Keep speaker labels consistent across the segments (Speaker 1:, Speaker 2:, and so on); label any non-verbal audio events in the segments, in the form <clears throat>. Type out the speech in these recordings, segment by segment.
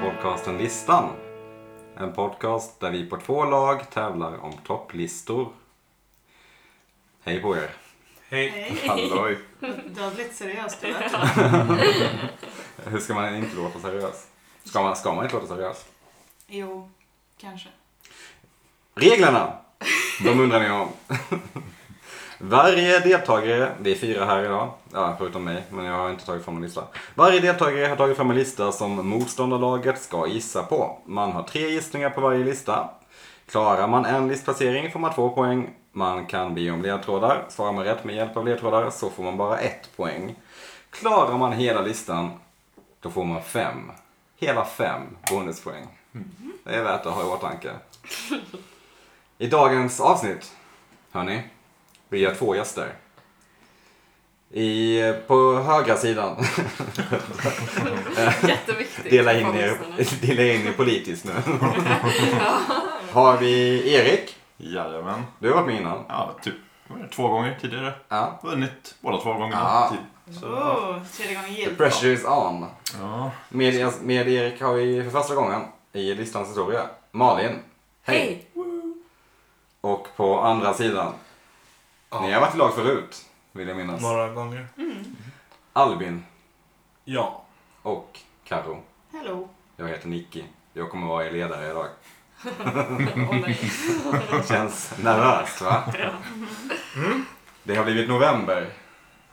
Speaker 1: podcasten Listan. En podcast där vi på två lag tävlar om topplistor. Hej på er!
Speaker 2: Hej.
Speaker 3: Hej.
Speaker 1: Halloj!
Speaker 3: Dödligt seriöst du vet.
Speaker 1: Hur ska man inte låta seriös? Ska man, ska man inte låta seriös?
Speaker 3: Jo, kanske.
Speaker 1: Reglerna! De undrar ni om. Varje deltagare, vi är fyra här idag, ja, förutom mig, men jag har inte tagit fram en lista. Varje deltagare har tagit fram en lista som motståndarlaget ska gissa på. Man har tre gissningar på varje lista. Klarar man en listplacering får man två poäng. Man kan be om ledtrådar. Svarar man rätt med hjälp av ledtrådar så får man bara ett poäng. Klarar man hela listan, då får man fem. Hela fem bonuspoäng. Det är värt att ha i åtanke. I dagens avsnitt, hörni, vi har två gäster. I, på högra sidan,
Speaker 2: Jätteviktigt.
Speaker 1: dela in,
Speaker 2: för
Speaker 1: er, <laughs>
Speaker 2: lyssnarna.
Speaker 1: dela in er politiskt nu. Har vi Erik,
Speaker 4: Jajamän.
Speaker 1: du har varit med innan.
Speaker 4: Ja, typ vad är det, två gånger tidigare.
Speaker 1: Ja.
Speaker 4: Vunnit båda två gångerna.
Speaker 1: Ja.
Speaker 4: Typ. Så, ja.
Speaker 3: Oh, tredje gången
Speaker 1: The
Speaker 3: gillt.
Speaker 1: pressure is on.
Speaker 4: ja.
Speaker 1: Med, med Erik har vi för första gången i listans historia Malin.
Speaker 2: Hej.
Speaker 1: Och på andra sidan, ni har varit i lag förut, vill jag minnas.
Speaker 2: Några gånger.
Speaker 1: Albin
Speaker 2: Ja.
Speaker 1: och Karo.
Speaker 3: Hello.
Speaker 1: Jag heter Nicky. Jag kommer vara er ledare idag.
Speaker 3: Ola.
Speaker 1: Känns nervöst va? Det har blivit november.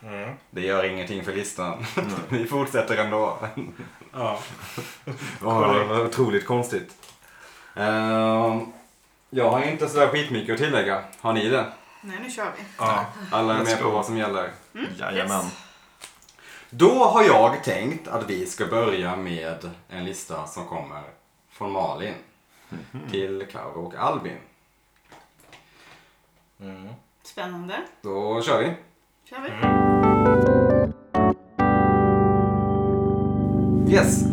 Speaker 2: Mm.
Speaker 1: Det gör ingenting för listan. <laughs> Vi fortsätter ändå.
Speaker 2: Ja.
Speaker 1: Oh, vad otroligt konstigt. Ehm, jag har inte sådär skitmycket att tillägga. Har ni det?
Speaker 3: Nej, nu kör vi.
Speaker 2: ja.
Speaker 1: Alla är
Speaker 4: Let's
Speaker 1: med på
Speaker 4: go.
Speaker 1: vad som gäller.
Speaker 4: Mm. Jajamän.
Speaker 1: Då har jag tänkt att vi ska börja med en lista som kommer från Malin till Karo och Albin.
Speaker 2: Mm.
Speaker 3: Spännande.
Speaker 1: Då kör vi.
Speaker 3: Kör vi.
Speaker 1: Yes.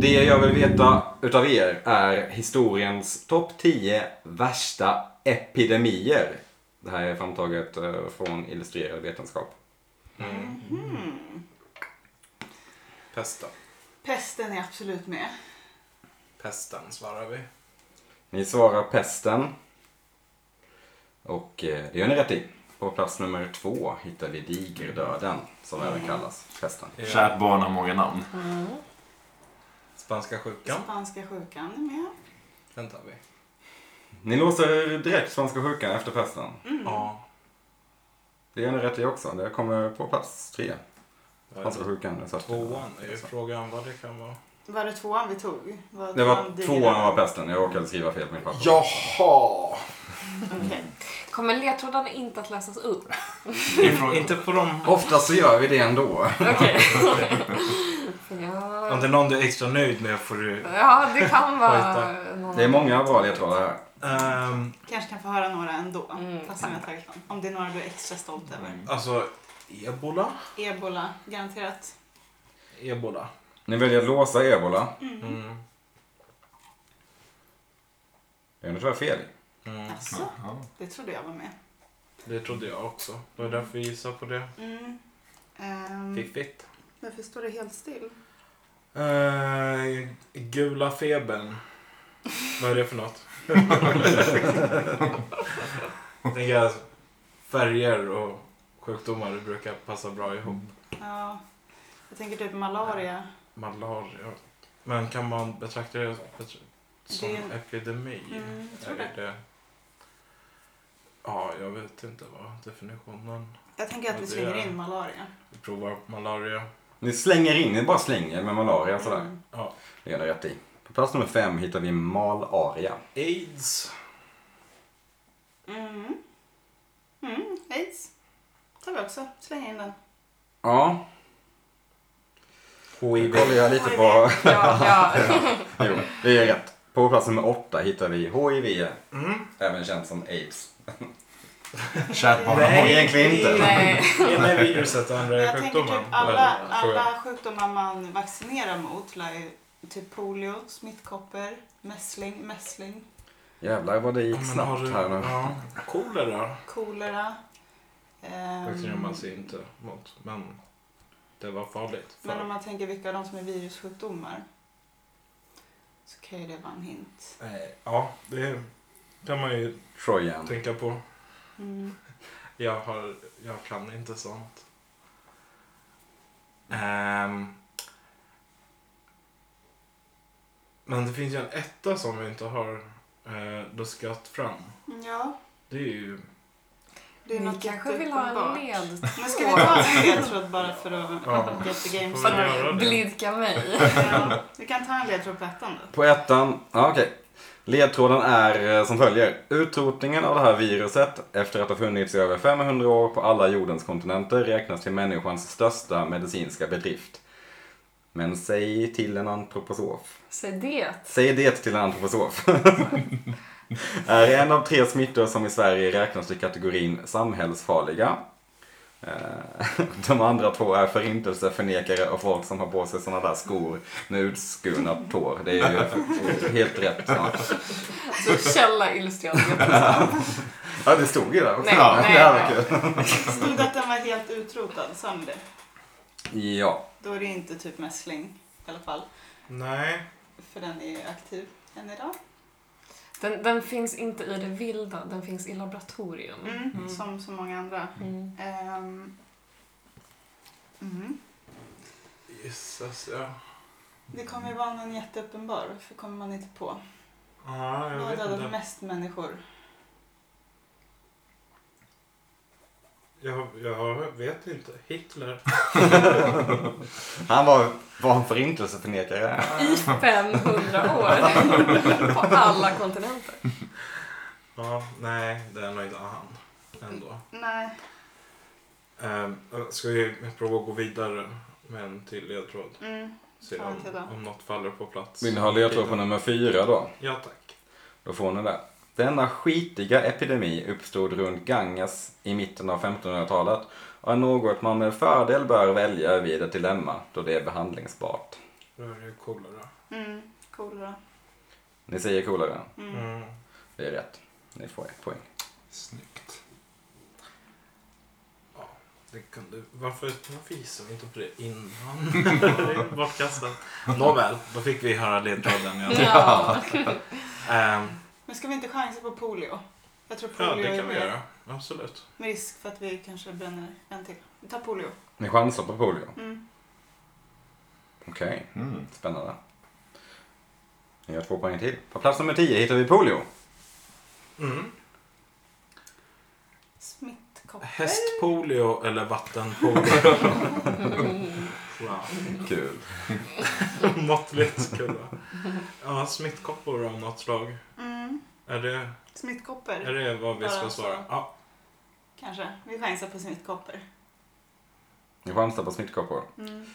Speaker 1: Det jag vill veta utav er är historiens topp 10 värsta epidemier. Det här är framtaget eh, från Illustrerad vetenskap.
Speaker 2: Pesten.
Speaker 3: Pesten är absolut med.
Speaker 2: Pesten svarar vi.
Speaker 1: Ni svarar pesten. Och eh, det gör ni rätt i. På plats nummer två hittar vi digerdöden, som även kallas pesten.
Speaker 4: Kärt barn har många namn.
Speaker 2: Spanska sjukan
Speaker 3: Spanska sjukan är med.
Speaker 2: väntar vi.
Speaker 1: Ni låser direkt svenska sjukan efter pesten.
Speaker 2: Ja.
Speaker 1: Det gör ni rätt i också. Det kommer på plats tre.
Speaker 2: Vad är
Speaker 1: Svenska
Speaker 2: det?
Speaker 1: sjukan. är satt.
Speaker 2: Tvåan är ju frågan vad det kan vara.
Speaker 3: Var det tvåan vi tog? Var
Speaker 1: Det
Speaker 3: tvåan
Speaker 1: var
Speaker 3: digerdöden?
Speaker 1: tvåan av pesten. Jag råkade skriva fel på min papper.
Speaker 2: Jaha!
Speaker 3: Okej.
Speaker 5: Kommer ledtrådarna inte att läsas upp?
Speaker 2: inte på dem.
Speaker 1: Ofta så gör vi det ändå.
Speaker 5: Okej. ja.
Speaker 2: Om det är någon du är extra nöjd med får du...
Speaker 5: ja, det kan vara
Speaker 2: Vänta.
Speaker 5: någon.
Speaker 1: Det är många bra ledtrådar här.
Speaker 2: Ehm,
Speaker 3: Kanske kan få höra några ändå.
Speaker 5: Mm.
Speaker 3: Fast som jag tagit dem. Om det är några du är extra stolt över.
Speaker 2: alltså, ebola?
Speaker 3: Ebola, garanterat.
Speaker 2: Ebola.
Speaker 1: Ni väljer att låsa ebola.
Speaker 2: Mm.
Speaker 1: Det är nog tyvärr fel.
Speaker 2: Mm.
Speaker 3: Alltså,
Speaker 4: Ja.
Speaker 3: det trodde jag var med.
Speaker 2: Det trodde jag också. Det var därför jag gissade på det.
Speaker 3: Mm. Um,
Speaker 2: Fiffigt.
Speaker 3: varför står det helt still?
Speaker 2: Eh, gula febern. Vad är det för något? <laughs> Jag tänker att färger och sjukdomar brukar passa bra ihop.
Speaker 3: Ja, jag tänker typ malaria.
Speaker 2: Malaria. Men kan man betrakta det betr- som
Speaker 3: Det är en-
Speaker 2: epidemi?
Speaker 3: Mm, jag tror
Speaker 2: Eller är det... Ja, jag vet inte vad definitionen...
Speaker 3: Jag tänker att
Speaker 2: Ja,
Speaker 3: vi
Speaker 2: det
Speaker 3: slänger
Speaker 2: är-
Speaker 3: in malaria.
Speaker 2: Vi provar malaria.
Speaker 1: Ni slänger in, ni bara slänger med malaria sådär.
Speaker 3: Mm.
Speaker 2: Ja.
Speaker 1: Det gör ni rätt i. På plats nummer fem hittar vi malaria.
Speaker 2: Aids.
Speaker 3: Mm. Mm. Aids. tar vi också. Slänger in den.
Speaker 1: Ja. HIV. Kollar jag lite på.
Speaker 3: HIV.
Speaker 5: Ja, ja.
Speaker 1: <laughs> Jo, det är rätt. På plats nummer åtta hittar vi HIV,
Speaker 2: Mm.
Speaker 1: även känt som aids.
Speaker 4: Kärt barn har
Speaker 2: Nej.
Speaker 4: många
Speaker 1: Egentligen inte.
Speaker 2: <laughs>
Speaker 5: Nej.
Speaker 1: <laughs>
Speaker 2: Ena är viruset och andra
Speaker 3: Men
Speaker 2: är
Speaker 3: jag tänker
Speaker 2: sjukdomen.
Speaker 3: typ alla,
Speaker 2: väl, tror jag.
Speaker 3: alla sjukdomar man vaccinerar mot lär ju typ polio, smittkoppor, mässling, mässling,
Speaker 1: Jävlar vad det
Speaker 2: Ja,
Speaker 1: gick
Speaker 2: men har
Speaker 1: snabbt
Speaker 2: du-
Speaker 1: här nu.
Speaker 2: Ja, kolera.
Speaker 3: kolera. Ehm,
Speaker 2: Vaccinerar man sig inte mot. Men det var farligt.
Speaker 3: men om
Speaker 2: För.
Speaker 3: man tänker vilka av de som är virussjukdomar så kan ju det vara en hint.
Speaker 2: Eh, Ja, det kan man ju
Speaker 1: Trojan.
Speaker 2: tänka på.
Speaker 3: Mm.
Speaker 2: Jag, har, jag kan inte sånt. Ehm. men det finns ju en etta som vi inte har eh, luskat fram.
Speaker 3: Mm, Ja,
Speaker 2: Det är ju...
Speaker 3: det är
Speaker 5: Ni
Speaker 3: något
Speaker 5: kanske vill ha
Speaker 3: jätteuppenbart.
Speaker 5: en ledtråd?
Speaker 3: Men ska vi ta en ledtråd bara för att
Speaker 2: Ja.
Speaker 3: get the game
Speaker 2: Får vi
Speaker 3: started?
Speaker 2: göra det?
Speaker 5: Blidka mig.
Speaker 3: Ja, Vi kan ta en ledtråd på ettan då.
Speaker 1: På ettan, ja okej. Ledtråden är eh, som följer. Utrotningen av det här viruset efter att ha funnits i över 500 år på alla jordens kontinenter räknas till människans största medicinska bedrift. Men säg till en antroposof.
Speaker 5: Säg det.
Speaker 1: Säg det till en antroposof. <laughs> är en av tre smittor som i Sverige räknas till kategorin samhällsfarliga. Eh, <laughs> De andra två är förintelseförnekare och folk som har på sig sådana där skor med utskurna tår. Det är ju eh, helt rätt. Ja,
Speaker 5: Så källa illustrerad.
Speaker 1: ja det stod ju där också.
Speaker 5: Nej,
Speaker 1: ja,
Speaker 5: nej,
Speaker 1: det här var
Speaker 5: nej.
Speaker 1: kul.
Speaker 3: Stod det att den var helt utrotad, sa ni det?
Speaker 1: Ja,
Speaker 3: Då är det inte typ mässling i alla fall.
Speaker 2: Nej.
Speaker 3: För den är ju aktiv än idag.
Speaker 5: Den, den finns inte i det vilda, den finns i laboratorium.
Speaker 3: Mm. Som så många andra.
Speaker 5: Mm.
Speaker 3: Ehm. Mm.
Speaker 2: Jösses, ja.
Speaker 3: Det kommer ju vara någon jätteuppenbar. Varför kommer man inte på?
Speaker 2: Ja,
Speaker 3: Vad
Speaker 2: jag
Speaker 3: har
Speaker 2: vet
Speaker 3: dödat
Speaker 2: inte.
Speaker 3: mest människor?
Speaker 2: Jag, jag vet inte. Hitler.
Speaker 1: han var, var en förintelseförnekare.
Speaker 5: I 500 år. På alla kontinenter.
Speaker 2: Ja, nej, det är nog inte han. Ändå.
Speaker 3: Nej.
Speaker 2: Ehm, ska vi prova att gå vidare med en till ledtråd?
Speaker 3: Mm.
Speaker 2: Se
Speaker 3: Ja, okej
Speaker 2: om,
Speaker 3: då.
Speaker 2: om något faller på plats.
Speaker 1: Vill ni ha ledtråd på nummer fyra då?
Speaker 2: Ja, tack.
Speaker 1: Då får ni det. Denna skitiga epidemi uppstod runt Ganges i mitten av 1500-talet och är något man med fördel bör välja vid ett dilemma då det är behandlingsbart.
Speaker 2: Då är det coolare.
Speaker 3: Mm. Coolare.
Speaker 1: Ni säger coolare.
Speaker 3: Mm.
Speaker 2: Mm.
Speaker 1: Det är rätt. Ni får ett poäng.
Speaker 4: Snyggt.
Speaker 2: Det kunde... Varför, varför gissade vi inte på det innan? det <laughs> är bortkastat. Nåväl, då fick vi höra ledtråden. Ja.
Speaker 5: Ja.
Speaker 2: Ehm,
Speaker 3: Men ska vi inte chansa på polio? Jag tror
Speaker 2: ja,
Speaker 3: polio
Speaker 2: det
Speaker 3: är
Speaker 2: kan vi
Speaker 3: mer
Speaker 2: göra. Absolut.
Speaker 3: med risk för att vi kanske bränner en till. Vi tar polio.
Speaker 1: Ni chansar på polio.
Speaker 3: Mm.
Speaker 1: Okej,
Speaker 4: Mm.
Speaker 1: spännande. Ni har två poäng till. På plats nummer 10 hittar vi polio.
Speaker 2: Mm.
Speaker 3: Smittkoppor.
Speaker 2: Hästpolio eller <laughs> vattenpolio? wow.
Speaker 1: Kul.
Speaker 2: Måttligt kul va? Ja, smittkoppor av något slag.
Speaker 3: Mm.
Speaker 2: Är det, är
Speaker 3: Smittkoppor.
Speaker 2: det vad vi ska
Speaker 3: Bara
Speaker 2: svara?
Speaker 3: så.
Speaker 2: Ja.
Speaker 3: Kanske. Vi chansar på smittkoppor.
Speaker 1: Ni chansar på smittkoppor.
Speaker 3: Mm.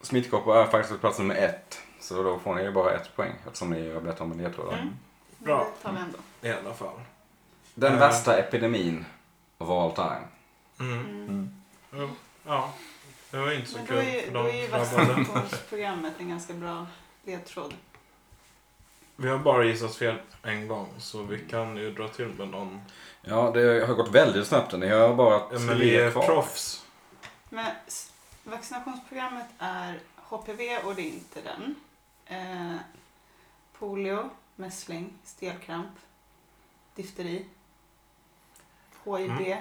Speaker 1: Smittkoppor är faktiskt på plats nummer ett. Så då får ni ju bara ett poäng eftersom ni har bett om en ledtråd.
Speaker 3: Mm.
Speaker 2: Bra.
Speaker 3: Men Det tar vi ändå.
Speaker 2: I alla fall.
Speaker 1: Den
Speaker 2: Eh.
Speaker 1: värsta epidemin of all time.
Speaker 2: Mm.
Speaker 3: Mm.
Speaker 4: Mm.
Speaker 2: Jo, Ja, det var ju inte så
Speaker 3: Men då
Speaker 2: kul
Speaker 3: är ju,
Speaker 2: för
Speaker 3: då är
Speaker 2: de
Speaker 3: ju
Speaker 2: drabbade.
Speaker 3: vaccinationsprogrammet en ganska bra ledtråd.
Speaker 2: Vi har bara gissat fel en gång så vi kan ju dra till med någon.
Speaker 1: Ja, det har gått väldigt snabbt. Ni har bara
Speaker 2: Ja,
Speaker 1: ett
Speaker 2: men vi
Speaker 1: tre
Speaker 2: är
Speaker 1: kvar.
Speaker 2: proffs.
Speaker 3: Men s- vaccinationsprogrammet är HPV och det är inte den. Eh, polio, mässling, stelkramp, difteri, HIV.
Speaker 2: Mm.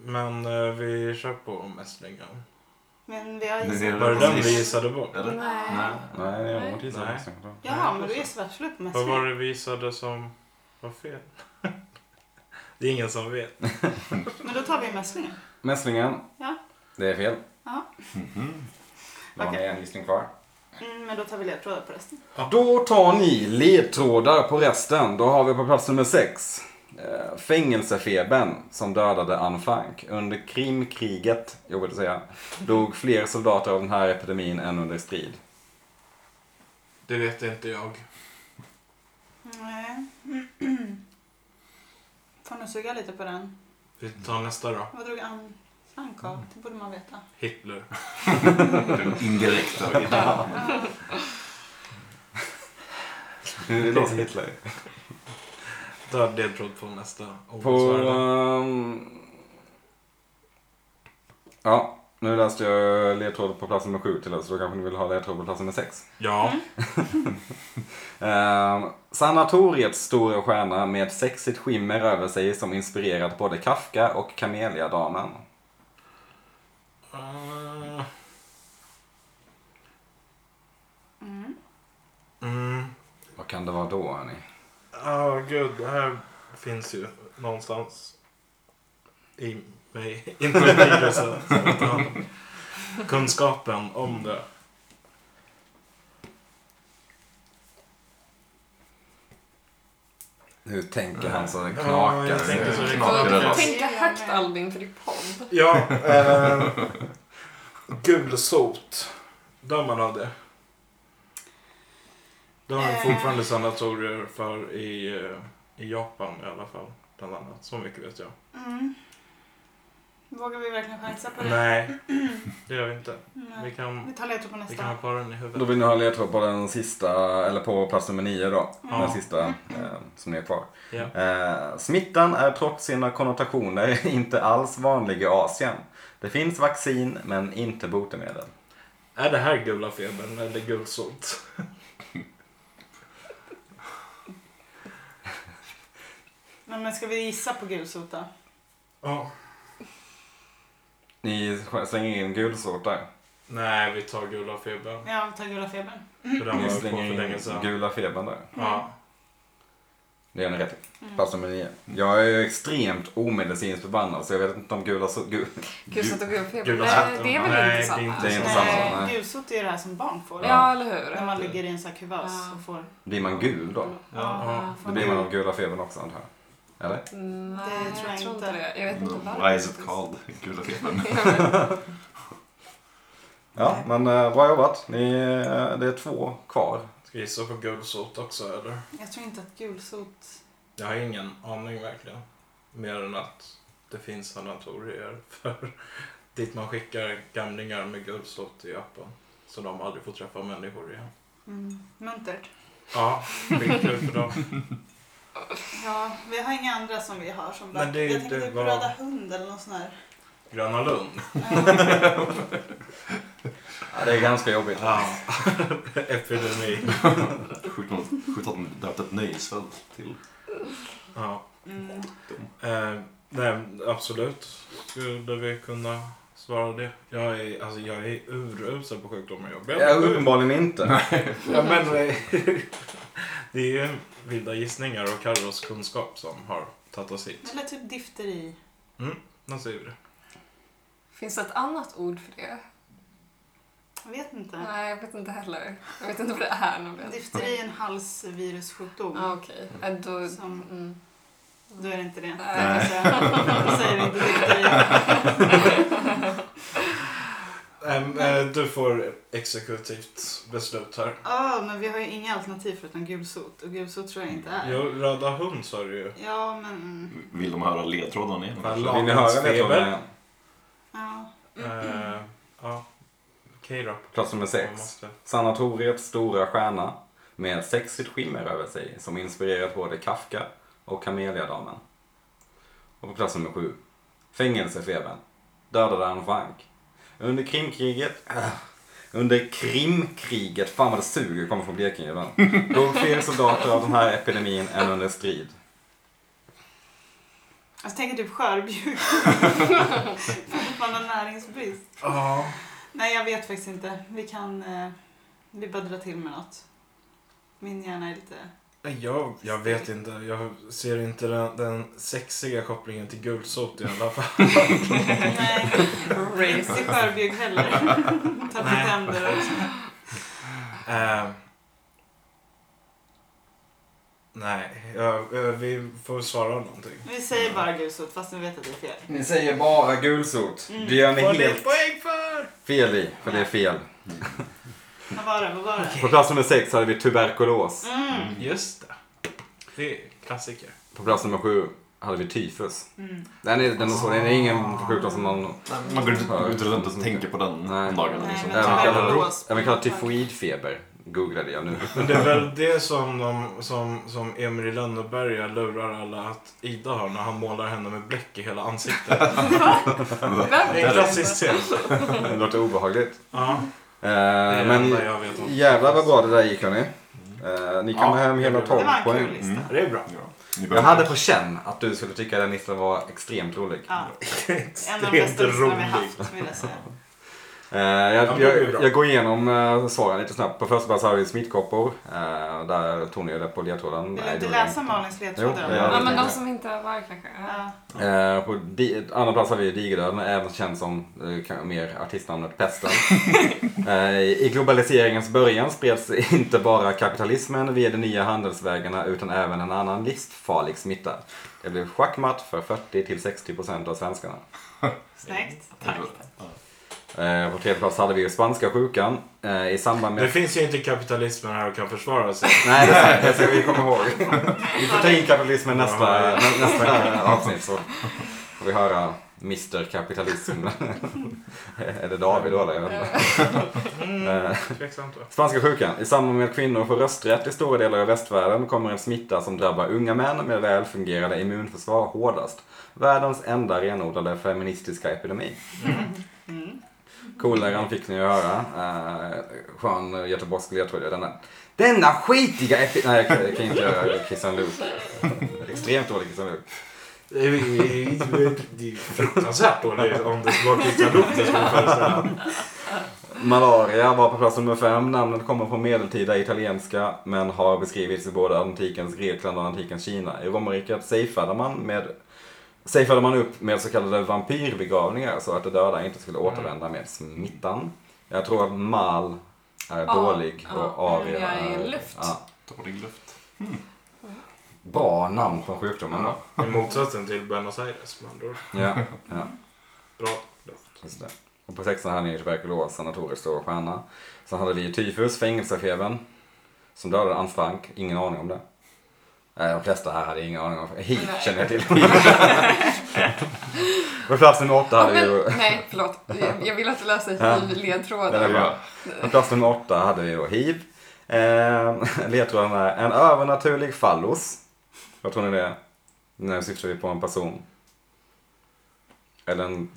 Speaker 2: Men eh, vi kör på mässlingen.
Speaker 3: Men vi har
Speaker 4: Det är
Speaker 3: gissat...
Speaker 2: Var det den vi
Speaker 4: precis.
Speaker 2: gissade bort?
Speaker 4: Eller?
Speaker 5: Nej.
Speaker 1: Nej, jag har
Speaker 5: Nej.
Speaker 1: inte gissat
Speaker 2: Nej.
Speaker 1: på det.
Speaker 3: Jaha, men då gissar vi absolut på
Speaker 2: Vad
Speaker 3: mässling.
Speaker 2: var det vi gissade som var fel? <laughs> det är ingen som vet.
Speaker 3: Men då tar vi mässlingen.
Speaker 1: Mässlingen.
Speaker 3: Ja.
Speaker 1: Det är fel.
Speaker 3: Ja.
Speaker 4: Mhm.
Speaker 1: Då har ni
Speaker 3: Okej.
Speaker 1: en gissning kvar.
Speaker 3: Mm, men då tar vi ledtrådar på resten.
Speaker 1: Då tar ni ledtrådar på resten. Då har vi på plats nummer sex. Eh, Fängelsefebern som dödade Anne Frank. Under Krimkriget, jobbigt att säga, dog fler soldater av den här epidemin än under strid.
Speaker 2: Det vet inte jag.
Speaker 3: Nej. <clears throat> Får nog suga lite på den.
Speaker 2: Vi tar nästa då.
Speaker 3: Vad drog Ann Frank
Speaker 2: Mm.
Speaker 3: av? Det borde man veta.
Speaker 2: Hitler.
Speaker 4: Indirekt.
Speaker 1: Det låter Hitler.
Speaker 2: Ta ledtråd på nästa.
Speaker 1: På...
Speaker 2: obesvarade.
Speaker 1: ehm, ja, Nu läste jag ledtråd på plats nummer sju till er, så då kanske ni vill ha ledtråd på plats nummer sex.
Speaker 2: Ja.
Speaker 3: Mm.
Speaker 1: Ehm, sanatoriets stora stjärna med sexigt skimmer över sig som inspirerat både Kafka och Kameliadamen.
Speaker 2: Eh,
Speaker 3: Mm.
Speaker 2: Mm.
Speaker 1: Vad kan det vara då, hörni?
Speaker 2: Ja, gud. Det här finns ju någonstans i mig. <laughs> Inte mig, så- utan kunskapen om det.
Speaker 1: Hur tänker han så det
Speaker 2: Ja, jag
Speaker 1: knakar?
Speaker 2: tänkte så det
Speaker 4: Knakar det
Speaker 2: knakar.
Speaker 4: loss.
Speaker 5: Tänka högt Albin för din podd.
Speaker 2: Ja. Eh, gulsot. Dör man av det? Det har vi
Speaker 3: Eh.
Speaker 2: fortfarande sanatorier för i, eh, i Japan i alla fall. Bland annat. Så mycket vet jag.
Speaker 3: Mm. Vågar vi verkligen chansa på det? <clears throat>
Speaker 2: Nej, det gör vi inte. Vi
Speaker 3: Nej.
Speaker 2: kan,
Speaker 3: Vi tar ledtråd på
Speaker 2: vi kan ha
Speaker 3: nästa.
Speaker 2: kvar den i
Speaker 1: Då
Speaker 2: huvudet.
Speaker 1: vill ni ha ledtråd på den sista, eller på plats nummer nio då.
Speaker 2: Mm. Ja.
Speaker 1: Den sista eh, som ni är kvar.
Speaker 2: Ja.
Speaker 1: Eh, smittan är trots sina konnotationer <laughs> inte alls vanlig i Asien. Det finns vaccin men inte botemedel.
Speaker 2: Är det här gula febern eller gulsot?
Speaker 3: Nej, men ska vi gissa på gulsot då?
Speaker 2: Ja.
Speaker 1: Ni slänger in gulsot där.
Speaker 2: Nej, vi tar gula febern.
Speaker 3: Ja, vi tar gula febern.
Speaker 2: För den var
Speaker 1: Ni
Speaker 2: på för
Speaker 1: slänger
Speaker 2: länge
Speaker 1: in
Speaker 2: sedan.
Speaker 1: gula febern där.
Speaker 2: Ja.
Speaker 1: Det är ni rätt i.
Speaker 2: Mm.
Speaker 1: Plats nummer nio. Jag är ju extremt omedicinskt förbannad så jag vet inte om gula sot... Gu,
Speaker 5: Gulsot och gulfeber.
Speaker 2: Gula
Speaker 5: Nej,
Speaker 2: katten.
Speaker 5: det är väl
Speaker 2: Nej,
Speaker 5: inte
Speaker 2: det är
Speaker 5: samma?
Speaker 2: inte-
Speaker 1: det är inte
Speaker 3: Nej,
Speaker 1: samma. Nej.
Speaker 3: Eh, Gulsot är ju det här som barn får.
Speaker 5: Ja, eller hur?
Speaker 3: När man ligger i en sån här kuvös
Speaker 5: Ja.
Speaker 3: och får...
Speaker 1: Blir man gul då?
Speaker 2: Ja.
Speaker 1: Då blir man av gula febern också antar jag. Eller?
Speaker 5: Nej,
Speaker 3: Det
Speaker 5: jag tror jag inte det. Jag vet inte varför.
Speaker 4: Why is it called?
Speaker 5: <laughs>
Speaker 4: Gula febern.
Speaker 1: Ja, men eh, bra jobbat. Ni, eh, det är två kvar.
Speaker 2: Ska jag gissa på gulsot också eller?
Speaker 3: Jag tror inte att gulsot...
Speaker 2: Jag har ingen aning verkligen. Mer än att det finns sanatorier för <laughs> dit man skickar gamlingar med gulsot i Japan. Så de aldrig får träffa människor igen.
Speaker 3: Mm. Muntert.
Speaker 2: Ja, skitkul för dem.
Speaker 3: Ja, vi har inga andra som vi har som
Speaker 2: Men det är ju
Speaker 3: Jag tänkte
Speaker 2: inte
Speaker 3: typ
Speaker 2: vad-
Speaker 3: Röda Hund eller något sånt där.
Speaker 2: <laughs> Gröna Lund.
Speaker 1: Ja, det är ganska jobbigt.
Speaker 2: Ja. Epidemi.
Speaker 4: Sjukt nog- sjukt att de döpt ett nöjesfält till.
Speaker 2: Ja.
Speaker 3: Mm.
Speaker 2: Eh, nej, absolut skulle vi kunna svara det. Jag är, alltså, jag är urusel på sjukdomar. Jag
Speaker 1: Ja,
Speaker 2: blir
Speaker 1: uppenbarligen inte.
Speaker 2: Ja, men eh, det är ju vilda gissningar och Carros kunskap som har tagit oss hit.
Speaker 3: Eller typ difteri.
Speaker 2: Nu säger vi det.
Speaker 5: Finns det ett annat ord för det?
Speaker 3: Jag vet inte.
Speaker 5: Nej, jag vet inte heller. Jag vet inte vad det är. Nu vet.
Speaker 3: Difteri är en halsvirussjukdom.
Speaker 5: Ah, okej. Äh, Då...
Speaker 3: Som-
Speaker 5: Mm.
Speaker 3: Då är det inte det.
Speaker 5: Nej.
Speaker 3: Så jag säger inte difteri.
Speaker 2: Ehm, eh, du får exekutivt beslut här.
Speaker 3: Ja, men vi har ju inga alternativ förutom gulsot. Och gulsot tror jag inte är.
Speaker 2: Jo, röda hund sa du ju.
Speaker 3: Ja, men... mm,
Speaker 4: Vill de höra ledtrådarna igen?
Speaker 2: Fan,
Speaker 1: Vill ni höra det? tror jag?
Speaker 2: Feber.
Speaker 3: Ja.
Speaker 2: Eh, ja, okej då.
Speaker 1: Plats nummer
Speaker 2: Man
Speaker 1: sex.
Speaker 2: måste-
Speaker 1: Sanatoriets stora stjärna med sexigt skimmer över sig som inspirerat både Kafka och Kameliadamen. Och på plats nummer sju. Fängelsefebern. Dödade Anne Frank. Under krimkriget... Äh, under krimkriget, fan vad det suger kommer från Blekinge
Speaker 2: <laughs>
Speaker 1: ibland. Dog fler soldater av den här epidemin än under strid.
Speaker 3: Alltså, tänk er typ skörbjugg. För att <laughs> man har näringsbrist.
Speaker 2: Ja.
Speaker 3: Nej, jag vet faktiskt inte. Vi kan... Eh, vi bara drar till med något. Min hjärna är
Speaker 5: <laughs>
Speaker 3: lite...
Speaker 2: Jag, jag vet inte. Jag ser inte den, den sexiga kopplingen till gulsot i alla fall. <laughs>
Speaker 3: Nej, inte
Speaker 5: Race.
Speaker 3: skörbjugg heller. <laughs> Ta på
Speaker 2: Nej.
Speaker 3: tänder och sånt.
Speaker 2: Ehm. nej, ja, eh, vi får svara någonting.
Speaker 3: Vi säger bara gulsot fast vi vet att det är fel.
Speaker 1: Ni säger bara gulsot. Det gör ni
Speaker 2: Mm. Vad är det
Speaker 1: helt
Speaker 2: poäng för?
Speaker 1: fel i, för det är fel.
Speaker 3: Vad var det? Vad var det?
Speaker 1: På plats nummer sex hade vi tuberkulos.
Speaker 3: Mm.
Speaker 2: Just det. Det är klassiker.
Speaker 1: På plats nummer sju hade vi tyfus.
Speaker 3: Mm.
Speaker 1: Den är, den är, så, den är ingen sjukdom som man...
Speaker 4: Man går inte- går inte runt och tänker på den
Speaker 1: Nej.
Speaker 4: om dagarna.
Speaker 3: Nej,
Speaker 4: Liksom.
Speaker 3: men
Speaker 1: Även
Speaker 3: tyvärr.
Speaker 1: kallad,
Speaker 3: tuberkulos.
Speaker 1: även kallad tyfoidfeber. googlade
Speaker 2: <laughs>
Speaker 1: jag nu. <laughs>
Speaker 2: Men det är väl det som, de, som, som Emil i Lönneberga lurar alla att Ida har när han målar henne med bläck i hela ansiktet. Det är en klassisk scen.
Speaker 1: det låter obehagligt.
Speaker 2: Ja,
Speaker 1: Eh,
Speaker 2: det är det
Speaker 1: men
Speaker 2: enda jag vet om.
Speaker 1: jävlar vad bra det där gick hörni. Eh, ni kommer
Speaker 2: Ja,
Speaker 1: hem hela
Speaker 2: det
Speaker 1: 12
Speaker 3: Det var en
Speaker 1: poäng.
Speaker 3: kul lista.
Speaker 4: Mm.
Speaker 2: Det är bra.
Speaker 4: Ja. Ni
Speaker 1: Jag
Speaker 4: behöver-
Speaker 1: hade på känn att du skulle tycka den listan var extremt rolig.
Speaker 3: Ja. En av de
Speaker 2: <laughs> Det är
Speaker 3: bästa
Speaker 2: inte
Speaker 3: listorna vi
Speaker 2: roligt.
Speaker 3: haft vill jag säga.
Speaker 1: Eh,
Speaker 2: Ja,
Speaker 1: jag,
Speaker 2: men det blir
Speaker 1: jag,
Speaker 2: bra.
Speaker 1: jag går igenom eh, svaren lite snabbt. På första plats har vi smittkoppor. Eh, där tog ni det på ledtråden.
Speaker 3: Vill
Speaker 1: Nej,
Speaker 3: du inte
Speaker 1: det gjorde
Speaker 3: läsa
Speaker 1: ni
Speaker 3: Malins
Speaker 1: Jo,
Speaker 3: ledtrådar?
Speaker 1: det
Speaker 3: då?
Speaker 1: gör jag.
Speaker 5: Ja, men de som inte är var kanske. Ja.
Speaker 3: Ja.
Speaker 1: Eh, på di- andra plats har vi digerdöden, även känd som eh, kan- mer artistnamnet
Speaker 3: <laughs>
Speaker 1: pesten. eh, I globaliseringens början spreds inte bara kapitalismen via de nya handelsvägarna utan även en annan livsfarlig smitta. Det blev schackmatt för 40-60% av svenskarna.
Speaker 3: Snyggt. Tack.
Speaker 1: Eh, på tredje plats hade vi ju spanska sjukan. Eh, I samband med...
Speaker 2: Det finns ju inte kapitalismen här och kan försvara sig.
Speaker 1: Nej, det är sant. Det ska vi komma ihåg. Vi får ta in kapitalismen nästa, nä- nästa avsnitt så får vi höra Mr <laughs> Kapitalism. Är det David då eller? Eh, Jag vet inte.
Speaker 2: Mm, tveksamt va?
Speaker 1: Spanska sjukan. I samband med att kvinnor får rösträtt i stora delar av västvärlden kommer en smitta som drabbar unga män med välfungerande immunförsvar hårdast. Världens enda renodlade feministiska epidemi. Koleran fick ni ju höra. Eh, skön göteborgsk ledtråd. Denna, denna skitiga epi... Nej, jag kan- jag kan inte göra Kiss and Luke. Extremt dålig Kiss and Luke.
Speaker 2: Det är det är fruktansvärt dåligt om det var Kristian Luuk det skulle föreställa.
Speaker 1: Malaria var på plats nummer fem. Namnet kommer från medeltida italienska men har beskrivits i både antikens Grekland och antikens Kina. I romarriket safeade man med safeade man upp med så kallade vampyrbegravningar så att de döda inte skulle återvända med smittan. Jag tror att mal är
Speaker 5: Ja,
Speaker 1: dålig och
Speaker 5: ja,
Speaker 1: aria
Speaker 5: aria
Speaker 1: är...
Speaker 5: är luft.
Speaker 1: Ja.
Speaker 4: Dålig luft.
Speaker 1: Bra namn på sjukdomen då.
Speaker 2: I motsatsen till Buenos Aires med andra ord.
Speaker 1: Ja, ja.
Speaker 2: Bra luft.
Speaker 1: Just det. Och på sexan hade ni tuberkulos, sanatoriet, stora stjärna. Sen hade vi tyfus, fängelsefebern. Som dödade Anne Frank, ingen aning om det. Eh, De flesta här hade ingen aning om Hiv
Speaker 5: Nej.
Speaker 1: känner jag till. på plats nummer åtta
Speaker 5: Ja,
Speaker 1: hade vi
Speaker 5: men,
Speaker 1: ju...
Speaker 5: nej, förlåt. Jag- Jag vill att du läser
Speaker 1: Ja.
Speaker 5: hiv-ledtråden.
Speaker 1: Den är bra. På plats nummer åtta hade vi då hiv. Eh, Ledtråden är en övernaturlig fallos. Vad tror ni det är? Nu syftar vi på en person. Eller en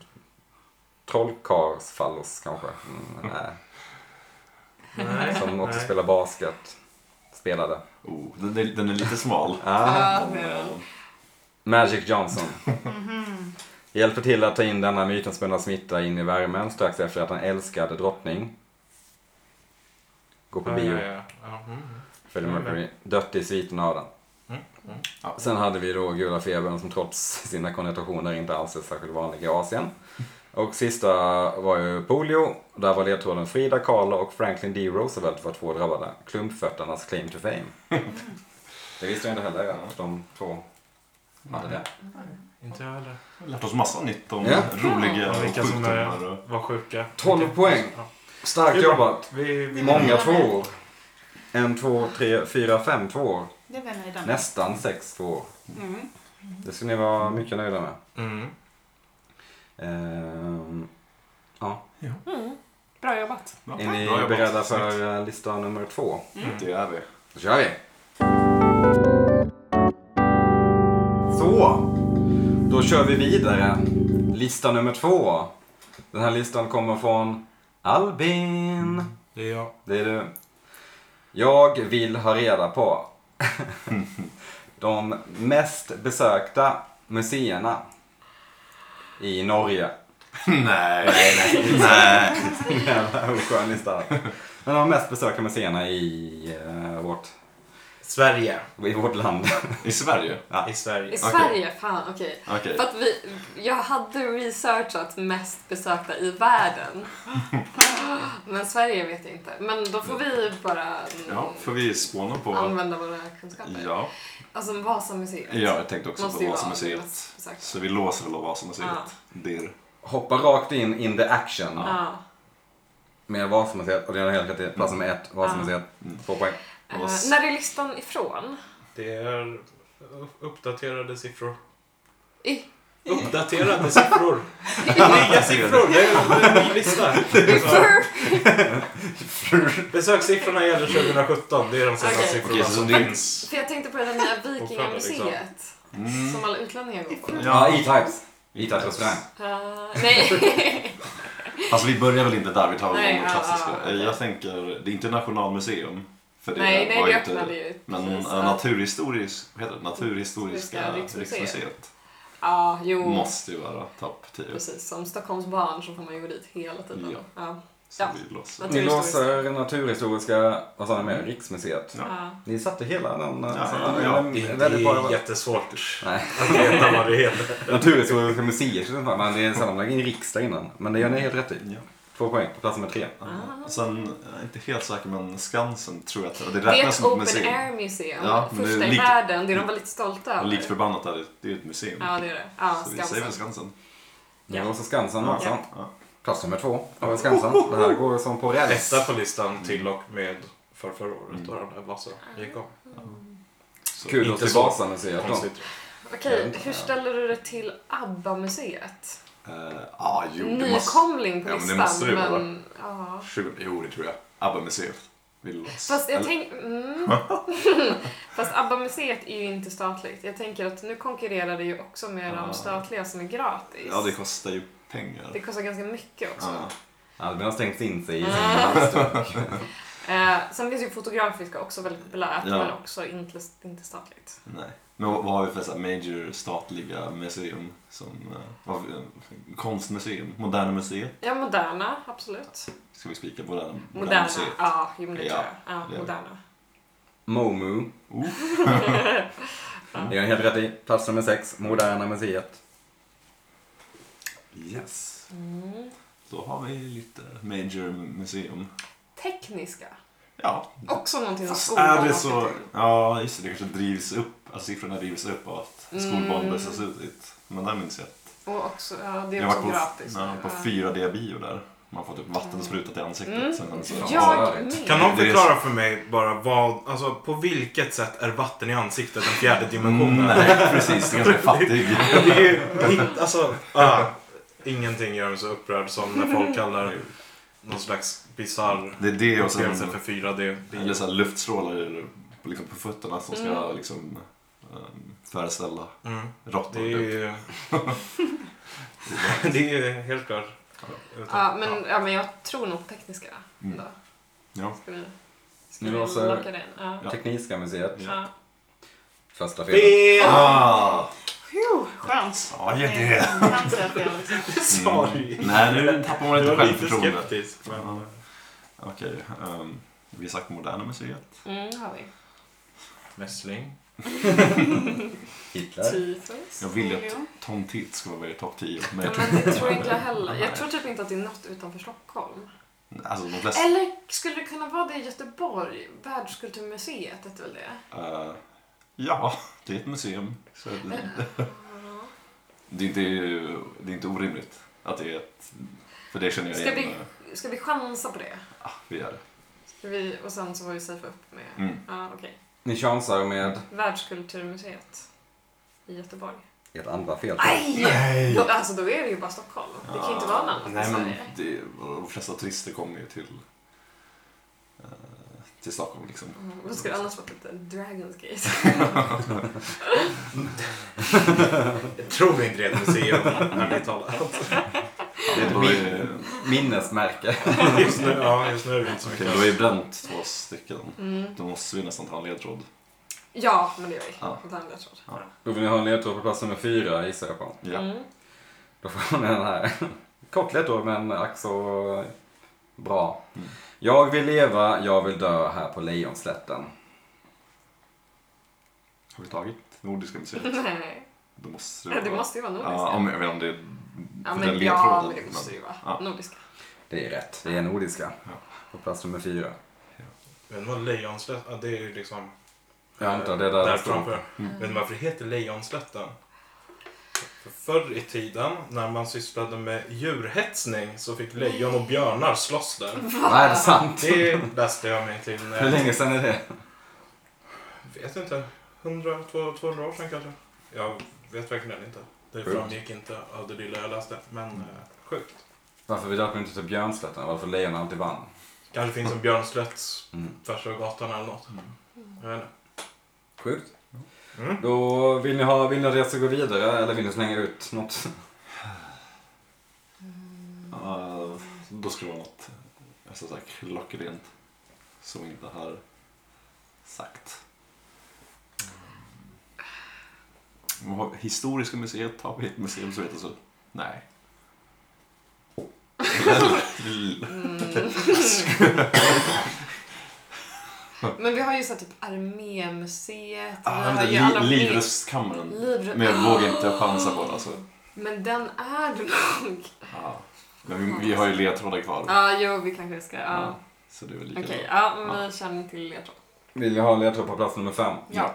Speaker 1: trollkarls fallos kanske. Mm, nej.
Speaker 2: Nej.
Speaker 1: Som också
Speaker 2: nej.
Speaker 1: spelar basket. Spelade.
Speaker 4: Oh, den, är, den är lite smal.
Speaker 1: Ah.
Speaker 5: <laughs> Ja, det
Speaker 4: Men,
Speaker 5: är den.
Speaker 4: eh,
Speaker 1: Magic Johnson. Hjälper till att ta in denna mytomspunna smitta in i värmen strax efter att en älskad drottning går på
Speaker 2: Ja,
Speaker 1: bio.
Speaker 2: ja, ja. Ja, mm.
Speaker 1: Freddie Mercury. Dött i sviten av den. Sen hade vi då gula febern som trots <laughs> sina konnotationer inte alls är särskilt vanlig i Asien. Och sista var ju polio. Där var ledtråden Frida Kahlo och Franklin D. Roosevelt var två drabbade. Klumpfötternas claim to
Speaker 2: <laughs>
Speaker 1: fame. Det visste jag inte heller att de två hade det.
Speaker 2: Inte jag heller.
Speaker 4: Vi har lärt oss massa nytt om
Speaker 1: Ja.
Speaker 4: roliga
Speaker 2: Ja, vilka som är-
Speaker 4: sjukdomar. Och...
Speaker 2: Var sjuka.
Speaker 1: 12 poäng.
Speaker 2: Ja. Det är
Speaker 1: Starkt
Speaker 2: bra.
Speaker 1: jobbat.
Speaker 2: Vi, vi,
Speaker 1: Många tvåor. En, två, tre, fyra, fem tvåor.
Speaker 3: Det var jag nöjd med.
Speaker 1: Nästan sex tvåor.
Speaker 3: Mm.
Speaker 1: Det ska ni vara mycket nöjda med.
Speaker 2: Mm.
Speaker 1: Ehm, ja.
Speaker 5: Mm. Bra jobbat.
Speaker 4: Ja,
Speaker 1: Är ni
Speaker 4: bra jobbat.
Speaker 1: beredda för eh, lista nummer två?
Speaker 3: Mm.
Speaker 4: Det är vi.
Speaker 1: Då kör vi! Så! Då kör vi vidare. Lista nummer två. Den här listan kommer från Albin.
Speaker 2: Det är jag.
Speaker 1: Det är du. Jag vill ha reda
Speaker 4: <laughs>
Speaker 1: på de mest besökta museerna i Norge. <laughs>
Speaker 4: Nej, nej, nej.
Speaker 1: Jävla oskön lista. Men de mest besökta museerna i, eh, vårt,
Speaker 2: Sverige.
Speaker 1: i vårt land.
Speaker 4: I Sverige?
Speaker 2: I Sverige.
Speaker 5: I Sverige, fan okej.
Speaker 4: Okej.
Speaker 5: För att vi, jag hade researchat mest besökta i
Speaker 4: <laughs>
Speaker 5: världen. Men Sverige vet jag inte. Men då får vi bara mm,
Speaker 4: Ja, får vi spåna på...
Speaker 5: använda våra kunskaper.
Speaker 4: Ja,
Speaker 5: Alltså Vasamuseet.
Speaker 4: ja jag tänkte också
Speaker 5: Måste ju
Speaker 4: på
Speaker 5: vara
Speaker 4: Vasamuseet.
Speaker 5: mest besökt.
Speaker 4: Så vi låser väl av Vasamuseet.
Speaker 5: Ja.
Speaker 4: Det.
Speaker 1: Hoppa rakt in in the action.
Speaker 5: Ja.
Speaker 1: Med Vasamuseet, och det är helt rätt i. Plats nummer ett, Vasamuseet.
Speaker 4: Mm.
Speaker 1: Två poäng.
Speaker 5: Eh,
Speaker 4: Och s-
Speaker 5: när är listan ifrån?
Speaker 2: Det är uppdaterade siffror.
Speaker 5: I,
Speaker 2: Uppdaterade siffror.
Speaker 5: <laughs>
Speaker 2: Nya siffror. Det är en ny
Speaker 5: <laughs>
Speaker 2: lista.
Speaker 5: Fur.
Speaker 2: Besökssiffrorna gäller 2017. Det är de senaste
Speaker 5: Okej.
Speaker 2: siffrorna
Speaker 4: Okej, så
Speaker 2: som
Speaker 4: det är-
Speaker 2: finns.
Speaker 5: För jag tänkte på det där nya
Speaker 2: Fortfarande,
Speaker 5: Vikingamuseet.
Speaker 4: liksom. Mm.
Speaker 5: Som alla utlänningar
Speaker 4: <laughs>
Speaker 5: går på.
Speaker 1: Ja,
Speaker 4: Ja.
Speaker 1: E-Types. E-Types restaurang.
Speaker 5: Ah, nej.
Speaker 4: Alltså vi börjar väl inte där, vi tar väl
Speaker 5: Nej,
Speaker 4: de
Speaker 5: ja,
Speaker 4: klassiska.
Speaker 5: ja, ja.
Speaker 4: Jag tänker, det är inte Nationalmuseum. För
Speaker 5: <laughs>
Speaker 4: det
Speaker 5: nej, nej,
Speaker 4: var
Speaker 5: det
Speaker 4: inte-
Speaker 5: öppnade ju.
Speaker 4: Men
Speaker 5: precis.
Speaker 4: eh, naturhistoris, vad heter det? Naturhistoriska
Speaker 5: Historiska riksmuseet.
Speaker 4: riksmuseet
Speaker 5: Ja, jo.
Speaker 4: måste ju vara topp 10.
Speaker 5: Precis, som Stockholms barn så får man ju gå dit hela tiden.
Speaker 4: Ja.
Speaker 5: Ja.
Speaker 4: Så
Speaker 5: Ja.
Speaker 4: vi låser.
Speaker 5: Vad-
Speaker 1: Ni låser Naturhistoriska, vad sa ni mer? Riksmuseet.
Speaker 4: Ja.
Speaker 5: Ja.
Speaker 1: Ni satte hela den...
Speaker 4: Ja,
Speaker 1: så-
Speaker 4: ja,
Speaker 2: Ja,
Speaker 1: den-
Speaker 2: det är
Speaker 1: väldigt bra.
Speaker 2: inte jättesvårt
Speaker 1: Nej.
Speaker 2: att veta vad
Speaker 1: <laughs>
Speaker 2: det heter.
Speaker 1: Naturhistoriska museer, så- men det är sällan man lägger in riksdag innan. Men det gör ni helt rätt i.
Speaker 4: Ja.
Speaker 1: Två poäng på plats nummer tre.
Speaker 5: Ah.
Speaker 4: Och Sen, jag är inte helt säker men Skansen tror jag att det
Speaker 5: Det är
Speaker 4: räknas
Speaker 5: ett
Speaker 4: som ett
Speaker 5: open
Speaker 4: museum.
Speaker 5: air museum.
Speaker 4: Ja, men det är
Speaker 5: Första i
Speaker 4: likt-
Speaker 5: världen, det är de väldigt stolta
Speaker 4: Och
Speaker 5: över.
Speaker 4: likt förbannat är det, det är ju ett museum.
Speaker 5: Ja, det är det. Ja,
Speaker 4: så vi säger väl
Speaker 5: Skansen.
Speaker 4: Skansen.
Speaker 1: Ni låser Skansen
Speaker 4: Ja.
Speaker 1: också.
Speaker 4: Ja.
Speaker 1: Plats nummer två har vi Skansen. Det här går som på räls.
Speaker 2: Etta på listan till och med för förra året då den där Vasa gick om.
Speaker 5: Mm.
Speaker 4: Så.
Speaker 1: Kudos
Speaker 2: Inte
Speaker 1: till
Speaker 2: så
Speaker 1: Vasamuseet då.
Speaker 2: Konstigt.
Speaker 5: Okej, hur ställer du det till ABBA-museet?
Speaker 4: Eh, ah, jo, det måste...
Speaker 5: Nykomling på
Speaker 4: Ja, men det
Speaker 5: listan,
Speaker 4: måste det vara.
Speaker 5: men... Ja.
Speaker 4: Sju- Jo, det tror jag. ABBA-museet. Vi låser.
Speaker 5: Fast jag
Speaker 4: Eller-
Speaker 5: tänker... Mm.
Speaker 4: <laughs>
Speaker 5: Fast ABBA-museet är ju inte statligt. Jag tänker att nu konkurrerar det ju också med
Speaker 4: Ja.
Speaker 5: de statliga som är gratis.
Speaker 4: Ah. Ja, det kostar Ah. ju pengar.
Speaker 5: Det kostar ganska mycket också.
Speaker 4: Ja.
Speaker 1: Albin har stängt in sig i sin
Speaker 5: Mm.
Speaker 4: <laughs>
Speaker 1: halsduk.
Speaker 5: Eh, sen finns ju fotografiska också väldigt populärt,
Speaker 4: Ja.
Speaker 5: men också inte, inte statligt.
Speaker 4: Nej. Men vad, vad har vi för så här, major statliga museum? Som, eh, vad, har vi- konstmuseum? Moderna museet?
Speaker 5: Ja, moderna, absolut.
Speaker 4: Ska vi spika moderna,
Speaker 5: Moderna,
Speaker 4: museet?
Speaker 5: ja, jo, men det
Speaker 4: Ja,
Speaker 5: tror jag. Ja,
Speaker 4: det är-
Speaker 5: moderna.
Speaker 1: Momu.
Speaker 4: Oh.
Speaker 1: Det är helt rätt i. Plats nummer sex, Moderna Museet.
Speaker 4: Yes.
Speaker 5: Mm.
Speaker 4: Då har vi lite major museum.
Speaker 5: Tekniska,
Speaker 4: Ja.
Speaker 5: också någonting som
Speaker 4: Fast
Speaker 5: skolan
Speaker 4: är det
Speaker 5: har
Speaker 4: så...
Speaker 5: fått in.
Speaker 4: Ja, just det. Det kanske drivs upp. Alltså siffrorna drivs upp av att skolbarn
Speaker 5: Mm.
Speaker 4: bussas ut dit. Men där minns jag att
Speaker 5: Och också, ja, det
Speaker 4: jag
Speaker 5: är också
Speaker 4: var på,
Speaker 5: gratis.
Speaker 4: ja, på 4D-bio där. Man får typ vatten sprutat i ansiktet.
Speaker 5: Mm.
Speaker 4: Sen, så,
Speaker 5: Jag
Speaker 1: Ja,
Speaker 5: med.
Speaker 2: Kan någon
Speaker 4: Det är-
Speaker 2: förklara för mig bara vad, alltså på vilket sätt är vatten i ansiktet den fjärde dimensionen?
Speaker 4: Mm, Nej, precis. Det är ganska fattig.
Speaker 2: <laughs> Det är ju, hit- alltså, ah, ingenting gör mig så upprörd som när folk kallar någon slags bisarr
Speaker 4: Det är det och sen...
Speaker 2: upplevelse för Mm. 4D.
Speaker 4: Eller så här luftstrålar i- på, liksom på fötterna som ska
Speaker 5: Mm.
Speaker 4: liksom, ehm, föreställa
Speaker 2: Mm.
Speaker 4: råttor. typ.
Speaker 2: Det är ju...
Speaker 4: <laughs>
Speaker 2: Det är ju helt klart.
Speaker 5: Ja, men, ja, men jag tror nog tekniska.
Speaker 4: Mm.
Speaker 5: Då.
Speaker 4: Ja.
Speaker 5: Ska vi, ska
Speaker 1: Nu
Speaker 5: vi
Speaker 1: låser-
Speaker 5: locka den? Ja.
Speaker 4: Ja.
Speaker 1: Tekniska museet.
Speaker 5: Ja.
Speaker 1: Första felet.
Speaker 2: Fel!
Speaker 4: Ah,
Speaker 3: Phew, skönt.
Speaker 4: sa jag det?
Speaker 3: Han säger att jag liksom...
Speaker 2: Sorry.
Speaker 4: Mm. Nej, nu tappar man
Speaker 2: Du
Speaker 4: lite
Speaker 2: var lite
Speaker 4: självförtroendet.
Speaker 2: skeptisk. Men...
Speaker 4: Okej, ehm, vi har sagt Moderna Museet.
Speaker 5: Mm, har vi.
Speaker 2: Mässling.
Speaker 1: Hitler.
Speaker 5: Tyfus.
Speaker 4: Jag vill ju att Tom Titt ska vara med i topp 10. Men
Speaker 5: Mm. Ja,
Speaker 4: jag tror
Speaker 5: men
Speaker 4: inte
Speaker 5: det tror jag inte heller.
Speaker 4: Nej.
Speaker 5: Jag tror typ inte att det är något utanför Stockholm.
Speaker 4: <laughs> Alltså de flesta...
Speaker 5: Eller skulle det kunna vara det i Göteborg? Världskulturmuseet hette väl det?
Speaker 4: eh, ja, det är ett museum. Så det, <laughs> det, är inte, det är inte orimligt att det är ett... För det känner jag
Speaker 5: Ska
Speaker 4: igen.
Speaker 5: vi-
Speaker 4: eh,
Speaker 5: Ska vi chansa på det?
Speaker 4: Ah, vi gör det.
Speaker 5: Ska vi, och sen så var vi safe upp med...
Speaker 4: Mm.
Speaker 5: Ja, okej.
Speaker 1: Ni chansar med
Speaker 5: Världskulturmuseet i Göteborg.
Speaker 1: ett andra fel.
Speaker 5: Nej! Då, alltså då är det ju bara Stockholm. Det kan ju inte vara något annat i
Speaker 4: Nej, men
Speaker 5: Sverige.
Speaker 4: det, de flesta turister kommer ju till, eh, till Stockholm liksom.
Speaker 5: Mm, Vad skulle det
Speaker 4: <laughs>
Speaker 5: annars vara? Typ Dragon's Gate?
Speaker 2: Jag tror inte det är ett museum när vi talar.
Speaker 4: Det är
Speaker 1: min-
Speaker 4: ju,
Speaker 1: Minnesmärke.
Speaker 2: <laughs> Just nu, ja, just nu är det inte så
Speaker 4: okej,
Speaker 2: mycket.
Speaker 4: då har vi bränt två stycken.
Speaker 5: Mm.
Speaker 4: Då måste vi nästan ta en ledtråd.
Speaker 5: Ja, men det gör vi.
Speaker 4: Ja.
Speaker 5: Det andra tror jag.
Speaker 1: Då vill ni ha en ledtråd på plats nummer fyra gissar jag på.
Speaker 4: Ja.
Speaker 5: Mm.
Speaker 1: Då får ni den här. <laughs> Kort ledtråd men ack så bra.
Speaker 4: Mm.
Speaker 1: Jag vill leva, jag vill dö här på Lejonslätten.
Speaker 4: Har vi tagit Nordiska
Speaker 5: <laughs>
Speaker 4: museet?
Speaker 5: Nej,
Speaker 4: Då måste det
Speaker 5: det
Speaker 4: vara...
Speaker 5: måste ju vara nordiskt.
Speaker 4: Ja, om, jag vet inte om det är
Speaker 5: Ja,
Speaker 4: den
Speaker 5: men, ja,
Speaker 4: ledtråden,
Speaker 5: men det måste ju vara
Speaker 4: ja.
Speaker 5: nordiska.
Speaker 1: Det är rätt, det är nordiska.
Speaker 4: Ja.
Speaker 1: På plats nummer fyra.
Speaker 2: Men vad Lejonslätten, ja, det är ju liksom...
Speaker 1: Jag antar det är där
Speaker 2: där
Speaker 1: det <laughs> står.
Speaker 2: framför.
Speaker 4: Mm.
Speaker 2: Vet ni varför det heter Lejonslätten? För förr i tiden när man sysslade med djurhetsning så fick lejon och björnar slåss där.
Speaker 1: Vad är det sant?
Speaker 2: Det läste jag mig till. när-
Speaker 1: <laughs> Hur länge sedan är det?
Speaker 2: Vet inte. 100, 200 år sedan kanske. Jag vet verkligen inte. Det
Speaker 1: Sjukt.
Speaker 2: framgick inte av det lilla jag läste, men eh, sjukt.
Speaker 1: Varför vi döpte inte till Björnslätten? Varför lejonen alltid vann?
Speaker 2: Kanske finns en björnslätt
Speaker 1: Mm.
Speaker 2: tvärs över gatan eller något.
Speaker 5: Mm.
Speaker 2: Jag vet inte.
Speaker 1: Sjukt.
Speaker 2: Mm.
Speaker 1: Då vill ni, ha, vill ni att jag ska gå vidare eller vill ni slänga ut något? <laughs>
Speaker 4: Eh, då ska det vara något så sagt, klockrent som inte har sagt. Mm. Vad har- Historiska museet, har vi ett museum som heter så? Nej.
Speaker 5: Mm. Men vi har ju så typ Armémuseet. vi
Speaker 4: <laughs> Ah,
Speaker 5: har ju
Speaker 4: li-
Speaker 5: alla
Speaker 4: Livrustkammaren.
Speaker 5: Livre-
Speaker 4: Men jag vågar inte chansa på det alltså.
Speaker 5: Men den är du nog.
Speaker 4: Ja. Men vi, vi har ju ledtrådar kvar.
Speaker 5: Ja, jo, vi kanske ska. Ja.
Speaker 4: Ja, Så det är väl lika
Speaker 5: Okej,
Speaker 4: bra.
Speaker 5: ja, men vi känner till ledtråd.
Speaker 1: Vill ni ha en ledtråd på plats nummer fem?
Speaker 5: Ja.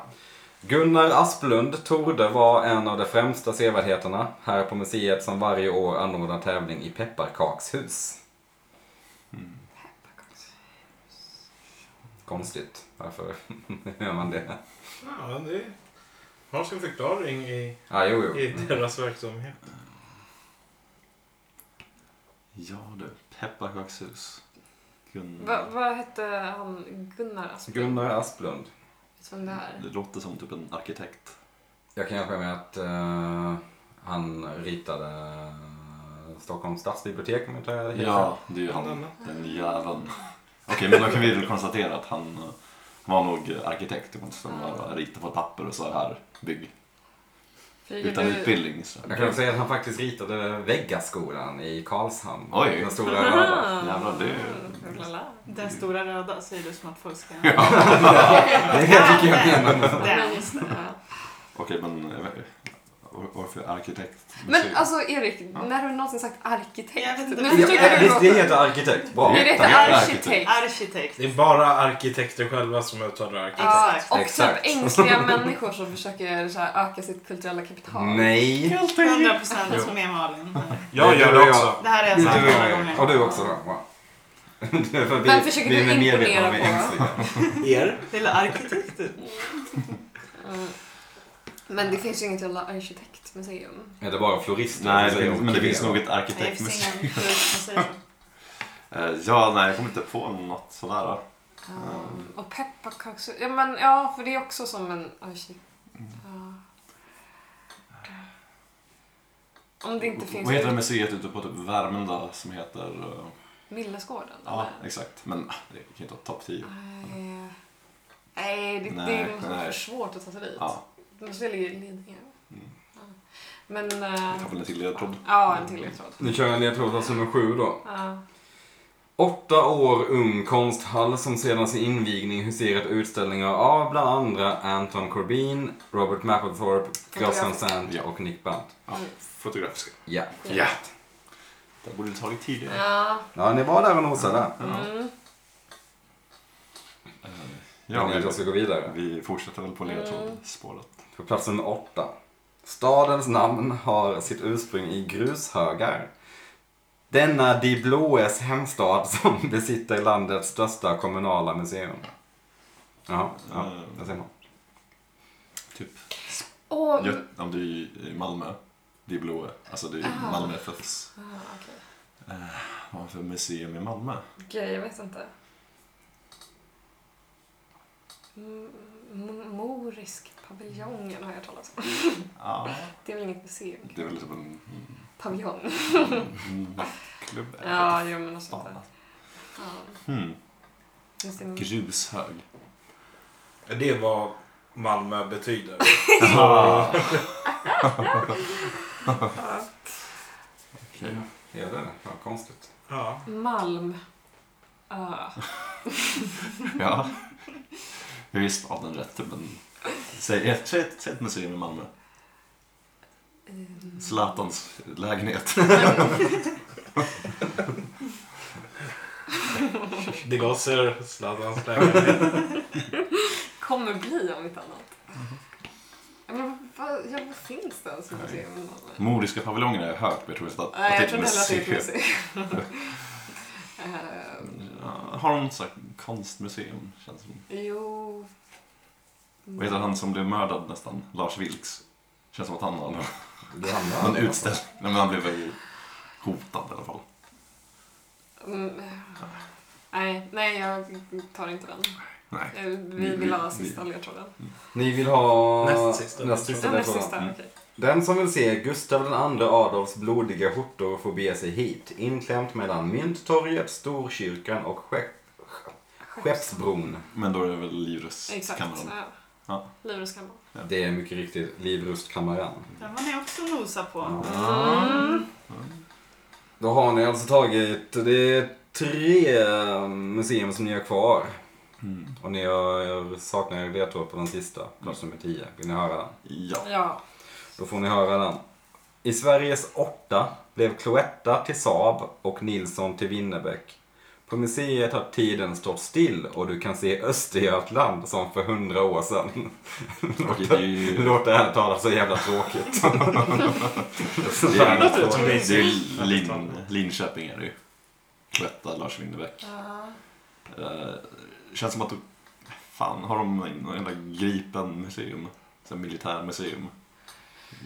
Speaker 1: Gunnar Asplund torde vara en av de främsta sevärdheterna här på museet som varje år anordnar tävling i pepparkakshus.
Speaker 4: Mm.
Speaker 1: Konstigt. Varför <laughs> gör man det?
Speaker 2: Ja, det är... Man ska en förklaring i,
Speaker 1: Ah, jo, jo.
Speaker 2: i deras verksamhet.
Speaker 4: Ja du, pepparkakshus. Gunnar.
Speaker 5: Va- Vad hette han? Gunnar Asplund?
Speaker 1: Gunnar Asplund.
Speaker 5: Vet du vem det är?
Speaker 4: Det låter som typ en arkitekt.
Speaker 1: Jag kan hjälpa med att eh, han ritade eh, Stockholms stadsbibliotek om jag inte har helt fel.
Speaker 4: Ja, det är ju
Speaker 2: Bland
Speaker 4: han.
Speaker 2: annat.
Speaker 4: Den jäveln. Okej, men då kan vi väl konstatera att han eh, var nog arkitekt. Det var inte som bara rita på ett papper och så här, bygg.
Speaker 5: För
Speaker 4: Utan
Speaker 5: du-
Speaker 4: utbildning. Så.
Speaker 1: Jag kan säga att han faktiskt ritade Väggaskolan i Karlshamn.
Speaker 4: Oj.
Speaker 1: Den stora
Speaker 5: Ah.
Speaker 1: röda.
Speaker 4: Jävlar, det
Speaker 5: Lala.
Speaker 3: Den stora röda säger du som att folk ska...
Speaker 1: <laughs> Det fick jag igenom.
Speaker 5: Men,
Speaker 3: Den.
Speaker 5: just det, ja.
Speaker 4: Okej, men eh, var- varför arkitekt?
Speaker 5: men alltså Erik, när har du någonsin sagt
Speaker 3: Jag vet
Speaker 5: arkitekt?
Speaker 3: inte.
Speaker 5: Nu
Speaker 3: Ja,
Speaker 5: försöker du
Speaker 1: Visst, det
Speaker 5: gå...
Speaker 1: heter arkitekt? Bra.
Speaker 5: Det heter
Speaker 1: Tack.
Speaker 5: arkitekt.
Speaker 3: Arkitekt.
Speaker 2: Det är bara arkitekter själva som uttalar arkitekt.
Speaker 5: Ja,
Speaker 3: Exakt.
Speaker 5: och
Speaker 1: Exakt.
Speaker 5: typ ängsliga människor som försöker så här, öka sitt kulturella kapital.
Speaker 1: Nej.
Speaker 3: 100 procent som är Malin. här.
Speaker 2: Jag
Speaker 1: Det
Speaker 2: gör
Speaker 1: gör
Speaker 2: det
Speaker 1: jag.
Speaker 2: också.
Speaker 3: Alltså, Det här är jag
Speaker 1: Du
Speaker 3: sagt många
Speaker 1: är
Speaker 3: gånger.
Speaker 1: Och du också då? Wow. Det är <laughs> för
Speaker 5: Vem försöker du
Speaker 1: är mer
Speaker 5: imponera
Speaker 1: medvetna om vi är
Speaker 5: på?
Speaker 1: ängsliga.
Speaker 2: Er?
Speaker 3: Lilla arkitekten.
Speaker 5: Mm. Men det finns ju inget jävla arkitektmuseum.
Speaker 1: <laughs> Är det bara florister?
Speaker 4: Nej,
Speaker 1: som
Speaker 4: det
Speaker 1: säger
Speaker 4: finns, men det
Speaker 1: orkidé?
Speaker 4: finns nog ett
Speaker 3: Nej, det finns
Speaker 4: arkitektmuseum.
Speaker 3: ingen flug som säger så.
Speaker 4: Eh, Ja, nej, jag kommer inte på något sådär.
Speaker 5: Um, och pepparkakshus. Ja, men ja, för det är också som en arkitekt.
Speaker 4: Mm.
Speaker 5: Ja. Om det inte finns...
Speaker 4: Vad heter det museet ute på typ Värmdö som heter... eh,
Speaker 5: Millesgården?
Speaker 4: Ja,
Speaker 5: eller?
Speaker 4: exakt. Men ah, det kan ju inte vara topp 10.
Speaker 5: Nej. Nej, det,
Speaker 4: Nej,
Speaker 5: det måste vara
Speaker 4: nej.
Speaker 5: för svårt att ta sig dit.
Speaker 4: Ja,
Speaker 5: Det måste ligga i Lidingö.
Speaker 4: Mm.
Speaker 5: Ja. Men... eh,
Speaker 4: vi tar väl en Mm. till ledtråd.
Speaker 5: Ja, en till ledtråd.
Speaker 1: Nu kör jag en ledtråd plats nummer sju då.
Speaker 5: Ja.
Speaker 1: Åtta år ung konsthall som sedan sin invigning huserat utställningar av bland andra Anton Corbijn, Robert Mapplethorpe, Gosselin Sand
Speaker 4: Ja.
Speaker 1: och Nick Brandt.
Speaker 4: Ja, fotografiska.
Speaker 1: Ja.
Speaker 5: Ja.
Speaker 4: Det borde du tagit tidigare.
Speaker 5: Ja.
Speaker 1: Ja, ni var där och nosade.
Speaker 5: Mm.
Speaker 1: Ja, Vill ni att jag ska
Speaker 4: vi,
Speaker 1: gå vidare?
Speaker 4: vi fortsätter väl på
Speaker 5: Mm.
Speaker 4: ledtrådsspåret.
Speaker 1: På plats nummer åtta. Stadens namn har sitt ursprung i grushögar. Denna De Blåes hemstad <laughs> som besitter landets största kommunala museum. Jaha, ja,
Speaker 2: Mm.
Speaker 1: där ser man.
Speaker 4: Typ,
Speaker 5: Och...
Speaker 4: Gö- om du är i Malmö, det är blåa. Alltså det är
Speaker 5: Ah.
Speaker 4: Malmö FFs.
Speaker 5: Ah, okej.
Speaker 4: Vad har vi för museum i Malmö?
Speaker 5: Gud, jag vet inte. M- M- Morisk paviljongen har jag talat om.
Speaker 4: Ja,
Speaker 5: Det är väl inget museum?
Speaker 4: det är väl typ en
Speaker 5: Paviljong?
Speaker 4: en nattklubb.
Speaker 5: Ja, jo men något sånt där.
Speaker 4: Fan.
Speaker 5: Ja.
Speaker 4: Hmm.
Speaker 5: Just det.
Speaker 4: Grushög.
Speaker 5: <laughs>
Speaker 2: Det är vad Malmö betyder.
Speaker 4: Ah.
Speaker 1: Okej. Ja, det är det. Vad konstigt.
Speaker 2: Ja.
Speaker 5: Malm. Ja.
Speaker 4: Ja. Jag visste staden rätt men... Säg ett, säg ett, säg ett museum i Malmö.
Speaker 5: Mm.
Speaker 4: Zlatans lägenhet.
Speaker 2: Det gaser sladdans <laughs> lägenhet.
Speaker 5: Kommer bli om inte annat. Ja, Men vad, ja, vad finns det ens för museum? i Malmö?
Speaker 4: Moriska paviljongen har jag hört men jag tror inte att,
Speaker 5: Nej,
Speaker 4: att
Speaker 5: jag tror inte heller att det är ett
Speaker 4: museum.
Speaker 5: museum. <laughs> Eh,
Speaker 4: Ja, Har de något sånt här konstmuseum? Känns som.
Speaker 5: jo...
Speaker 4: Vad heter han som blev mördad nästan? Lars Vilks. Känns som att han har
Speaker 1: Det handlar
Speaker 4: någon
Speaker 1: om-
Speaker 4: utställning. Nej, men han blev väl hotad i alla fall.
Speaker 5: Mm. Nej, nej, jag tar inte den.
Speaker 4: Nej.
Speaker 5: Eh, Vi vill ha sista ledtråden.
Speaker 1: Ni vill ha...
Speaker 2: Näst sista.
Speaker 1: Näst sista
Speaker 5: Den
Speaker 1: den
Speaker 5: är
Speaker 1: frågan.
Speaker 5: sista, okej.
Speaker 1: Den som vill se Gustav II Adolfs blodiga skjortor får bege sig hit, inklämt mellan Mynttorget, Storkyrkan och Skepp... Skeppsbron.
Speaker 4: Men då är det väl Livrustkameran.
Speaker 5: Exakt.
Speaker 4: kameran.
Speaker 5: Ja.
Speaker 4: Ja.
Speaker 5: Livrustkammaren.
Speaker 1: Det är mycket riktigt Livrustkammaren.
Speaker 3: Den var ni också nosa på.
Speaker 1: Då har ni alltså tagit, det är tre eh, museum som ni har kvar.
Speaker 4: Mm.
Speaker 1: Och ni har, saknar er ledtråd på den sista, plats nummer 10. Vill ni höra den?
Speaker 4: Ja.
Speaker 5: Ja.
Speaker 1: Då får ni höra den. I Sveriges åtta blev Cloetta till Saab och Nilsson till Winnerbäck. På museet har tiden stått still och du kan se Östergötland som för hundra år sedan. <laughs>
Speaker 4: Okej, <laughs> det är ju...
Speaker 1: Låt det här tala så jävla tråkigt.
Speaker 4: Det är,
Speaker 2: Låter
Speaker 4: det
Speaker 2: som
Speaker 4: är, det är Lin,
Speaker 2: Linköping.
Speaker 4: Linköping är det ju. Cloetta, Lars Winnerbäck. Eh, känns som att du... Fan, har de någon jävla Gripen-museum? Sån här Militärmuseum?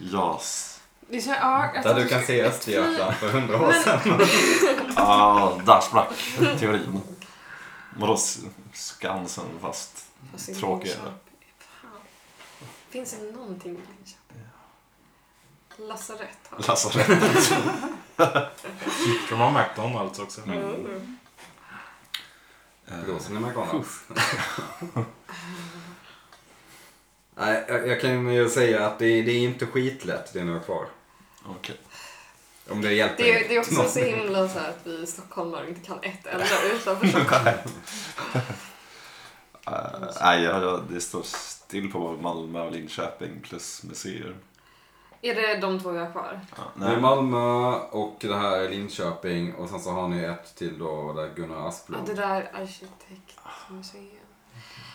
Speaker 4: JAS?
Speaker 5: Det känns, ja, jag
Speaker 1: Där
Speaker 5: tror-
Speaker 1: du kan se Östergötland för hundra år sedan.
Speaker 4: Ah, där sprack teorin. Vadå S- Skansen fast?
Speaker 5: Fast i
Speaker 4: Tråkigare.
Speaker 5: Linköping. Fan. Finns det någonting i Linköping? Lasarett har vi.
Speaker 4: Lasarett.
Speaker 2: De har McDonalds också.
Speaker 5: Mm.
Speaker 1: Blåser ni McDonalds? <laughs> Nej, jag, jag kan ju säga att det, det är inte skitlätt det ni har kvar.
Speaker 4: Okej.
Speaker 1: Om det hjälper.
Speaker 5: Det, är- det är också <laughs>
Speaker 1: någon.
Speaker 5: så himla så här att vi stockholmare inte kan ett enda utanför Stockholm. <laughs>
Speaker 4: Eh, Nej, jag- jag- det står still på Malmö och Linköping plus museer.
Speaker 5: Är det de två vi har kvar?
Speaker 4: Ja,
Speaker 1: Det är
Speaker 4: nej.
Speaker 1: Malmö och det här är Linköping och sen så har ni ett till då där Gunnar
Speaker 5: Ja,
Speaker 1: Asplund.
Speaker 5: det där arkitektmuseet.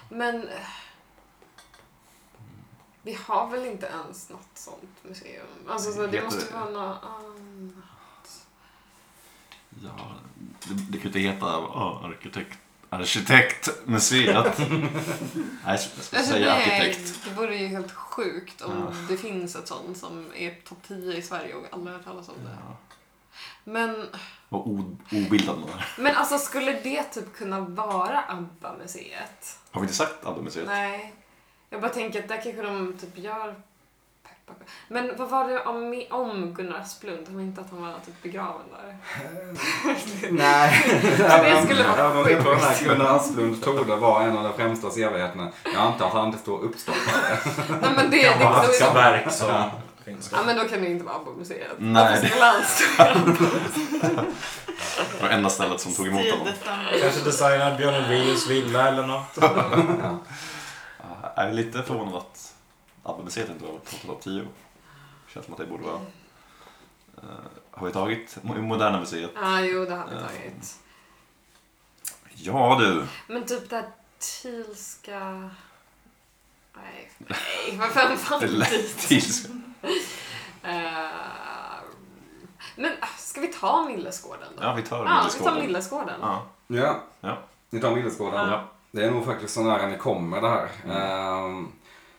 Speaker 5: Men... eh, Vi har väl inte ens något sånt museum? Alltså, så det
Speaker 4: Heter
Speaker 5: måste
Speaker 4: det-
Speaker 5: vara något annat.
Speaker 4: Ja, det, det kan ju inte heta ja, arkitekt, arkitektmuseet. nej, jag ska
Speaker 5: Alltså,
Speaker 4: säga
Speaker 5: nej,
Speaker 4: arkitekt.
Speaker 5: det vore ju helt sjukt om
Speaker 4: Ja.
Speaker 5: det finns ett sånt som är topp 10 i Sverige och alla har hört talas om det.
Speaker 4: Ja.
Speaker 5: Men,
Speaker 4: Vad o- obildad man är.
Speaker 5: men alltså skulle det typ kunna vara ABBA-museet?
Speaker 4: Har vi inte sagt ABBA-museet?
Speaker 5: Nej. Jag bara tänker att där kanske de typ gör pepparkakor. Men vad var det om, om Gunnar Asplund? Han inte att han var typ begraven där.
Speaker 1: <laughs> Nej.
Speaker 5: <laughs> Det skulle vara
Speaker 1: Även om inte den här Gunnar Asplund torde vara en av de främsta sevärdheterna. Jag antar att han inte står
Speaker 5: <laughs>
Speaker 1: uppstoppad.
Speaker 5: Nej men
Speaker 4: <laughs>
Speaker 5: det är
Speaker 2: Ja,
Speaker 5: liksom...
Speaker 2: verk som finns
Speaker 5: Ja
Speaker 2: där.
Speaker 5: men då kan det inte vara ABBA-museet.
Speaker 4: Nej.
Speaker 5: Varför skulle han
Speaker 4: <laughs>
Speaker 5: stå-
Speaker 4: Det var enda stället som tog emot honom.
Speaker 3: Stridet om
Speaker 2: Kanske designad Björn Ulvaeus villa eller något.
Speaker 4: Ja, Jag är lite förvånad att ABBA-museet inte var på topp 10. Känns som att det borde vara. Eh, har vi tagit Mo- Moderna museet?
Speaker 5: Ja, jo det har vi tagit.
Speaker 4: Ja du!
Speaker 5: Men typ det här Thielska... Nej, nej, vad fan fan
Speaker 4: Det lät tills-
Speaker 5: Eh, Men äh, ska vi ta Millesgården då?
Speaker 4: Ja, vi tar
Speaker 5: Ja, vi tar
Speaker 4: Millesgården.
Speaker 5: Millesgården.
Speaker 4: Ja.
Speaker 1: Ja.
Speaker 4: Ja.
Speaker 1: Ni tar Millesgården.
Speaker 4: Ja.
Speaker 1: Det är nog faktiskt så nära ni kommer det här. Ehm,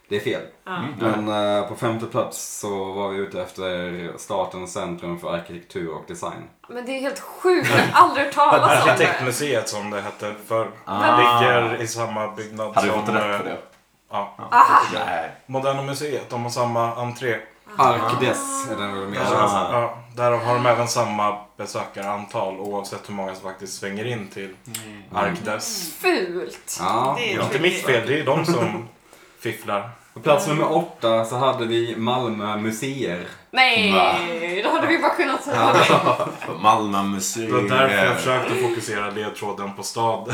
Speaker 1: det är fel.
Speaker 4: Mm, ja.
Speaker 1: Men eh, på femte plats så var vi ute efter Statens centrum för arkitektur och design.
Speaker 5: Men det är helt sjukt, jag har aldrig hört
Speaker 4: <laughs>
Speaker 5: talas om det.
Speaker 2: Arkitektmuseet som det hette för
Speaker 4: Ah.
Speaker 2: Ligger i samma byggnad
Speaker 4: Hade vi
Speaker 2: som...
Speaker 4: fått rätt för
Speaker 2: eh,
Speaker 4: det?
Speaker 2: Ja.
Speaker 5: Ah!
Speaker 4: Nej.
Speaker 2: Moderna museet, de har samma entré.
Speaker 1: Arkdes är den väl mer
Speaker 2: Där,
Speaker 1: känd.
Speaker 4: Ah.
Speaker 2: ja, där har de även samma besökarantal oavsett hur många som faktiskt svänger in till Arkdes.
Speaker 5: Fult!
Speaker 1: Ja.
Speaker 3: Det
Speaker 2: Det
Speaker 3: är
Speaker 2: är inte mitt fel, det är de <laughs> som fifflar.
Speaker 1: På plats nummer åtta så hade vi Malmö museer.
Speaker 5: Nej,
Speaker 4: Va?
Speaker 5: då hade vi bara kunnat säga
Speaker 2: <laughs>
Speaker 5: det.
Speaker 4: Malmö museum.
Speaker 2: Det var därför jag försökte fokusera ledtråden på stad. <laughs>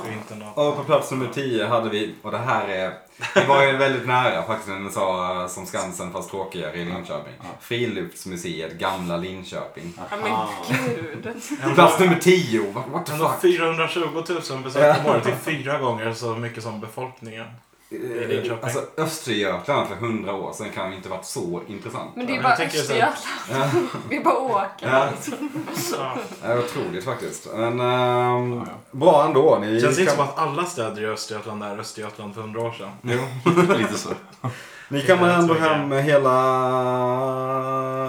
Speaker 2: Och inte något.
Speaker 1: Och på plats nummer 10 hade vi, och det här är, det var ju väldigt nära faktiskt när den sa eh, som Skansen fast tråkigare i Linköping. Friluftsmuseet Gamla Linköping.
Speaker 5: Ja, men gud.
Speaker 1: Plats nummer 10, what, what the
Speaker 2: Ändå
Speaker 1: fuck?
Speaker 2: 420 000 besök om året, det är fyra gånger så mycket som befolkningen. är din
Speaker 1: eh,
Speaker 2: shopping.
Speaker 1: alltså, Östergötland för hundra år sedan kan inte varit så intressant.
Speaker 5: Men det är
Speaker 2: Jag
Speaker 5: bara
Speaker 2: tänker så
Speaker 5: Östergötland. Det är bara åka.
Speaker 1: Ja,
Speaker 2: <laughs> Ja.
Speaker 1: det är otroligt faktiskt. Men, ehm,
Speaker 4: Ja, ja.
Speaker 1: Bra ändå. Ni
Speaker 2: Det känns inte
Speaker 1: kan,
Speaker 2: som att alla städer i Östergötland är Östergötland för hundra år sedan.
Speaker 4: <laughs> Lite så.
Speaker 1: ni kan man
Speaker 2: Jag
Speaker 1: ändå
Speaker 2: tror jag.
Speaker 1: hem med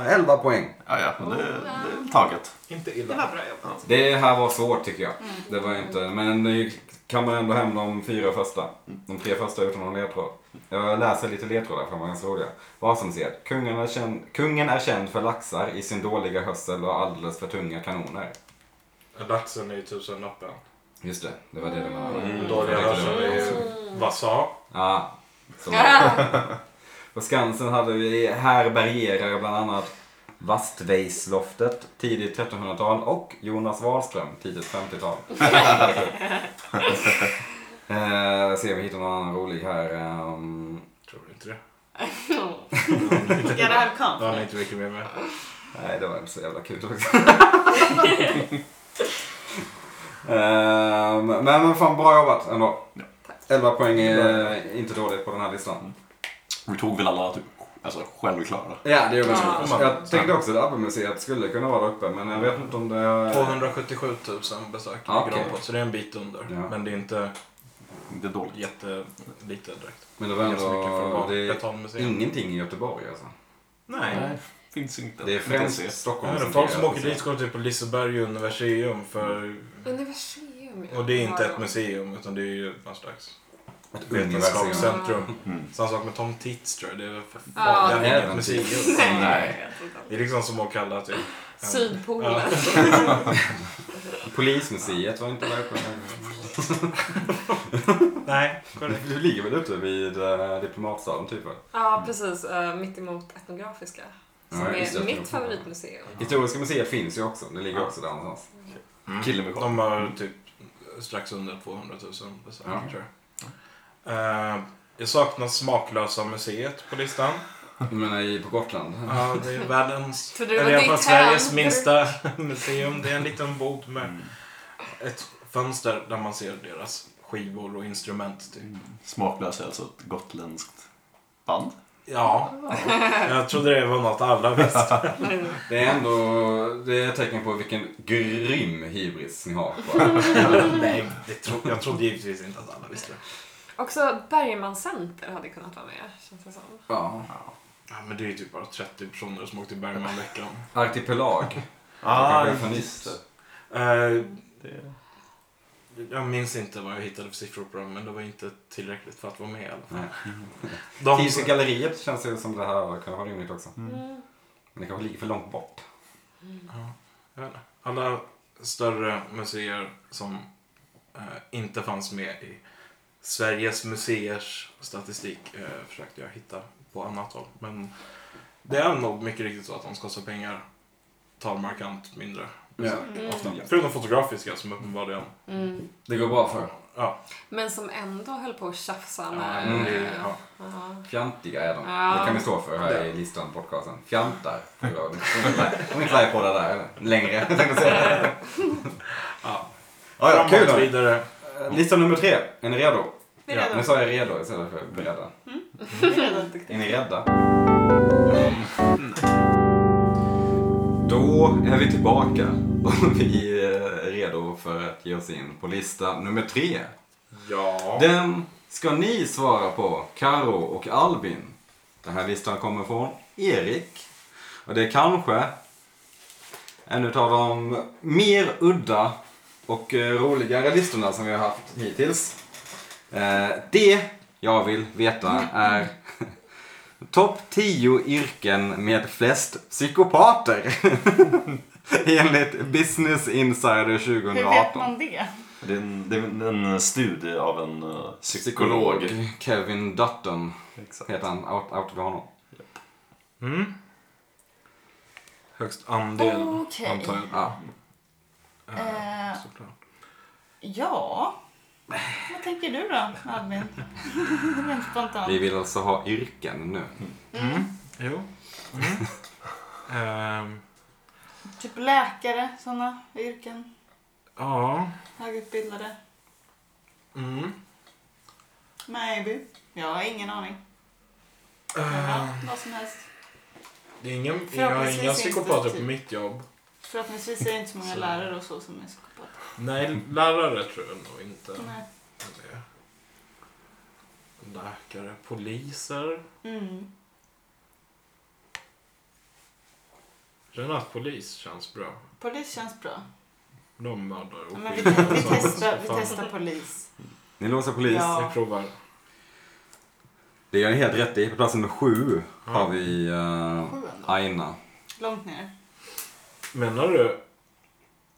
Speaker 1: hela 11 poäng.
Speaker 4: Ja, ja, men det, det är taget.
Speaker 2: Inte
Speaker 3: Det
Speaker 2: illa.
Speaker 3: var bra jobbat.
Speaker 1: Det här var svårt tycker jag.
Speaker 5: Mm.
Speaker 1: Det var inte, men nu kan man ändå hem de fyra första. De tre första utan någon ledtråd. Jag läser lite ledtrådar för de var ganska roliga. Vasumsed. Kungen är, känd, kungen är känd för laxar i sin dåliga höstsel och alldeles för tunga kanoner.
Speaker 2: Mm. Laxen är ju tusenlappen.
Speaker 1: Just det, det var det det var.
Speaker 2: Mm. Dåliga
Speaker 1: Jag tänkte
Speaker 2: hörseln
Speaker 1: det var-
Speaker 2: är ju... Vad sa?
Speaker 1: Ja. Så.
Speaker 5: Ja.
Speaker 1: På Skansen hade vi härbärgerare bland annat Vastvejsloftet, tidigt 1300-tal och Jonas Wahlström, tidigt
Speaker 2: <laughs>
Speaker 1: 50-tal. eh, se om vi hittar någon annan rolig här. ehm,
Speaker 2: Tror inte <laughs> det.
Speaker 3: Gotta have
Speaker 2: Det har ni
Speaker 3: confidence.
Speaker 2: inte mycket mer med.
Speaker 1: nej, det var inte så jävla kul
Speaker 2: <laughs>
Speaker 1: faktiskt. Ehm, men, men fan, bra jobbat ändå. 11 poäng är eh, inte dåligt på den här listan.
Speaker 4: Vi tog väl alla typ, alltså, självklara.
Speaker 1: Ja, det gjorde
Speaker 5: Ja.
Speaker 1: vi. Jag tänkte också att ABBA-museet skulle kunna vara där uppe, men jag vet inte om det...
Speaker 2: 277 000 besök
Speaker 1: Ja, okej.
Speaker 2: ligger de på, så det är en bit under.
Speaker 1: Ja.
Speaker 2: Men det är inte
Speaker 4: Det är dåligt.
Speaker 2: jättelite direkt.
Speaker 1: Men det var
Speaker 2: Det är ganska mycket för att
Speaker 1: ändå...
Speaker 2: vara
Speaker 1: Det är
Speaker 2: betongmuseum.
Speaker 1: ingenting i Göteborg alltså.
Speaker 2: Nej.
Speaker 4: finns inte.
Speaker 1: Det är främst
Speaker 2: Jag
Speaker 1: Stockholm
Speaker 2: vet inte, Folk som åker dit går typ på Liseberg Universium för...
Speaker 5: Universium. ja.
Speaker 2: Och det är inte ett museum utan det är ju någon slags
Speaker 1: Ett universum.
Speaker 2: vetenskapscentrum.
Speaker 4: Mm.
Speaker 2: Samma sak med Tom Tits tror jag. Det är väl för
Speaker 5: Ja.
Speaker 2: fan det är inget
Speaker 1: Äventyr.
Speaker 2: museum.
Speaker 5: Nej.
Speaker 4: Nej.
Speaker 5: jag vet inte.
Speaker 2: Det är liksom som att kalla typ... en-
Speaker 5: Sydpolen.
Speaker 2: Ja. <laughs>
Speaker 1: Polismuseet var inte där uppe.
Speaker 2: Nej, korrekt.
Speaker 1: Du ligger väl ute vid eh, Diplomatstaden typ? va?
Speaker 5: Ja, precis. Uh, mitt emot Etnografiska. Som
Speaker 1: Ja, just det,
Speaker 5: är mitt
Speaker 1: Etnografiska.
Speaker 5: favoritmuseum.
Speaker 1: Historiska museet finns ju också. Det ligger
Speaker 4: Ja.
Speaker 1: också där någonstans.
Speaker 4: Killen med
Speaker 2: De har typ strax under 200 000 besök
Speaker 1: Ja.
Speaker 2: tror jag. Eh, jag saknar Smaklösa museet på listan.
Speaker 1: Du menar i- på Gotland?
Speaker 2: Ja, det är världens,
Speaker 5: För <laughs> det var
Speaker 2: eller i alla fall
Speaker 5: ditt
Speaker 2: Sveriges
Speaker 5: hem.
Speaker 2: minsta <laughs> museum. Det är en liten bod med ett fönster där man ser deras skivor och instrument. Typ.
Speaker 4: Smaklös är alltså ett gotländskt band.
Speaker 5: <laughs>
Speaker 2: Ja, jag trodde det var något alla visste.
Speaker 1: Det är ändå det är ett tecken på vilken grym hybris ni har.
Speaker 2: <laughs> Nej, det tro, jag trodde givetvis inte att alla visste det.
Speaker 5: Också Bergman Center hade kunnat vara med, känns det som.
Speaker 1: <laughs> Ja.
Speaker 2: Ja, men det är ju typ bara 30 personer som åkte <laughs> Bergmanveckan.
Speaker 1: Arkipelag.
Speaker 4: Ah,
Speaker 1: Kanske eufemister.
Speaker 2: Eh,
Speaker 4: Det-
Speaker 2: Jag minns inte vad jag hittade för siffror på dem, men det var inte tillräckligt för att vara med i alla fall.
Speaker 1: Nej.
Speaker 2: De,
Speaker 1: Tyska galleriet känns ju som det här kan vara rimligt också.
Speaker 5: Mm.
Speaker 1: Men det kanske ligger för långt bort.
Speaker 2: jag vet inte. alla större museer som eh, inte fanns med i Sveriges museers statistik eh, försökte jag hitta på annat håll. Men det är nog mycket riktigt så att de som kostar pengar tar markant mindre.
Speaker 5: Mm.
Speaker 1: Ofta.
Speaker 2: Förutom fotografiska som uppenbarligen...
Speaker 5: Mm.
Speaker 1: Det går bra för.
Speaker 2: Ja,
Speaker 5: Men som ändå höll på att tjafsa
Speaker 2: ja,
Speaker 5: med...
Speaker 1: Mm.
Speaker 2: det, ja.
Speaker 5: Ja.
Speaker 1: Fjantiga är de.
Speaker 5: Ja.
Speaker 1: Det kan vi stå för här i listan på podcasten. Fjantar. De är inte livepoddar där eller? längre. tänkte jag säga.
Speaker 2: Ja.
Speaker 1: Ja, ja, kul
Speaker 2: Framåt,
Speaker 1: då.
Speaker 2: vidare.
Speaker 1: Lista nummer tre. Är ni redo?
Speaker 3: Vi är redo.
Speaker 1: Nu sa jag redo istället för beredda. Mm. Är ni rädda? Då är vi tillbaka <laughs> och vi är redo för att ge oss in på lista nummer tre.
Speaker 2: Ja.
Speaker 1: Den ska ni svara på, Karo och Albin. Den här listan kommer från Erik. Och det är kanske en av de mer udda och eh, roligare listorna som vi har haft hittills. Eh, Det jag vill veta är <laughs> topp 10 yrken med flest psykopater. <laughs> Enligt Business Insider 2018.
Speaker 3: Hur vet man det?
Speaker 4: Det är en, det är en studie av en eh, psykolog.
Speaker 1: Psykolog Kevin Dutton
Speaker 4: Exakt.
Speaker 1: heter han. Out, out med honom.
Speaker 2: Mm. Högst andel,
Speaker 3: Okej.
Speaker 2: antar jag.
Speaker 1: Ja.
Speaker 2: Eh,
Speaker 3: Eh.
Speaker 2: såklart.
Speaker 3: Ja. Vad tänker du då, Albin? Rent spontant.
Speaker 1: Vi vill alltså ha yrken nu.
Speaker 2: Jo. Mm. <laughs> Ehm,
Speaker 3: Typ läkare, sådana yrken.
Speaker 2: ja.
Speaker 3: Högutbildade.
Speaker 2: Mm.
Speaker 3: Maybe. Jag har ingen aning.
Speaker 2: Eh,
Speaker 3: Ja, vad som helst.
Speaker 2: det är ingen, jag har
Speaker 3: Förhoppningsvis
Speaker 2: inga
Speaker 3: finns det
Speaker 2: psykopater på
Speaker 3: typ-
Speaker 2: mitt jobb.
Speaker 3: Förhoppningsvis är det inte så många
Speaker 2: Så.
Speaker 3: lärare och så som är psykopater.
Speaker 2: Nej, lärare tror jag nog inte.
Speaker 3: Nej.
Speaker 2: Det är Läkare, poliser.
Speaker 3: Mm.
Speaker 2: Känner att polis känns bra.
Speaker 3: Polis känns bra.
Speaker 2: De mördar
Speaker 3: Ja,
Speaker 2: och <laughs>
Speaker 3: men vi,
Speaker 2: skjuter och
Speaker 3: vi,
Speaker 2: sånt.
Speaker 3: testar, vi
Speaker 2: Fan,
Speaker 3: testar polis.
Speaker 1: Ni låser polis.
Speaker 3: Ja.
Speaker 2: Vi provar.
Speaker 1: Det gör ni helt rätt i. På platsen med sju
Speaker 2: Ja.
Speaker 1: har vi eh,
Speaker 3: Sju ändå.
Speaker 1: Aina.
Speaker 3: Långt ner.
Speaker 2: Menar du...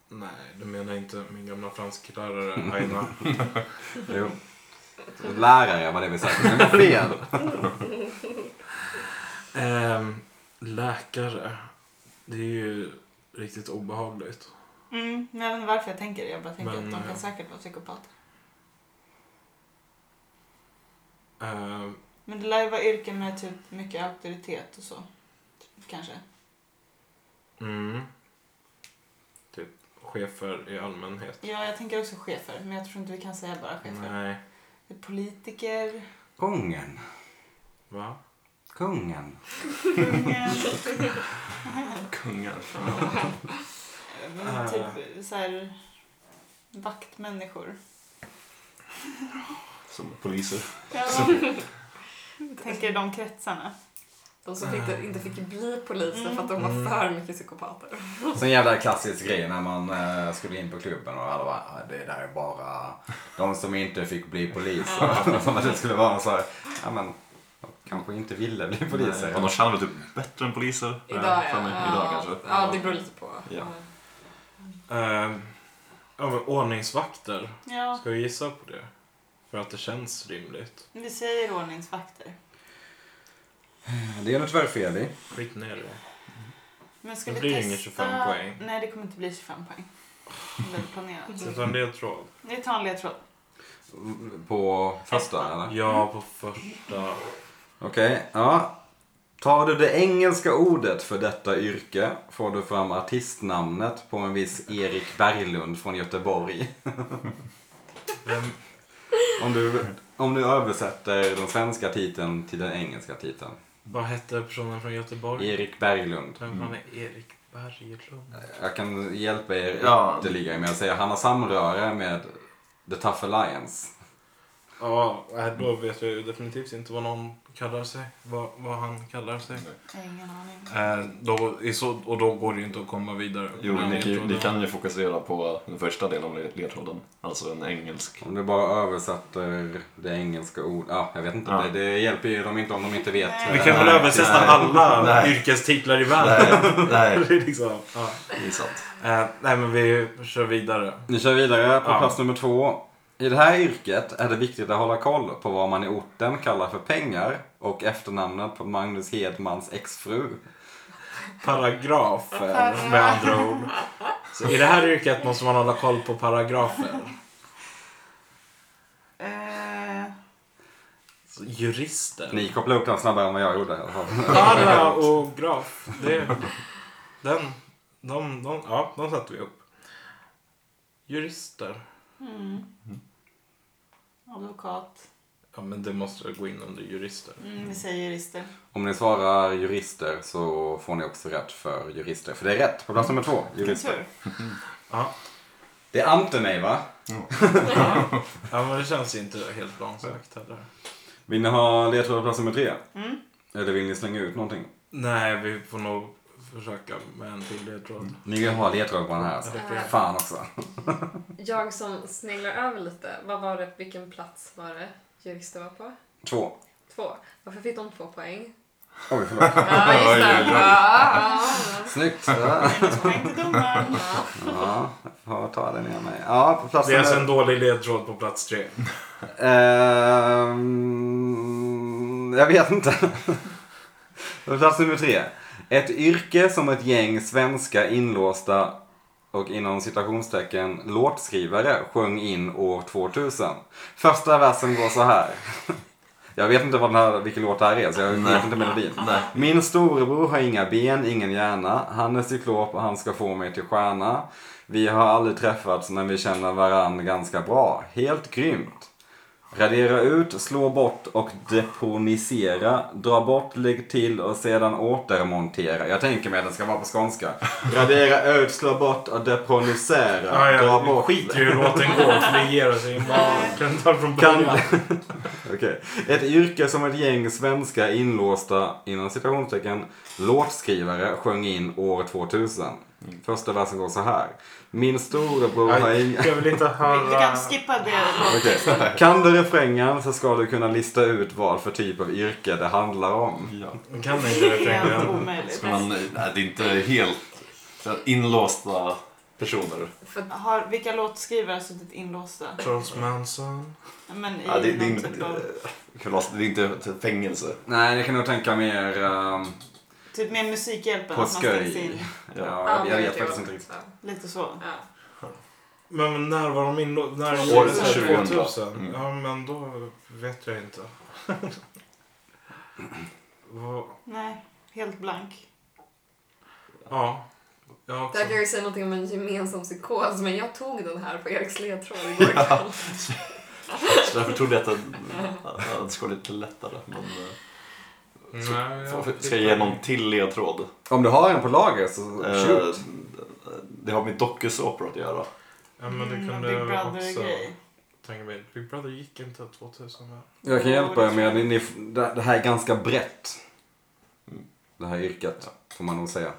Speaker 2: Nej, du menar inte min gamla <laughs> fransklärare Aina.
Speaker 1: Jo. Lärare var det vi sa. Men det var fel.
Speaker 2: Ehm, läkare. Det är ju riktigt obehagligt.
Speaker 3: Mm, men jag vet inte varför jag tänker det. Jag bara tänker
Speaker 2: Men,
Speaker 3: att de kan
Speaker 2: eh,
Speaker 3: säkert vara psykopater.
Speaker 2: Ehm,
Speaker 3: Men det lär ju vara yrken med typ mycket auktoritet och så. Kanske.
Speaker 2: mm. Typ chefer i allmänhet.
Speaker 3: Ja, jag tänker också chefer. Men jag tror inte vi kan säga bara chefer.
Speaker 2: Nej.
Speaker 3: Det är Politiker,
Speaker 1: Kungen.
Speaker 2: Va?
Speaker 1: Kungen.
Speaker 2: <laughs>
Speaker 3: kungen,
Speaker 4: Kungar.
Speaker 3: eh, typ så här vaktmänniskor.
Speaker 4: Som poliser.
Speaker 3: Ja. tänker de kretsarna.
Speaker 5: De som fick, inte fick bli poliser för att de var för mycket psykopater.
Speaker 1: Sån jävla klassisk grej när man eh, skulle in på klubben och alla bara, "Ah, det där är bara de som inte fick bli poliser. <laughs> Som att det skulle vara så här, ja men, de kanske inte ville bli poliser.
Speaker 4: Ja, de känner väl typ bättre än poliser.
Speaker 5: Idag,
Speaker 4: Ja,
Speaker 5: ja.
Speaker 4: för mig. Idag kanske.
Speaker 5: Ja, det beror lite på.
Speaker 4: Ja.
Speaker 2: Ehm, ja, men ordningsvakter.
Speaker 3: Ja,
Speaker 2: Ska jag gissa på det? För att det känns rimligt.
Speaker 3: vi säger ordningsvakter.
Speaker 1: Det är nog tyvärr fel i.
Speaker 2: Skit ner det.
Speaker 3: Men ska
Speaker 2: Det
Speaker 3: vi
Speaker 2: blir
Speaker 3: testa...
Speaker 2: ingen 25 poäng.
Speaker 3: Nej, det kommer inte bli 25 poäng. Det är planerat.
Speaker 2: Sätta en ledtråd.
Speaker 3: Vi tar en ledtråd.
Speaker 1: På första eller?
Speaker 2: Ja, på första.
Speaker 1: Okej, ja. Tar du det engelska ordet för detta yrke får du fram artistnamnet på en viss Erik Berglund från Göteborg.
Speaker 2: Vem,
Speaker 1: Om du, om du översätter den svenska titeln till den engelska titeln.
Speaker 2: vad hette personen från Göteborg?
Speaker 1: Erik Berglund.
Speaker 2: Vem fan är Erik Berglund?
Speaker 1: Jag kan hjälpa er
Speaker 4: Ja.
Speaker 1: ytterligare med att säga han har samröre med The Tough Alliance.
Speaker 2: Ja, nej, då vet jag ju definitivt inte vad någon kallar sig. Vad, vad han kallar sig.
Speaker 3: Ingen aning.
Speaker 2: Eh, då, i så, och då går det ju inte att komma vidare.
Speaker 4: Jo,
Speaker 2: Men jag
Speaker 4: ni,
Speaker 2: tror
Speaker 4: ni
Speaker 2: det-
Speaker 4: kan ju fokusera på den första delen av ledtråden. Alltså en engelsk.
Speaker 1: Om du bara översätter det engelska ordet. Ja, jag vet inte.
Speaker 4: Ja.
Speaker 1: Det, det hjälper ju dem inte om de inte vet.
Speaker 2: Vi
Speaker 3: Nej.
Speaker 2: kan väl
Speaker 4: Nej,
Speaker 2: översätta
Speaker 4: nej,
Speaker 2: alla
Speaker 4: nej.
Speaker 2: yrkestitlar i världen.
Speaker 4: <laughs> nej,
Speaker 2: <laughs> Det är liksom, ja.
Speaker 4: det är sant.
Speaker 2: eh, nej, men vi kör vidare.
Speaker 1: Ni kör vidare på
Speaker 2: Ja.
Speaker 1: plats nummer två. I det här yrket är det viktigt att hålla koll på vad man i orten kallar för pengar och efternamnet på Magnus Hedmans exfru.
Speaker 2: Paragrafer, med andra ord. Så I det här yrket måste man hålla koll på paragrafer.
Speaker 3: Eh,
Speaker 2: Så jurister.
Speaker 1: Ni kopplade upp den snabbare än vad jag gjorde i alla fall. <laughs>
Speaker 2: Para och graf. Det, den, de, de, ja, de satte vi upp. Jurister.
Speaker 3: mm. Advokat.
Speaker 2: Ja, men det måste gå in under jurister.
Speaker 3: Mm, vi säger jurister.
Speaker 1: Om ni svarar jurister så får ni också rätt för jurister. För det är rätt på plats nummer två.
Speaker 3: Vilken
Speaker 1: Jurister.
Speaker 3: tur.
Speaker 2: Ja,
Speaker 1: Det är Anthony va?
Speaker 2: ja men det känns ju inte helt plansagt heller.
Speaker 1: Vill ni ha ledtråd på plats nummer tre?
Speaker 2: Mm.
Speaker 1: Eller vill ni slänga ut någonting?
Speaker 2: Nej, vi får nog försöka med en till ledtråd.
Speaker 1: Ni vill ha ledtråd på den här alltså.
Speaker 5: Ja.
Speaker 1: Fan också.
Speaker 5: Jag som sneglar över lite, vad var det, vilken plats var det jurister var på?
Speaker 1: Två.
Speaker 5: Två. Varför fick de två poäng?
Speaker 1: Oj,
Speaker 2: <laughs>
Speaker 1: förlåt.
Speaker 5: Ja, just det. Ja, ja,
Speaker 1: Snyggt. Ja,
Speaker 3: Minuspoäng till domaren.
Speaker 5: ja.
Speaker 1: Ja, jag får ta den igen mig. Ja, på plats
Speaker 2: Det är alltså
Speaker 1: nummer...
Speaker 2: en dålig ledtråd på plats tre.
Speaker 1: Ehm, jag vet inte. <laughs> På plats nummer tre. Ett yrke som ett gäng svenska inlåsta och inom citationstecken låtskrivare sjöng in år 2000. Första versen går så här. Jag vet inte vad den här, vilken låt det här är så jag vet
Speaker 4: Nej.
Speaker 1: inte melodin.
Speaker 4: Nej.
Speaker 1: Min storebror har inga ben, ingen hjärna. Han är cyklop och han ska få mig till stjärna. Vi har aldrig träffats men vi känner varann ganska bra. Helt grymt. Radera ut, slå bort och deponisera. Dra bort, lägg till och sedan återmontera. Jag tänker mig att den ska vara på
Speaker 4: <laughs>
Speaker 1: skånska. Radera ut, slå bort och deponisera.
Speaker 2: Ja, ja,
Speaker 1: Dra
Speaker 2: vi
Speaker 1: bort.
Speaker 2: skiter ju i hur låten går för det ger oss ingen bra. Kan ta från
Speaker 1: Kan...
Speaker 2: början.
Speaker 1: Okej. Ett yrke som ett gäng svenska inlåsta, inom citationstecken, låtskrivare sjöng in år 2000. Första versen går så här. Min storebror har
Speaker 2: Aj,
Speaker 1: inga... <laughs>
Speaker 2: Jag vill inte
Speaker 3: Vi, vi
Speaker 2: höra.
Speaker 3: kan skippa det.
Speaker 1: Okej. Kan du refrängen så ska du kunna lista ut vad för typ av yrke det handlar om.
Speaker 4: Ja.
Speaker 2: Jag kan inte
Speaker 3: Det är helt
Speaker 2: refrängen.
Speaker 3: omöjligt.
Speaker 4: Ska man, nej, det är inte helt så här, inlåsta personer.
Speaker 5: För
Speaker 3: Har, vilka låtskrivare har suttit inlåsta?
Speaker 2: Charles Manson.
Speaker 3: Men i
Speaker 4: Ja, det, det, är
Speaker 3: någon
Speaker 4: inte,
Speaker 3: typ av...
Speaker 4: förlåt, det är inte ett fängelse.
Speaker 1: Nej, det kan nog tänka mer... ehm,
Speaker 3: Typ med Musikhjälpen.
Speaker 1: På
Speaker 3: att man stängs
Speaker 1: skoj.
Speaker 3: in.
Speaker 4: Ja.
Speaker 1: ja, jag
Speaker 5: men
Speaker 1: vet
Speaker 5: det
Speaker 1: faktiskt
Speaker 5: var-
Speaker 1: inte riktigt.
Speaker 5: ja.
Speaker 3: Lite så.
Speaker 5: Ja.
Speaker 2: Men när var de inlåsta? När
Speaker 4: År
Speaker 2: 2000.
Speaker 4: 2000. Mm.
Speaker 2: Ja, men då vet jag inte. <laughs> Vad-
Speaker 3: Nej, helt blank.
Speaker 2: ja. Jag också.
Speaker 5: Där kan jag ju säga någonting om en gemensam psykos, men jag tog den här på Eriks ledtråd igår
Speaker 4: <laughs>
Speaker 5: kväll.
Speaker 4: Så därför trodde jag att det- att det skulle vara lite lättare. Men, eh,
Speaker 2: Nej, jag
Speaker 4: får-
Speaker 2: vet
Speaker 4: ska jag ge
Speaker 2: inte.
Speaker 4: någon till ledtråd?
Speaker 1: Om du har en på lager så
Speaker 4: Eh,
Speaker 1: shoot.
Speaker 4: Det har med dokusåpor att göra.
Speaker 2: Ja, men det
Speaker 3: Mm,
Speaker 2: kunde
Speaker 3: Big
Speaker 2: jag också
Speaker 3: Brother-grej.
Speaker 2: tänka mig. Big Brother gick inte 2000. va?
Speaker 1: Jag kan hjälpa er med, ni, ni, det det här är ganska brett. Det här yrket, får man nog säga.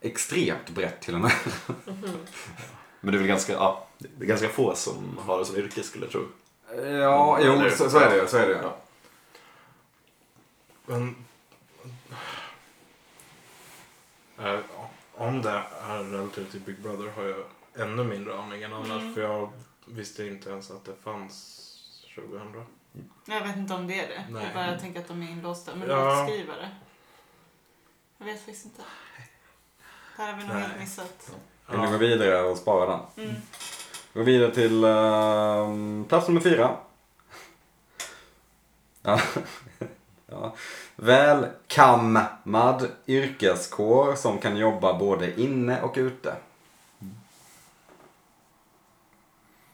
Speaker 1: Extremt brett till och med.
Speaker 4: Men det är väl ganska, ja, det är ganska få som har det som yrke skulle jag tro.
Speaker 1: Ja, jo,
Speaker 4: Eller-
Speaker 1: så, så är det ju, så är det ju.
Speaker 4: Ja.
Speaker 2: Men... Eh, om det är relativt till Big Brother har jag ännu mindre aning än annars. För jag visste inte ens att det fanns 2000.
Speaker 3: Jag vet inte om det är det.
Speaker 2: Nej.
Speaker 3: Jag bara tänker att de är inlåsta. Men
Speaker 2: Ja.
Speaker 3: låtskrivare? Jag vet faktiskt inte. Det här har vi nog
Speaker 2: Nej.
Speaker 3: helt missat.
Speaker 1: Vill ni gå
Speaker 2: Ja.
Speaker 1: vidare och spara den?
Speaker 3: Mm.
Speaker 1: Gå vidare till ehm, plats nummer fyra. Ja. <laughs> ja. Välkammad yrkeskår som kan jobba både inne och ute.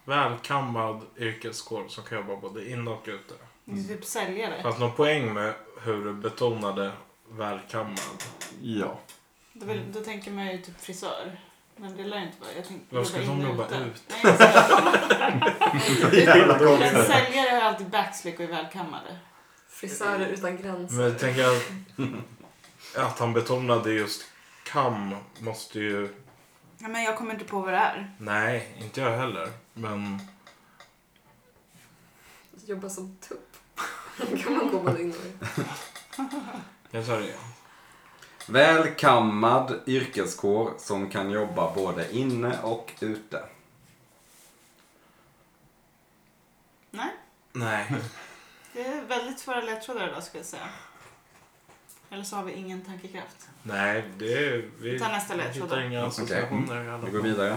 Speaker 2: Välkammad yrkeskår som kan jobba både in och ute.
Speaker 3: Det är typ säljare.
Speaker 2: Fanns någon poäng med hur du betonade välkammad?
Speaker 4: <laughs> Ja.
Speaker 3: Då, vill, då tänker man ju typ frisör. Men det lär ju inte vara. Jag tänker
Speaker 2: Varför ska de
Speaker 3: in och
Speaker 2: jobba
Speaker 3: ute?
Speaker 2: ut?
Speaker 3: Nej, jag
Speaker 2: <laughs>
Speaker 3: skojar.
Speaker 1: Jävla
Speaker 3: Men säljare har alltid backslick och är välkammade.
Speaker 5: Frisörer utan gränser.
Speaker 2: Men jag tänker att, att han betonade just kam måste ju...
Speaker 3: Ja, men jag kommer inte på vad det är.
Speaker 2: Nej, inte jag heller. Men...
Speaker 5: Jobba som tupp. <laughs> kan man gå både in och ut.
Speaker 2: Jag sa det igen.
Speaker 1: Välkammad yrkeskår som kan jobba både inne och ute.
Speaker 3: Nej,
Speaker 2: Nej.
Speaker 3: det är väldigt svåra ledtrådar idag skulle jag säga. Eller så har vi ingen tankekraft.
Speaker 2: Nej, det är... Vi
Speaker 3: Ta nästa ledtråd då.
Speaker 2: hittar inga associationer i alla
Speaker 1: Vi går
Speaker 2: fall.
Speaker 1: vidare.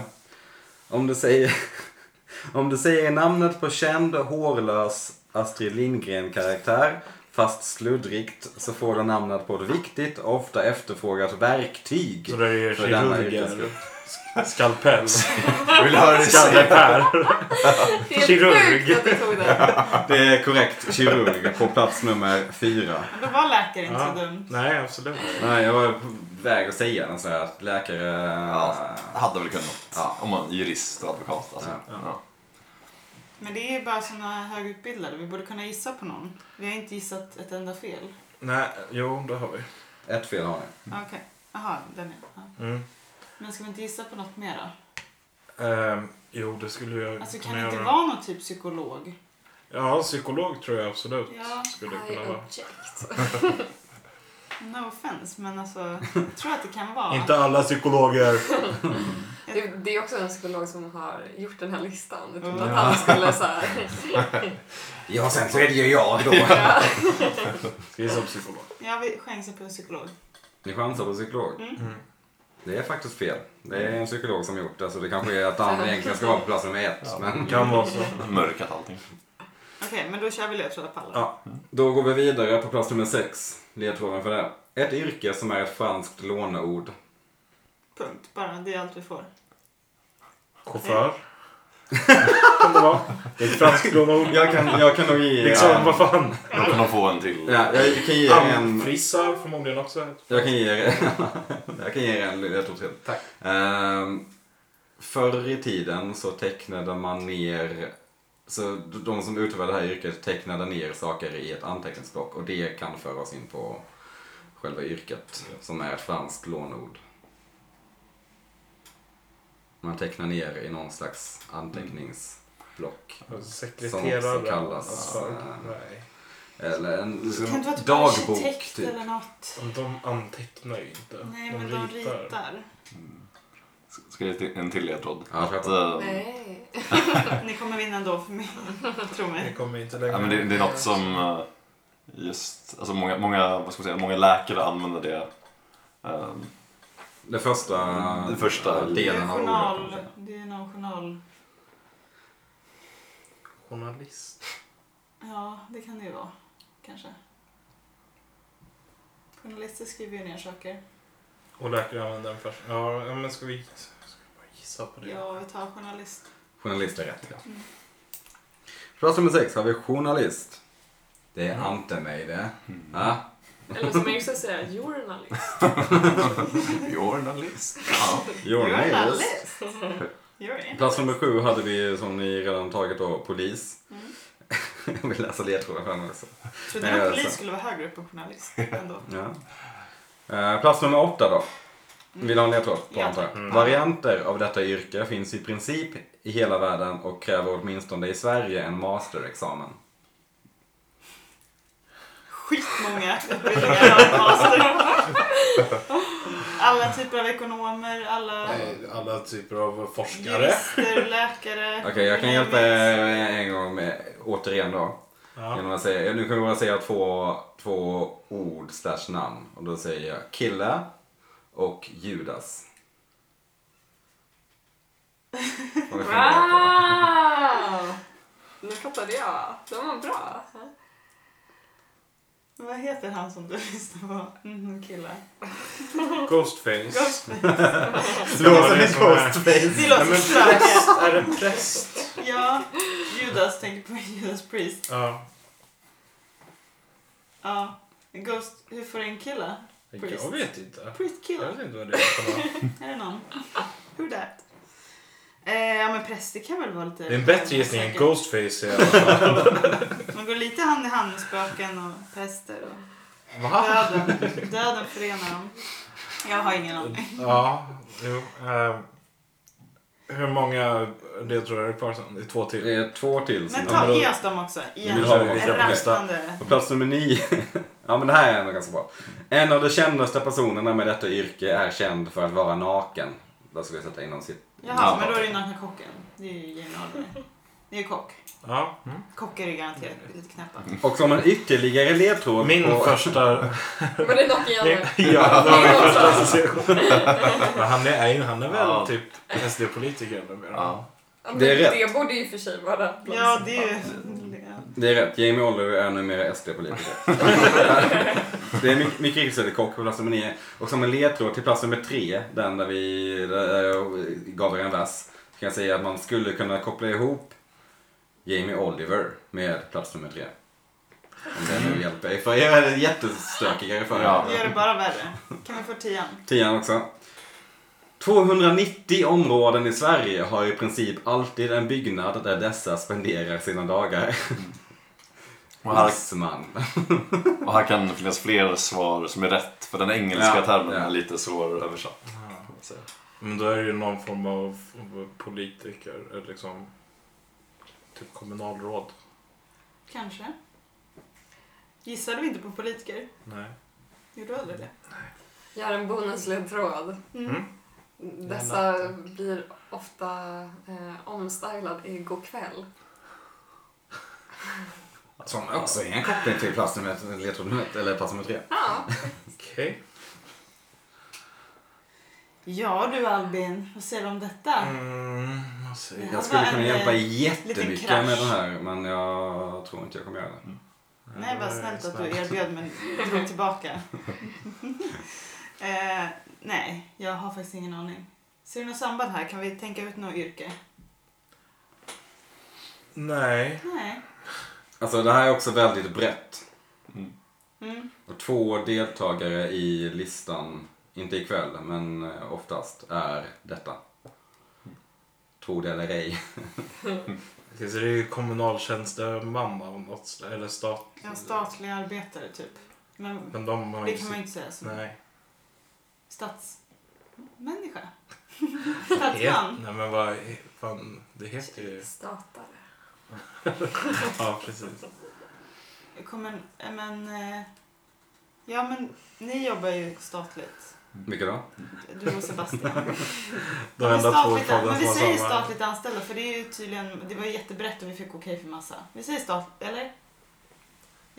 Speaker 1: Om du säger, <laughs> om du säger namnet på känd hårlös Astrid Lindgren-karaktär fast sluddrigt så får du namnet på ett viktigt och ofta efterfrågat verktyg.
Speaker 2: Så där är
Speaker 1: För denna
Speaker 2: kirurger.
Speaker 1: yrkesgrupp.
Speaker 2: <laughs> Skalpell.
Speaker 4: Jag vill höra det säga.
Speaker 2: Skallepär.
Speaker 5: Det är
Speaker 2: Kirurg.
Speaker 5: sjukt att du tog den.
Speaker 1: Det är korrekt. Kirurg på plats nummer fyra.
Speaker 3: Men då var läkare inte
Speaker 2: Ja.
Speaker 3: så dumt.
Speaker 2: Nej, absolut.
Speaker 1: Nej, jag var på väg att säga den så här att läkare... eh,
Speaker 4: Ja, hade väl kunnat.
Speaker 1: Ja.
Speaker 4: Om man är jurist och advokat. Alltså.
Speaker 1: Ja.
Speaker 4: Ja.
Speaker 3: Men det är ju bara såna högutbildade. Vi borde kunna gissa på någon. Vi har inte gissat ett enda fel.
Speaker 2: Nej, jo, det har vi.
Speaker 1: Ett fel har ni.
Speaker 3: Ah, Okej. Jaha, den är... ja.
Speaker 2: Mm.
Speaker 3: Men ska vi inte gissa på något mer då?
Speaker 2: Ehm, jo, det skulle jag
Speaker 3: Alltså kan
Speaker 2: kunna
Speaker 3: det inte
Speaker 2: göra.
Speaker 3: vara någon typ psykolog?
Speaker 2: Ja, psykolog tror jag absolut
Speaker 3: Ja,
Speaker 2: skulle
Speaker 5: I
Speaker 2: kunna vara.
Speaker 5: object.
Speaker 3: No offense, men alltså jag tror att det kan vara.
Speaker 2: Inte alla psykologer.
Speaker 5: Det, det är också en psykolog som har gjort den här listan. Jag trodde
Speaker 3: Ja.
Speaker 5: att han skulle så här...
Speaker 1: Ja, sen så är det ju jag då.
Speaker 2: Ska jag gissa på psykolog?
Speaker 3: Jag vill chansa på en psykolog.
Speaker 1: Ni chansar på psykolog.
Speaker 2: Mm.
Speaker 1: Det är faktiskt fel. Det är en psykolog som gjort det, så det kanske är att han egentligen ska vara på plats nummer ett. Men
Speaker 2: Kan vara så.
Speaker 4: Mörkat allting.
Speaker 3: Okej, men då kör vi ledtrådar på alla.
Speaker 2: Ja.
Speaker 1: då går vi vidare på plats nummer sex. Ledtråden för det. Ett yrke som är ett franskt låneord.
Speaker 3: Punkt. Bara, det är allt vi får.
Speaker 2: Chaufför. Kan det vara? Det är ett fransklån ord.
Speaker 1: Jag kan, jag kan nog ge er
Speaker 2: Liksom, vad
Speaker 1: en...
Speaker 2: fan.
Speaker 4: Då kan de få en till.
Speaker 1: Ja, jag kan ge er en...
Speaker 2: Anfrissar förmodligen också.
Speaker 1: Jag kan ge er, jag kan ge er en <laughs> ledtråd till.
Speaker 2: Tack.
Speaker 1: Ehm, förr i tiden så tecknade man ner, så de som utövade det här yrket tecknade ner saker i ett anteckningsblock och det kan föra oss in på själva yrket som är ett franskt lånord. Man tecknar ner i någon slags anteckningsblock.
Speaker 2: Alltså, Sekreterare.
Speaker 1: Som också kallas,
Speaker 2: Alltså,
Speaker 1: eh,
Speaker 2: Nej.
Speaker 1: Eller en
Speaker 3: Kan det inte vara typ
Speaker 1: dagbok
Speaker 3: arkitekt
Speaker 1: typ.
Speaker 3: eller något?
Speaker 2: Men De antecknar ju inte.
Speaker 3: Nej, men de ritar.
Speaker 4: Mm. Ska jag ge en till ledtråd?
Speaker 1: Ja, jag tror
Speaker 4: Att,
Speaker 1: jag-
Speaker 4: eh,
Speaker 5: Nej.
Speaker 3: Ni kommer vinna ändå för mig. Tro
Speaker 2: Det
Speaker 3: mig.
Speaker 2: kommer inte längre.
Speaker 4: ja, men det, det är något som eh, just, alltså många, många, vad ska man säga, många läkare använder det.
Speaker 1: <laughs>
Speaker 4: eh,
Speaker 1: Det första,
Speaker 4: Det första i-
Speaker 3: Det
Speaker 1: delen
Speaker 3: är
Speaker 1: av ordet. kan man
Speaker 3: journal.
Speaker 1: säga.
Speaker 3: Det är någon journal.
Speaker 2: Journalist.
Speaker 3: Ja, det kan det ju vara. Kanske. Journalister skriver ju ner saker.
Speaker 2: Och läkare använder den först. Ja, ja, men ska vi, ska vi bara gissa på det?
Speaker 3: Ja, vi tar journalist.
Speaker 1: Journalist är rätt, ja.
Speaker 3: Mm.
Speaker 1: Plats nummer sex har vi journalist. Det är
Speaker 2: Mm.
Speaker 1: ante mig det. Ja.
Speaker 5: Eller som jag också säger, journalist.
Speaker 4: Journalist. Ja.
Speaker 1: Journalist.
Speaker 3: You're in.
Speaker 1: Plats nummer sju hade vi som ni redan tagit då, polis. <laughs>
Speaker 3: Mm.
Speaker 1: Jag vill läsa ledtrådar för henne också.
Speaker 3: Trodde
Speaker 1: Nej,
Speaker 3: du att
Speaker 1: alltså.
Speaker 3: polis skulle vara högre upp än journalist? Ändå.
Speaker 1: Ja. Eh, Plats nummer åtta då. Vill du ha en ledtråd på
Speaker 3: Mm. Ja.
Speaker 1: antar jag?
Speaker 2: Mm.
Speaker 1: Varianter av detta yrke finns i princip i hela världen och kräver åtminstone i Sverige en masterexamen.
Speaker 3: Skitmånga utbildningar har master. Alla typer av ekonomer, alla
Speaker 2: Nej, Alla typer av forskare.
Speaker 3: jurister, läkare.
Speaker 1: Okej, jag kan hjälpa er en gång med, återigen då.
Speaker 2: Ja.
Speaker 1: Genom att säga, nu kommer jag bara säga två, två ord slash namn. Och då säger jag kille och Judas. Får vi fundera på.
Speaker 5: <laughs> Wow! Nu fattade jag. Den var bra.
Speaker 3: Vad heter han som du lyssnar på? Mm,
Speaker 2: <laughs>
Speaker 3: killar.
Speaker 2: Ghostface.
Speaker 1: Slå
Speaker 2: Det var
Speaker 1: sig
Speaker 2: det
Speaker 1: i ghostface.
Speaker 3: Det
Speaker 2: som är- Nej,
Speaker 3: låter
Speaker 2: men
Speaker 3: starkt.
Speaker 2: Är det en präst?
Speaker 3: Ja, Judas tänker på Judas Priest.
Speaker 2: Ja.
Speaker 3: Ja, en Ghost, hur får en kille?
Speaker 2: Jag vet inte.
Speaker 3: Priest
Speaker 2: Jag
Speaker 3: killer?
Speaker 2: vet inte vad det är för
Speaker 3: <laughs>
Speaker 2: något.
Speaker 3: Är det någon? Who that? Eh, ja men präst, det kan väl vara lite...
Speaker 2: Det är en bättre gissning än
Speaker 3: säkert.
Speaker 2: Ghostface i
Speaker 3: <laughs>
Speaker 2: alla fall.
Speaker 3: Man går lite hand i hand med spöken och pester och
Speaker 2: Va?
Speaker 3: döden. Döden förenar dem. Jag har ingen aning.
Speaker 1: Mm.
Speaker 2: Ja, jo. eh, hur många ledtrådar är det kvar sen? Det är två till.
Speaker 1: Det är två till. som-
Speaker 3: Men
Speaker 1: Ja,
Speaker 3: ta,
Speaker 1: men då-
Speaker 3: ge oss dem också.
Speaker 1: Vi
Speaker 3: Igen.
Speaker 1: vill ha dem.
Speaker 2: Ge oss
Speaker 3: En
Speaker 2: dem.
Speaker 3: rafflande.
Speaker 1: På plats nummer nio. <laughs> ja men det här är ändå ganska bra. En av de kändaste personerna med detta yrke är känd för att vara naken. Där skulle jag sätta inom sitt...
Speaker 3: Jaha, men då är det ju nakna kocken. Det är ju Jamie Oliver. Det är ju kock.
Speaker 2: Ja.
Speaker 3: Kockar är ju garanterat lite knäppa.
Speaker 1: Och som en ytterligare ledtråd
Speaker 2: Min
Speaker 1: på...
Speaker 2: första...
Speaker 5: Var det något
Speaker 2: <laughs>
Speaker 5: igen?
Speaker 2: ja,
Speaker 4: <laughs>
Speaker 2: det var min
Speaker 5: Ja.
Speaker 2: första association. <laughs> Men han är, är ju- han är väl
Speaker 4: Ja.
Speaker 2: typ SD-politiker numera?
Speaker 4: Ja.
Speaker 1: Det är rätt.
Speaker 5: Det borde ju för sig vara bland
Speaker 3: Ja,
Speaker 5: som
Speaker 3: det är ju...
Speaker 1: Det är rätt, Jamie Oliver är numera
Speaker 4: <laughs>
Speaker 1: SD-politiker. det är mycket mycket riktigt så är det kock på plats nummer nio. Och som en ledtråd till plats nummer tre, den där vi där jag gav er en vers, kan jag säga att man skulle kunna koppla ihop Jamie Oliver med plats nummer tre. Om det nu hjälper er. För er är det jättestökigare för er.
Speaker 4: Ja.
Speaker 3: Det gör det bara värre. Kan vi få tian?
Speaker 1: Tian också. 290 områden i Sverige har i princip alltid en byggnad där dessa spenderar sina dagar.
Speaker 4: Och här,
Speaker 1: Lassman.
Speaker 4: och här kan finnas fler svar som är rätt för den engelska
Speaker 1: Ja,
Speaker 4: termen
Speaker 1: ja.
Speaker 4: är lite svåröversatt. kan man säga.
Speaker 2: Men då är det ju någon form av av politiker, eller liksom... Typ kommunalråd.
Speaker 3: Kanske. Gissade vi inte på politiker?
Speaker 2: Nej.
Speaker 3: Gjorde du aldrig det?
Speaker 5: Gör en bonusledtråd.
Speaker 2: Mm.
Speaker 5: Dessa blir ofta eh, omstylad i god kväll.
Speaker 1: Som också är en koppling till plats nummer ett, ledtråd nummer ett, eller plats nummer tre.
Speaker 5: Ja,
Speaker 2: Okej.
Speaker 3: Ja du Albin, vad säger du om detta?
Speaker 2: Mm, vad säger jag?
Speaker 1: Jag skulle
Speaker 3: var
Speaker 1: kunna
Speaker 3: en,
Speaker 1: hjälpa
Speaker 3: eh,
Speaker 1: jättemycket
Speaker 3: krasch.
Speaker 1: med den här men jag tror inte jag kommer göra det.
Speaker 3: Nej, vad
Speaker 2: Nej,
Speaker 3: snällt att du
Speaker 2: snällt.
Speaker 3: erbjöd men drog
Speaker 2: <laughs>
Speaker 3: tillbaka. eh, nej, jag har faktiskt ingen aning. Ser du något samband här? Kan vi tänka ut något yrke?
Speaker 2: Nej.
Speaker 3: Nej.
Speaker 1: Alltså det här är också väldigt brett.
Speaker 3: Mm.
Speaker 1: Och två deltagare i listan, inte ikväll, men eh, oftast, är detta. Tro det eller ej.
Speaker 2: Okej, Så det är ju kommunaltjänstemamma av något slag, eller stat.
Speaker 3: En statlig arbetare typ. Men
Speaker 2: Men de har
Speaker 3: det
Speaker 2: ju
Speaker 3: kan man ju
Speaker 2: sitt...
Speaker 3: inte säga som
Speaker 2: Nej. <laughs>
Speaker 3: statsmänniska.
Speaker 2: Het-
Speaker 3: Statsman.
Speaker 2: Nej men vad fan, det heter ju...
Speaker 5: Statare.
Speaker 2: Ja, precis.
Speaker 3: Kommer, eh, men, eh, ja men ni jobbar ju statligt.
Speaker 1: Vilka då?
Speaker 3: Du och Sebastian.
Speaker 2: De enda två i
Speaker 3: statligt,
Speaker 2: podden
Speaker 3: men
Speaker 2: som
Speaker 3: vi
Speaker 2: har
Speaker 3: säger
Speaker 2: samma-
Speaker 3: statligt anställda för det är ju tydligen, det var ju jättebrett och vi fick okej för massa. Vi säger statligt, eller?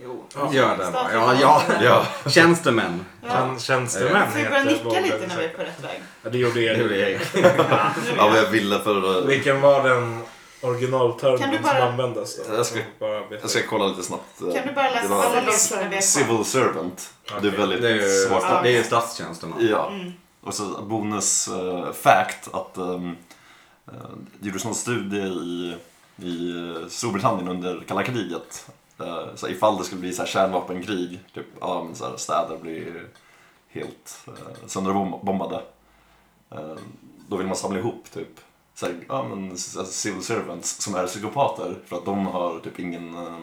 Speaker 3: Jo.
Speaker 2: Ja.
Speaker 1: Ja, det var. Ja, ja, ja. Tjänstemän.
Speaker 3: Ja.
Speaker 2: Tjän- Tjänstemän
Speaker 3: Får vi börja nicka
Speaker 2: Bobben,
Speaker 3: lite när vi är
Speaker 2: säkert.
Speaker 3: på rätt
Speaker 2: <laughs>
Speaker 3: väg?
Speaker 2: Ja, det gjorde
Speaker 1: Det gjorde
Speaker 2: jag.
Speaker 1: jag.
Speaker 3: Nu
Speaker 4: Ja,
Speaker 3: är
Speaker 4: men
Speaker 3: det-
Speaker 4: jag ville för... eh,
Speaker 2: Vilken var den
Speaker 3: Kan
Speaker 2: originaltermen
Speaker 3: du bara-
Speaker 2: som användes då?
Speaker 4: Jag ska-
Speaker 2: bara veta.
Speaker 4: Jag ska kolla lite snabbt. eh,
Speaker 3: Kan du bara
Speaker 4: det
Speaker 3: läsa
Speaker 4: var
Speaker 3: alla listor när vi är kvar?
Speaker 4: Civil servant. Det är
Speaker 2: Okej.
Speaker 4: väldigt
Speaker 1: Det är ju,
Speaker 4: svårt.
Speaker 1: det är ju statstjänsteman.
Speaker 4: Ja.
Speaker 3: Mm.
Speaker 4: Och så bonus eh, fact att um, uh, det gjordes någon studie i, i eh, Storbritannien under kalla kriget. Eh, så ifall det skulle bli så här kärnvapenkrig, typ, ja, men så här, städer blir helt uh, sönderbombade. Eh, då vill man samla ihop typ så här, ja, men, s- alltså, civil servants som är psykopater för att de har typ ingen, eh,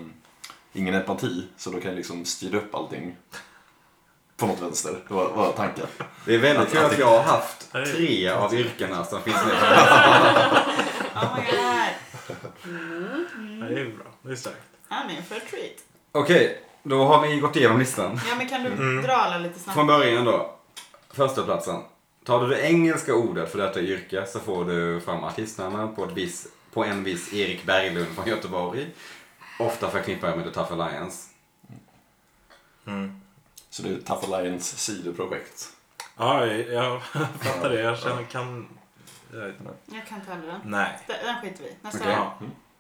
Speaker 4: ingen empati så då kan jag liksom styra upp allting på något vänster. Det var, var tanken.
Speaker 1: Det är väldigt kul att jag har haft
Speaker 2: Det är-
Speaker 1: tre av yrkena som finns med.
Speaker 3: Oh my god.
Speaker 2: Ja, det är bra. Det är starkt.
Speaker 3: I'm in for a treat.
Speaker 1: Okej, då har vi gått igenom listan.
Speaker 3: Ja men kan du
Speaker 2: Mm.
Speaker 3: dra alla lite
Speaker 1: Från
Speaker 3: snabbt?
Speaker 1: början då. Första platsen. Tar du det engelska ordet för detta yrke så får du fram artistnamnet på, ett vis, på en viss Erik Berglund från Göteborg. Ofta förknippar jag med The Tough Alliance.
Speaker 4: Så det är Tough Alliance sidoprojekt.
Speaker 2: Ja, jag <laughs> fattar det. Jag känner kan... Jag vet inte.
Speaker 3: Jag kan inte heller den.
Speaker 2: Nej.
Speaker 3: Den den skiter vi i. Nästa.
Speaker 1: Okej.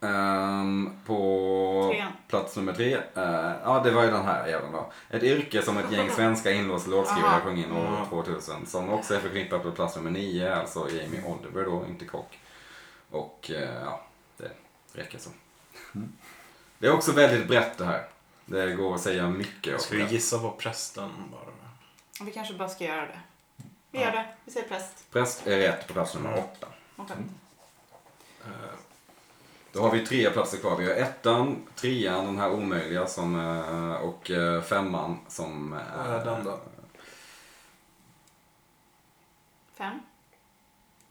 Speaker 2: Ja.
Speaker 1: Ehm, på
Speaker 3: Trean.
Speaker 1: plats nummer tre. eh, ja, det var ju den här jäveln då. Ett yrke som ett gäng svenska inlåsta låtskrivare
Speaker 3: Aha.
Speaker 1: sjöng in år
Speaker 2: Mm.
Speaker 1: 2000. Som också är förknippat på plats nummer nio. Alltså Jamie Oliver då, inte kock. Och eh, ja, det räcker så.
Speaker 2: Mm.
Speaker 1: Det är också väldigt brett det här. Det går att säga mycket.
Speaker 2: Ska
Speaker 1: om
Speaker 2: vi
Speaker 1: det.
Speaker 2: gissa på prästen bara?
Speaker 3: Och Vi kanske bara ska göra det. Vi gör det. Vi säger präst.
Speaker 1: Präst är rätt på plats nummer åtta.
Speaker 3: Okay.
Speaker 2: Eh,
Speaker 1: Då har vi tre platser kvar. Vi har ettan, trean, den här omöjliga som, eh, och eh, femman som... eh,
Speaker 2: Vad är den då?
Speaker 3: Fem.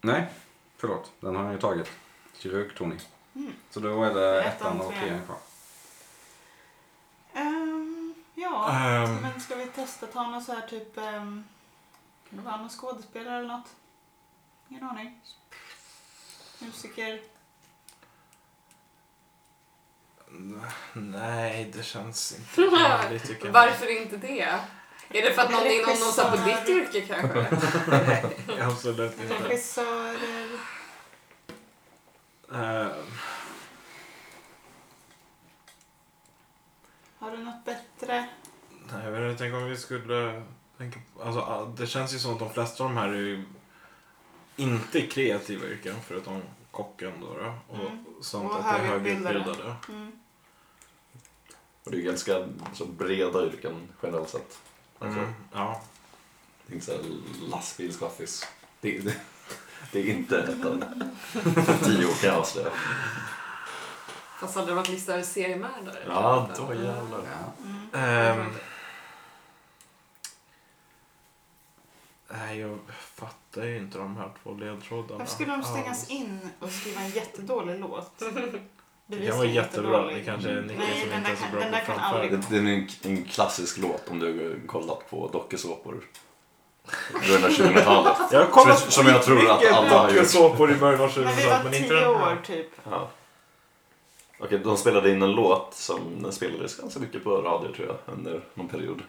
Speaker 1: Nej, förlåt. Den har jag ju tagit. Kirurg Tony.
Speaker 3: Mm.
Speaker 1: Så då är det
Speaker 3: Ettan,
Speaker 1: ettan och
Speaker 3: trean.
Speaker 1: trean kvar.
Speaker 3: Ehm, ja,
Speaker 2: Ehm.
Speaker 3: men ska vi testa ta någon så här typ... ehm, kan det vara någon skådespelare eller något? Ingen aning. Musiker.
Speaker 2: Nej, det känns
Speaker 3: <laughs>
Speaker 2: inte rimligt tycker jag.
Speaker 5: Varför inte det? Är det för att någon inom någon sa på
Speaker 3: Regissör.
Speaker 5: ditt yrke kanske?
Speaker 3: <laughs>
Speaker 2: Absolut inte.
Speaker 3: Regissörer.
Speaker 2: Eh,
Speaker 3: Har du något bättre?
Speaker 2: Nej, jag vet inte, tänk om vi skulle tänka på... Alltså, ah, det känns ju som att de flesta av de här är ju inte kreativa yrken förutom kocken då. då och
Speaker 3: Mm.
Speaker 2: sånt
Speaker 3: Och
Speaker 2: att det är
Speaker 3: högutbildade.
Speaker 2: högutbildade.
Speaker 3: Mm.
Speaker 4: Och det är ganska så breda yrken generellt sett. Alltså,
Speaker 2: Mm. Ja.
Speaker 4: Det är inte såhär lastbilschaffis. Det, det, det är inte ett av tio år kan jag avslöja.
Speaker 5: Fast hade det varit listade seriemördare?
Speaker 4: Ja, då jävlar.
Speaker 1: Ja.
Speaker 3: Mm.
Speaker 2: Ehm. Nej, jag fattar ju inte de här två ledtrådarna.
Speaker 3: Varför skulle de stängas
Speaker 2: alls.
Speaker 3: in och skriva en jättedålig
Speaker 2: <laughs>
Speaker 3: låt?
Speaker 2: Det kan vara
Speaker 3: Bevisligen
Speaker 2: jättebra.
Speaker 3: jättedålig.
Speaker 2: Det kanske är Nicke
Speaker 3: Nej,
Speaker 2: som
Speaker 3: den
Speaker 2: inte
Speaker 3: där
Speaker 2: är så
Speaker 3: kan-
Speaker 2: bra
Speaker 3: den
Speaker 2: på
Speaker 3: där kan aldrig
Speaker 2: framförande.
Speaker 4: Det, det är en, en klassisk låt om du har kollat på dokusåpor. Runt 2000-talet.
Speaker 2: Jag har kollat
Speaker 4: Som- som jag tror att
Speaker 2: skitmycket
Speaker 4: alla har gjort.
Speaker 2: dokusåpor i början av
Speaker 3: När vi var
Speaker 2: 2000-talet, men inte
Speaker 3: tio
Speaker 2: den här.
Speaker 3: år typ.
Speaker 4: Ja. Okej, de spelade in en låt som den spelades ganska mycket på radio tror jag under någon period.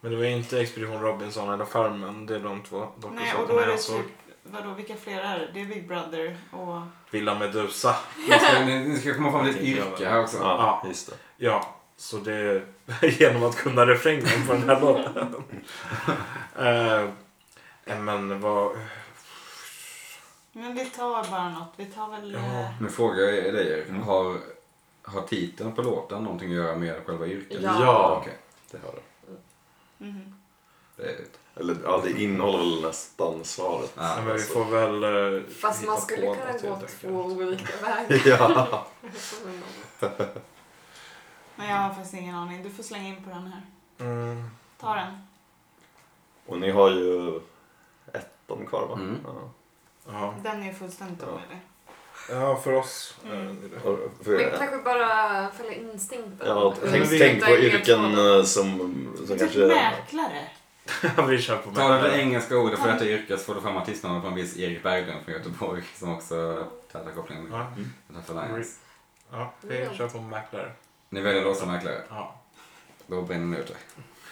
Speaker 2: Men det var inte Expedition Robinson eller Farmen. Det är de två
Speaker 3: Nej, och då
Speaker 2: dokusåporna
Speaker 3: är det
Speaker 2: jag såg.
Speaker 3: typ, vadå, vilka fler är det? Det är Big Brother och...
Speaker 2: Villa Medusa. <laughs>
Speaker 1: Ni, ska, ni, ni ska komma fram till ett yrke här också.
Speaker 4: Ja,
Speaker 2: Ja.
Speaker 4: just det.
Speaker 2: Ja, så det är <laughs> genom att kunna refrängen på den här låten. Eh, men vad...
Speaker 3: Men vi tar bara något. Vi tar väl...
Speaker 2: Ja.
Speaker 3: eh,
Speaker 1: Nu frågar jag dig Erik,
Speaker 4: Mm.
Speaker 1: har, har titeln på låten någonting att göra med själva yrket?
Speaker 5: Ja.
Speaker 1: Okej,
Speaker 4: Det har det.
Speaker 3: mhm.
Speaker 1: det är
Speaker 4: Eller ja, det innehåller väl nästan svaret.
Speaker 2: Ja, men vi
Speaker 4: alltså.
Speaker 2: får väl eh,
Speaker 5: Fast
Speaker 2: hitta
Speaker 5: man skulle
Speaker 2: på
Speaker 5: kunna
Speaker 2: något,
Speaker 5: gå
Speaker 2: helt enkelt.
Speaker 5: två
Speaker 4: <laughs>
Speaker 5: olika vägar.
Speaker 4: <laughs> Ja.
Speaker 3: Men jag har faktiskt ingen aning. Du får slänga in på den här.
Speaker 2: Mm.
Speaker 3: Ta den.
Speaker 4: Och ni har ju ettan kvar va?
Speaker 1: Mm.
Speaker 4: Ja.
Speaker 2: Ja.
Speaker 3: Den är ju fullständigt
Speaker 4: Ja.
Speaker 3: omöjlig.
Speaker 2: ja, för oss. eh,
Speaker 3: Mm.
Speaker 2: är det.
Speaker 4: Och- För,
Speaker 5: <laughs> Men kanske bara följa instinkten.
Speaker 4: ja,
Speaker 5: Och
Speaker 4: tänk,
Speaker 5: hitta
Speaker 4: tänk på
Speaker 5: egna
Speaker 4: yrken
Speaker 5: val.
Speaker 4: eh, som, som
Speaker 3: Typ
Speaker 4: kanske...
Speaker 3: mäklare.
Speaker 2: <laughs> vi kör på
Speaker 1: Ta det
Speaker 2: med.
Speaker 1: engelska ordet för detta yrke så får du fram artistnamnet på en viss Erik Berglund från Göteborg som också täta kopplingen med
Speaker 2: Ja,
Speaker 1: Tough
Speaker 4: Mm.
Speaker 1: Alliance.
Speaker 2: ja, vi kör på mäklare.
Speaker 1: Ni väljer då som mäklare,
Speaker 2: Ja.
Speaker 1: då bränner ni ut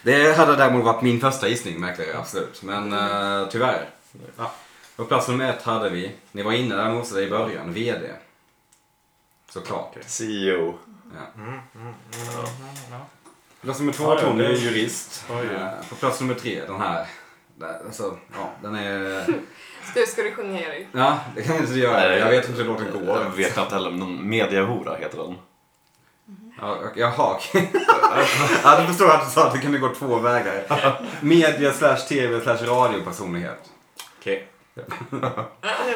Speaker 1: det. Det hade däremot varit min första gissning, mäklare, absolut. Men eh, tyvärr.
Speaker 2: Mm. Ja.
Speaker 1: På plats nummer ett hade vi, ni var inne där och nosade i början, VD. Såklart.
Speaker 4: CEO.
Speaker 2: Mm, mm, mm, ja.
Speaker 1: Plats nummer två,
Speaker 2: Ja, ja,
Speaker 1: Tony
Speaker 2: det-
Speaker 1: är jurist.
Speaker 2: Oj.
Speaker 1: Eh, På plats nummer tre, den här. Där, Alltså, ja, den är...
Speaker 4: eh.
Speaker 5: Du, ska du sjunga Erik?
Speaker 1: Ja, det kan jag inte göra. Jag vet inte hur låten
Speaker 4: Jag
Speaker 1: går.
Speaker 4: vet inte heller, men någon mediahora heter den.
Speaker 1: Ja, och- Jaha, okej. <laughs> Ja, du förstår att du sa att det kunde gå två vägar. Media slash tv slash radiopersonlighet.
Speaker 2: Okej.
Speaker 3: Det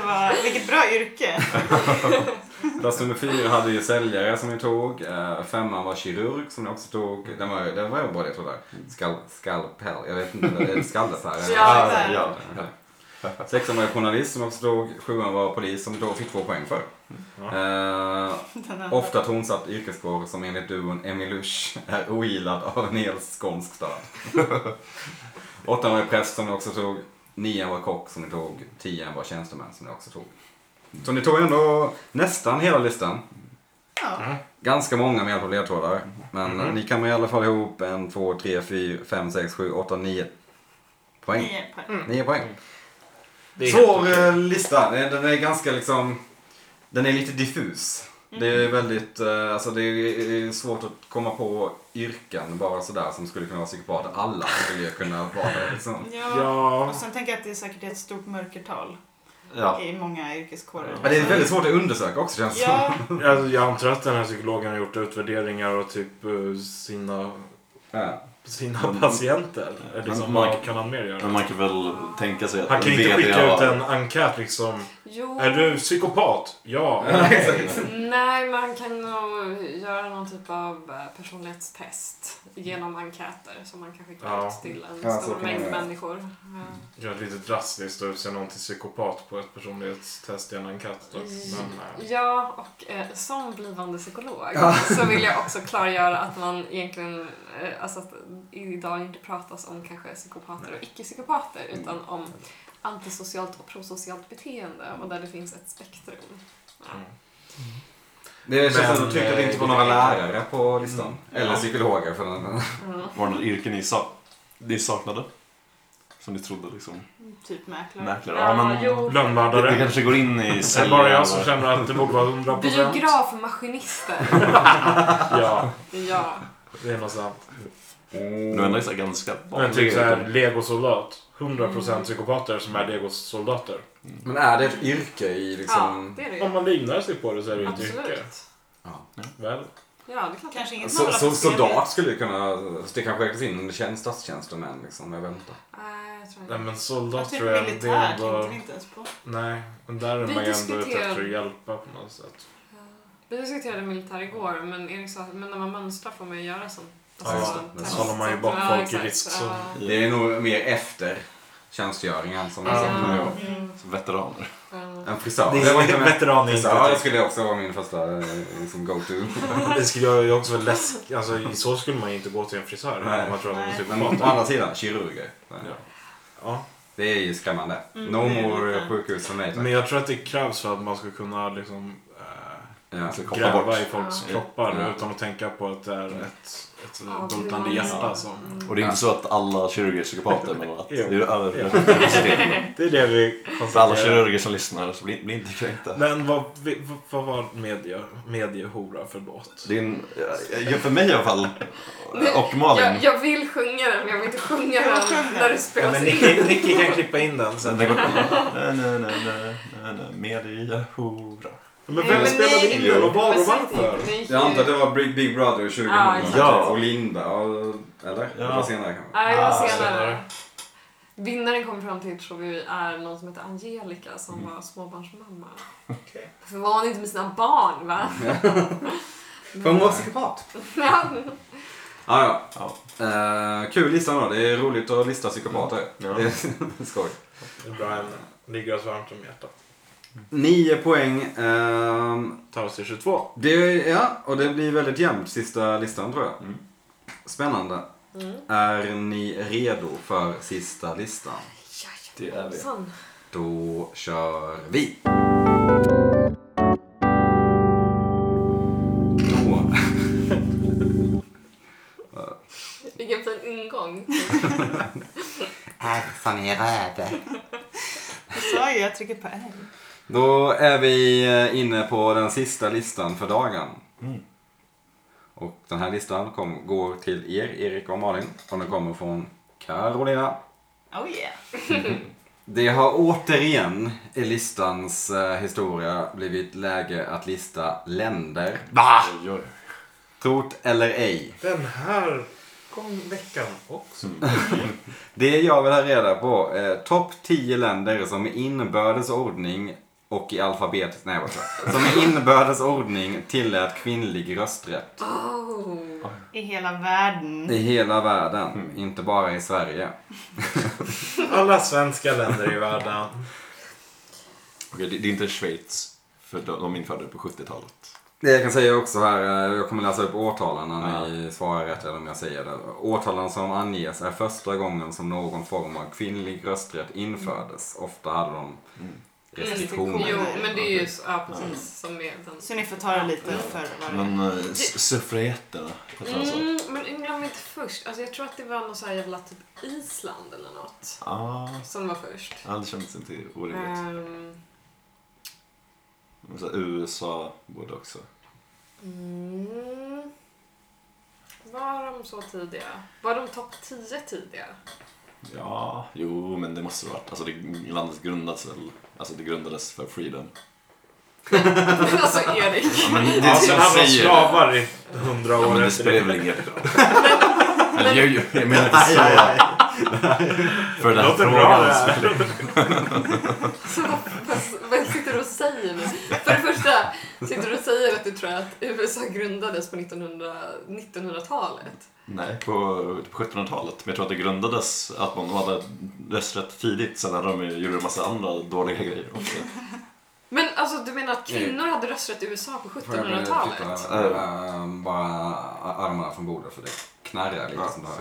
Speaker 3: var, vilket bra yrke.
Speaker 1: Plats nummer fyra hade ju säljare som ni tog. Eh, Femman var kirurg som ni också tog. Den var, den var ju bara det jag trodde. Skall, skalpell. Jag vet inte. vad Det är skaldaffär.
Speaker 5: Ja,
Speaker 3: där.
Speaker 4: Eh, ja.
Speaker 1: Sexan var ju journalist som också tog. Sjuan var polis som då fick två poäng för. Eh,
Speaker 3: Den här.
Speaker 1: ofta tonsatt yrkeskår som enligt duon Emilush är ogillad av en hel skånsk stad. Åttan var ju präst som ni också tog. Nian var kock som ni tog. Tian var tjänsteman som ni också tog. Så ni tog ändå nästan hela listan.
Speaker 3: Ja.
Speaker 1: Ganska många med hjälp av ledtrådar. Men eh, ni kan i alla fall ihop en, två, tre, fyra, fem, sex, sju, åtta, nio poäng.
Speaker 3: Nio poäng.
Speaker 1: Nio poäng.
Speaker 2: Det är helt
Speaker 1: Svår
Speaker 2: okej.
Speaker 1: eh, lista. Den den är ganska liksom... Den är lite diffus. Det
Speaker 5: Mm.
Speaker 1: är väldigt, eh, alltså det är svårt att komma på yrken bara sådär som skulle kunna vara psykopater. Alla skulle ju kunna vara det liksom.
Speaker 3: Ja.
Speaker 2: Ja.
Speaker 3: Och sen tänker jag att det är säkert ett stort mörkertal
Speaker 4: Ja.
Speaker 3: i många yrkeskårer.
Speaker 1: Ja, det är väldigt svårt att undersöka också känns det som.
Speaker 3: Ja,
Speaker 2: Alltså, jag antar att den här psykologen har gjort utvärderingar och typ eh, sina,
Speaker 1: Ja.
Speaker 2: sina
Speaker 4: Men-
Speaker 2: patienter. Eller Liksom,
Speaker 4: man-
Speaker 2: vad kan han mer
Speaker 4: Men
Speaker 2: göra?
Speaker 4: man kan väl tänka sig att
Speaker 2: Han kan inte
Speaker 4: VD
Speaker 2: skicka ut
Speaker 4: har-
Speaker 2: en enkät liksom.
Speaker 5: Jo.
Speaker 2: Är du psykopat? Ja.
Speaker 5: Nej, man kan nog göra någon typ av eh, personlighetstest genom enkäter som man kan skicka
Speaker 2: Ja.
Speaker 5: ut till en
Speaker 1: Ja, så
Speaker 5: stor
Speaker 1: kan man
Speaker 5: mängd
Speaker 1: göra.
Speaker 5: människor.
Speaker 2: Gör det lite drastiskt att utse någon till psykopat på ett personlighetstest i en enkät.
Speaker 5: Mm.
Speaker 2: dock. Men, eh,
Speaker 5: Ja, och eh, som blivande psykolog så vill jag också klargöra att man egentligen, eh, alltså att idag inte pratas om kanske psykopater och icke-psykopater utan om antisocialt och prosocialt beteende och där det finns ett spektrum. Ja.
Speaker 2: Mm.
Speaker 1: Det känns
Speaker 2: Men,
Speaker 1: ändå tryggt att det Mm. inte var
Speaker 2: eh,
Speaker 1: några lärare på listan. Eller
Speaker 2: Ja.
Speaker 1: psykologer för den
Speaker 5: Mm.
Speaker 4: Var det något yrke ni, sa- ni saknade? Som ni trodde liksom?
Speaker 3: typ mäklare.
Speaker 4: Mäklare? Ja, men
Speaker 5: jo.
Speaker 4: det, det
Speaker 2: Lönnmördare.
Speaker 4: kanske går in i
Speaker 2: Det är
Speaker 4: sälj...
Speaker 2: bara jag som känner att det borde vara 100%. <laughs>
Speaker 5: Biografmaskinister.
Speaker 2: Ja,
Speaker 5: ja.
Speaker 2: det är något sant.
Speaker 1: Mm.
Speaker 4: Nu är det så här ganska
Speaker 2: Men typ
Speaker 4: vanligt.
Speaker 2: såhär legosoldat. 100% psykopater som är legosoldater.
Speaker 1: Men är det ett yrke i liksom...
Speaker 5: ja, det är det
Speaker 2: Om
Speaker 5: ju.
Speaker 2: man livnär sig på det så är det ju ett yrke.
Speaker 5: Absolut.
Speaker 2: Väl?
Speaker 5: Ja, det är klart.
Speaker 3: Kanske inget
Speaker 1: Så,
Speaker 3: man
Speaker 1: så,
Speaker 3: håller på
Speaker 1: soldat skulle ju kunna... Det kanske räknas in under tjänst- statstjänstemän liksom. Jag vet inte.
Speaker 5: Nej, jag tror
Speaker 2: Nej
Speaker 5: inte.
Speaker 2: men
Speaker 3: Fast
Speaker 2: soldat
Speaker 3: typ
Speaker 2: tror jag det
Speaker 3: militär
Speaker 2: är
Speaker 3: tänkte
Speaker 2: ändå...
Speaker 3: vi inte ens på.
Speaker 2: Nej, men där är
Speaker 5: Vi
Speaker 2: man ju ändå ute
Speaker 5: diskuterar-
Speaker 2: efter att hjälpa på något sätt.
Speaker 5: Vi diskuterade militär igår, men Erik sa att men när man mönstrar får man ju göra sånt. Alltså,
Speaker 2: Ja,
Speaker 1: just det.
Speaker 5: test
Speaker 1: Men
Speaker 5: och
Speaker 1: så
Speaker 2: håller man ju
Speaker 5: sånt.
Speaker 2: bort
Speaker 5: Ja,
Speaker 2: folk i
Speaker 5: exakt.
Speaker 2: riskzon.
Speaker 5: Ja.
Speaker 1: Det är nog mer efter tjänstgöringen som
Speaker 5: Ja.
Speaker 1: som jag-
Speaker 3: Mm.
Speaker 4: Veteraner.
Speaker 5: Ja.
Speaker 1: En frisör.
Speaker 2: Det
Speaker 1: <laughs>
Speaker 2: är
Speaker 1: inte
Speaker 2: veteran är inte
Speaker 1: Frisör
Speaker 2: det.
Speaker 1: skulle också vara min första eh, liksom, go-to.
Speaker 2: Det skulle jag ju också vara läskigt. Alltså i så skulle man ju inte gå till en frisör
Speaker 1: Nej.
Speaker 2: om man tror att man är
Speaker 3: Nej.
Speaker 1: Men å
Speaker 2: psykopat.
Speaker 1: andra sidan, kirurger.
Speaker 4: Ja.
Speaker 2: Ja.
Speaker 1: Det är ju skrämmande.
Speaker 3: Mm,
Speaker 1: no
Speaker 3: det är
Speaker 1: more
Speaker 3: lite-
Speaker 1: sjukhus för mig tack.
Speaker 2: Men jag tror att det krävs för att man ska kunna liksom eh,
Speaker 1: Ja.
Speaker 4: Så koppla
Speaker 2: gräva
Speaker 4: bort.
Speaker 2: i folks
Speaker 4: Ja.
Speaker 2: kroppar
Speaker 1: Ja.
Speaker 2: utan att tänka på att det är ett ett
Speaker 5: Ja,
Speaker 2: bultande
Speaker 5: det
Speaker 2: hjärta
Speaker 1: var-
Speaker 2: som...
Speaker 4: Och det är inte så att alla kirurger är psykopater men <laughs> att det
Speaker 1: Jo.
Speaker 4: är över
Speaker 1: Ja.
Speaker 4: <laughs> kapaciteten.
Speaker 1: Det är det vi
Speaker 4: För alla
Speaker 1: konstaterar.
Speaker 4: kirurger som lyssnar så blir, blir inte kränkta.
Speaker 2: Men vad, vi- vad- vad var medie, mediehora för låt?
Speaker 4: Det är en, ja, ja, för mig i alla fall. Och Malin.
Speaker 5: Jag, jag vill sjunga den, men jag vill inte sjunga
Speaker 3: Jag
Speaker 5: den
Speaker 3: sjunger.
Speaker 5: när det
Speaker 2: Ja,
Speaker 5: spelas
Speaker 2: men
Speaker 5: in.
Speaker 2: Nicky, Nicky kan klippa in den sen.
Speaker 4: Den går <laughs> na, na, na, na, na, na, Mediahora.
Speaker 2: Men
Speaker 5: Nej,
Speaker 2: vem
Speaker 5: men
Speaker 2: spelade
Speaker 5: nej.
Speaker 2: in den och var och
Speaker 5: Musik-
Speaker 2: varför?
Speaker 5: musik-
Speaker 1: Jag antar att det var Big, Big Brother 2000.
Speaker 5: Ja,
Speaker 1: kanske.
Speaker 4: exakt.
Speaker 1: typ, och Linda. och- Eller?
Speaker 4: Ja.
Speaker 1: Det var senare kanske.
Speaker 5: Nej, det var
Speaker 4: Ah,
Speaker 5: senare.
Speaker 2: senare.
Speaker 5: Vinnaren kom fram till, tror vi, är någon som heter Angelica som var småbarnsmamma.
Speaker 2: Okej.
Speaker 5: För var hon inte med sina barn, va?
Speaker 1: För hon var psykopat.
Speaker 5: <laughs> Ja.
Speaker 1: Ah, ja.
Speaker 4: Ja.
Speaker 1: Eh, kul lista då. Det är roligt att lista psykopater.
Speaker 4: Ja.
Speaker 1: Det är <laughs> skoj.
Speaker 2: Det är bra ämne. Ligger oss varmt om hjärtat.
Speaker 1: Nio poäng. ehm,
Speaker 2: Tar oss till 22.
Speaker 1: det, ja, och det blir väldigt jämnt sista listan tror jag.
Speaker 4: Mm.
Speaker 1: Spännande.
Speaker 5: Mm.
Speaker 1: Är ni redo för sista listan?
Speaker 4: Det är vi.
Speaker 5: Jajamensan.
Speaker 1: Då kör vi! Då.
Speaker 5: Vilken fin ingång.
Speaker 6: Här som i röven.
Speaker 3: Jag sa ju, jag trycker på L.
Speaker 1: Då är vi eh, inne på den sista listan för dagen.
Speaker 4: Mm.
Speaker 1: Och den här listan kom, går till er, Erik och Malin. Och den kommer från Carolina.
Speaker 3: Oh yeah.
Speaker 1: Det har återigen i listans eh, historia blivit läge att lista länder.
Speaker 4: Va? Oj, oj.
Speaker 1: Trot eller ej.
Speaker 2: Den här gång, veckan också.
Speaker 1: Det jag vill ha reda på är topp 10 länder som i inbördes ordning och i alfabetet, nej vad Som i inbördes ordning tillät kvinnlig rösträtt.
Speaker 5: Oh.
Speaker 3: I hela världen.
Speaker 1: I hela världen, inte bara i Sverige.
Speaker 2: Alla svenska länder i världen.
Speaker 4: Okej, det, det är inte Schweiz. För de, de införde det på 70-talet.
Speaker 1: Det jag kan säga också här, eh, jag kommer läsa upp årtalen när
Speaker 4: Ja.
Speaker 1: ni svarar rätt eller om jag säger det. Årtalen som anges är första gången som någon form av kvinnlig rösträtt infördes. Ofta hade de restriktioner.
Speaker 5: Jo, men det är ju så, ja, precis som med den.
Speaker 3: Så ni får ta det lite för vad det är.
Speaker 4: Men eh, s- suffragetterna. heter det alltså.
Speaker 5: Mm, men glöm inte först. Alltså, jag tror att det var någon så här jävla typ Island eller något
Speaker 4: Ah,
Speaker 5: som var först.
Speaker 4: ja, det kändes inte orimligt.
Speaker 5: Ehm,
Speaker 4: Men så här, USA borde också.
Speaker 5: mm, var de så tidiga? Var de topp 10 tidiga? <laughs>
Speaker 4: Ja, jo, men det måste det varit. Alltså, det, landet grundades väl. Alltså, det grundades för freedom.
Speaker 5: alltså Erik.
Speaker 4: Men det
Speaker 2: Alltså, här var
Speaker 4: säger-
Speaker 2: slavar i hundra
Speaker 4: Ja,
Speaker 2: år
Speaker 4: men det
Speaker 2: efter
Speaker 4: spelar
Speaker 2: det.
Speaker 4: väl ingen roll. Eller jo, jo, jag menar inte så. För den här
Speaker 2: Låter bra det
Speaker 4: frågan.
Speaker 2: här.
Speaker 4: spelar-
Speaker 5: Så, vad- vad sitter du och säger nu? För det första sitter du och säger att du tror att USA grundades på 1900, 1900-talet.
Speaker 4: Nej, på, på 1700-talet. Men jag tror att det grundades att man hade rösträtt tidigt. Sen hade de ju- gjorde en massa andra dåliga grejer också.
Speaker 5: Men alltså du menar att kvinnor hade rösträtt i USA på
Speaker 1: Får jag börja
Speaker 4: typ
Speaker 1: flytta,
Speaker 5: 1700-talet?
Speaker 1: eh, Bara armarna från bordet för det knarrar lite
Speaker 4: Ja.
Speaker 1: sånt här.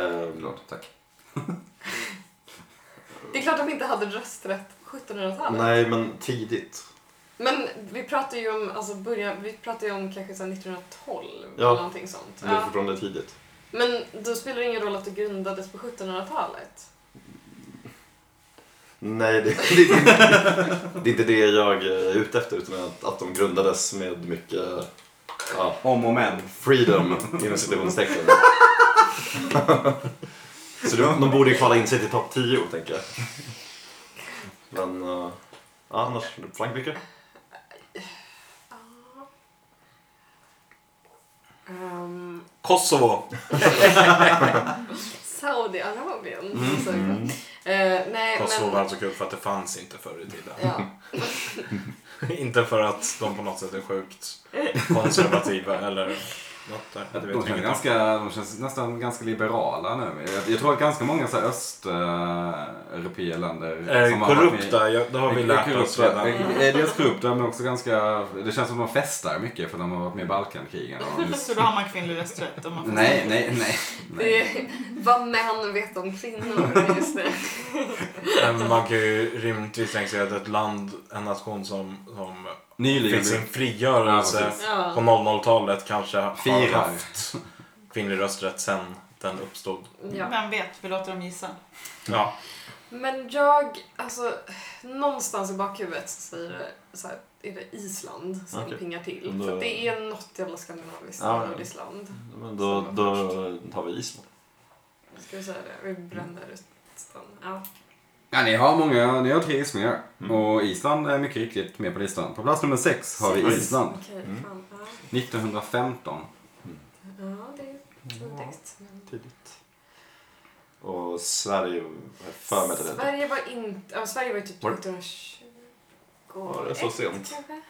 Speaker 4: Ehm,
Speaker 1: Förlåt, tack.
Speaker 5: Det är klart att de inte hade rösträtt på 1700-talet.
Speaker 4: Nej, men tidigt.
Speaker 5: Men vi pratar ju om, alltså börja, vi pratar ju om kanske sedan 1912
Speaker 4: Ja.
Speaker 5: eller någonting sånt.
Speaker 4: Det är
Speaker 5: Ja.
Speaker 4: fortfarande tidigt.
Speaker 5: Men då spelar det ingen roll att det grundades på 1700-talet.
Speaker 4: Nej, det, <laughs> det, det, det är inte det jag är ute efter. Utan att, att de grundades med mycket ja,
Speaker 1: Om och men.
Speaker 4: freedom inom citationstecken. Så de, de borde ju kvala in sig till topp 10, tänker jag. Men eh, ja, annars, Frankrike?
Speaker 5: Ehm,
Speaker 2: Kosovo.
Speaker 5: Saudiarabien.
Speaker 4: Mm.
Speaker 5: så är det. Eh, nej,
Speaker 2: Kosovo var
Speaker 5: men...
Speaker 2: alltså kul för att det fanns inte förr i tiden.
Speaker 5: Ja.
Speaker 2: <laughs> inte för att de på något sätt är sjukt konservativa eller något där. Jag vet
Speaker 1: De
Speaker 2: inte
Speaker 1: känns,
Speaker 2: vilket.
Speaker 1: ganska, de känns nästan ganska liberala nu. Men Jag, jag tror att ganska många så här östeuropeiska länder... har varit
Speaker 2: Eh,
Speaker 1: med-
Speaker 2: korrupta, ja, det har vi
Speaker 1: Eh,
Speaker 2: lärt oss
Speaker 1: korrupta.
Speaker 2: redan.
Speaker 1: Eh, eh, Dels korrupta men också ganska... Det känns som de festar mycket för de har varit med i Balkankrigen.
Speaker 5: <laughs>
Speaker 1: Och...
Speaker 3: Så då har man kvinnlig rösträtt om man får
Speaker 1: nej, nej, nej. nej.
Speaker 5: Det är <laughs> vad män vet om kvinnor just nu.
Speaker 2: Men man kan ju rimligtvis tänka sig att ett land, en nation som, som
Speaker 1: Nyligen
Speaker 2: fick sin
Speaker 1: blev-
Speaker 2: frigörelse
Speaker 1: Ja, precis.
Speaker 5: Ja.
Speaker 2: på 00-talet kanske har
Speaker 1: Firar.
Speaker 2: haft kvinnlig rösträtt sen den uppstod.
Speaker 4: Mm.
Speaker 5: Ja.
Speaker 3: Vem vet, vi låter dem gissa.
Speaker 2: Ja,
Speaker 5: Men jag, alltså någonstans i bakhuvudet så säger det så här, är det Island som
Speaker 4: Okej.
Speaker 5: pingar till.
Speaker 4: Men då-
Speaker 5: För att det är något jävla skandinaviskt
Speaker 4: Ja, ja.
Speaker 5: nordiskt land.
Speaker 4: Men då, då tar vi Island.
Speaker 5: Ska vi säga det? Vi bränner ut den. Ja.
Speaker 1: Ja, ni har många, ni har tre gissningar.
Speaker 4: Mm.
Speaker 1: Och Island är mycket riktigt med på listan. På plats nummer sex har vi
Speaker 5: Sex.
Speaker 1: Island.
Speaker 5: Okej,
Speaker 4: Mm.
Speaker 5: fan. Ja.
Speaker 1: 1915.
Speaker 5: ja, det är tidigt. Men-
Speaker 4: Tidigt. Och Sverige, jag har för mig att det är
Speaker 5: Sverige var inte, ja, Sverige var ju typ
Speaker 4: Var det-
Speaker 5: 1920
Speaker 4: Var det så sent?
Speaker 5: kanske?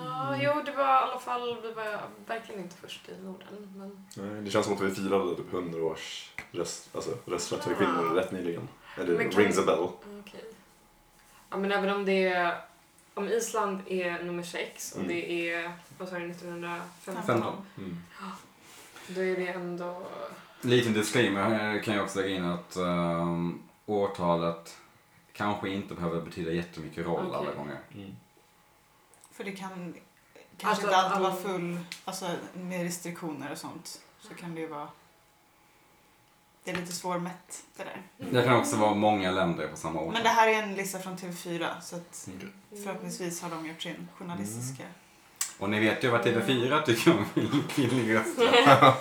Speaker 5: Ja, jo det var i alla fall, vi var verkligen inte först i Norden. Men
Speaker 4: Nej, Det känns som att vi firade typ 100 års röst, alltså rösträtt för
Speaker 5: Ah.
Speaker 4: kvinnor rätt nyligen. Eller
Speaker 5: Men kan-
Speaker 4: rings a bell.
Speaker 5: okej. Ja men även om det är, om Island är nummer sex och
Speaker 4: Mm.
Speaker 5: det är, vad sa du, 1915?
Speaker 1: 15.
Speaker 5: Då är det ändå,
Speaker 1: Liten disclaimer här kan jag också lägga in att ehm, årtalet kanske inte behöver betyda jättemycket roll
Speaker 5: Okej.
Speaker 1: alla gånger.
Speaker 4: Mm.
Speaker 3: För det kan kanske
Speaker 5: Alltså,
Speaker 3: inte alltid
Speaker 5: alla-
Speaker 3: vara full, alltså med restriktioner och sånt. Så kan det ju vara... Det är lite svårmätt det där.
Speaker 1: Det kan också vara många länder på samma år.
Speaker 3: Men det här är en lista från TV4 så att
Speaker 4: Mm.
Speaker 3: förhoppningsvis har de gjort sin journalistiska.
Speaker 1: Och ni vet ju vad
Speaker 4: Mm.
Speaker 1: TV4 tycker om kvinnlig
Speaker 4: <laughs>
Speaker 1: röst.
Speaker 5: ja,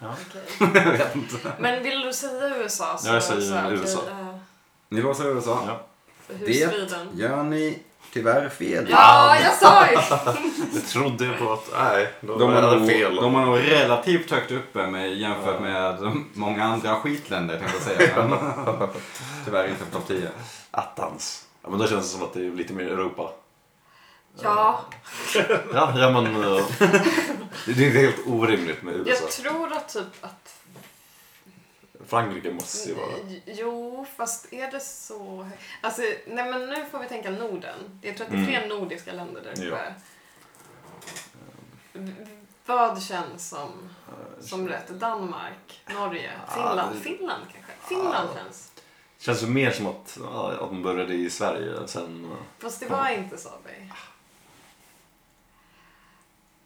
Speaker 4: Ja.
Speaker 5: okej. <laughs> Men vill du säga USA så?
Speaker 4: Ja, jag säger
Speaker 5: så, okej,
Speaker 4: USA.
Speaker 5: eh,
Speaker 1: Ni låser USA.
Speaker 4: Ja.
Speaker 5: för
Speaker 1: Det-
Speaker 5: husfriden.
Speaker 1: Gör ni tyvärr fel.
Speaker 5: Ja, jag
Speaker 4: <laughs>
Speaker 5: sa ju!
Speaker 4: Jag trodde ju på att, nej, då
Speaker 1: De är,
Speaker 4: var det
Speaker 1: nog,
Speaker 4: fel.
Speaker 1: de är nog relativt högt uppe med, jämfört
Speaker 4: Ja.
Speaker 1: med de- många andra skitländer tänkte jag säga.
Speaker 4: <laughs>
Speaker 1: Men Tyvärr inte på topp 10.
Speaker 4: Attans. Ja, men då känns det som att det är lite mer Europa.
Speaker 5: Ja,
Speaker 4: Ja, <laughs> ja men eh, det är inte helt orimligt med USA.
Speaker 5: jag tror att typ att...
Speaker 4: Frankrike måste ju vara...
Speaker 5: Eh, Jo, fast är det så... Alltså, nej men nu får vi tänka Norden. Jag tror att det är
Speaker 4: Mm.
Speaker 5: fler nordiska länder där
Speaker 4: Ja.
Speaker 5: uppe. V- v- Vad känns som,
Speaker 4: eh,
Speaker 5: som rätt? Danmark, Norge,
Speaker 4: Ah,
Speaker 5: Finland?
Speaker 4: det-
Speaker 5: Finland kanske? Finland
Speaker 4: Ah.
Speaker 5: känns.
Speaker 4: känns ju mer som att, ja, att man började i Sverige sen. eh,
Speaker 5: Fast det var inte så. vi.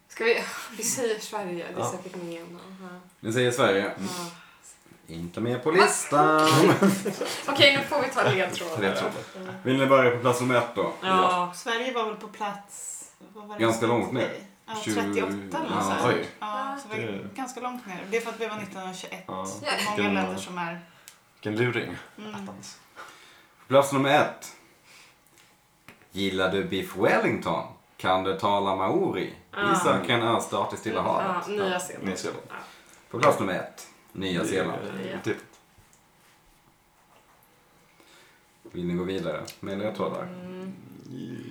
Speaker 5: Ska vi... <laughs> Vi säger Sverige. Det är
Speaker 4: Ja.
Speaker 5: säkert ingen. annan.
Speaker 1: Ni säger Sverige.
Speaker 4: Mm.
Speaker 5: Ja. Ja.
Speaker 1: Inte med på listan.
Speaker 4: <laughs>
Speaker 5: Okej, nu får vi ta ledtrådar.
Speaker 4: Ledtrådar.
Speaker 5: Ja.
Speaker 1: Vill ni börja på plats nummer ett då?
Speaker 5: Ja.
Speaker 3: Sverige var väl på plats... Vad var det?
Speaker 1: Ganska långt ner.
Speaker 3: Ja,
Speaker 1: 20
Speaker 3: 38 eller
Speaker 1: Ja,
Speaker 3: något sånt.
Speaker 4: oj.
Speaker 3: Ja, så det
Speaker 4: Det-
Speaker 3: var ganska långt ner. Det är för att vi var 1921.
Speaker 4: Ja.
Speaker 3: Det är många
Speaker 4: Vilken-
Speaker 3: länder som är...
Speaker 4: Vilken luring.
Speaker 3: Mm.
Speaker 4: Attans.
Speaker 1: Plats nummer ett. Gillar du Biff Wellington? Kan du tala maori?
Speaker 5: Ah.
Speaker 1: Isak är en östat i Stilla havet.
Speaker 5: Ja, Nya Zeeland.
Speaker 4: Nya Zeeland.
Speaker 5: Ja.
Speaker 1: På plats nummer ett. Nya Zeeland.
Speaker 4: Det är-
Speaker 5: Ja.
Speaker 4: Typ.
Speaker 1: Vill ni gå vidare med ledtrådar?
Speaker 5: Mm.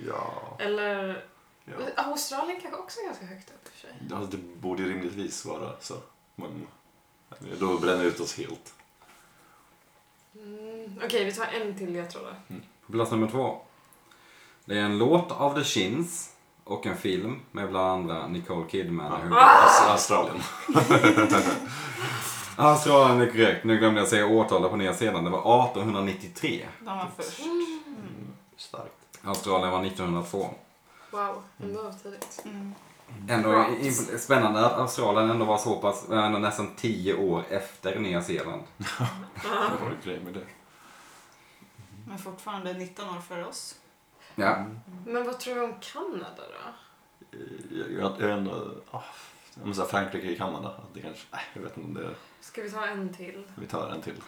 Speaker 4: Ja.
Speaker 5: Eller
Speaker 4: ja.
Speaker 5: Australien kanske också är ganska högt upp i och för sig.
Speaker 4: Ja, det borde ju rimligtvis vara så. Men eh, då bränner jag ut oss helt.
Speaker 5: Mm. Okej, vi tar en till ledtråd.
Speaker 1: På plats nummer två. Det är en låt av The Shins och en film med bland andra Nicole
Speaker 5: Ah.
Speaker 1: Kidman i huvudrollen.
Speaker 4: Alltså, Australien.
Speaker 1: Australien är korrekt. Nu glömde jag säga årtalet på Nya Zeeland. Det var 1893.
Speaker 3: De var först.
Speaker 4: Starkt.
Speaker 1: Australien var 1902.
Speaker 5: Wow, ändå tidigt.
Speaker 3: Mm.
Speaker 1: Ändå
Speaker 5: Bra.
Speaker 1: imp- spännande att Australien ändå var så pass, eh, ändå nästan 10 år efter Nya Zeeland.
Speaker 4: Vad var det grej med det?
Speaker 3: Men fortfarande 19 år före oss.
Speaker 1: Ja.
Speaker 5: Men vad tror vi om Kanada då?
Speaker 4: Jag, jag, jag är ändå... ah, jag måste säga Frankrike i Kanada. att Det kanske, nej, jag vet inte om det...
Speaker 5: Ska vi ta en till?
Speaker 4: Vi tar en till.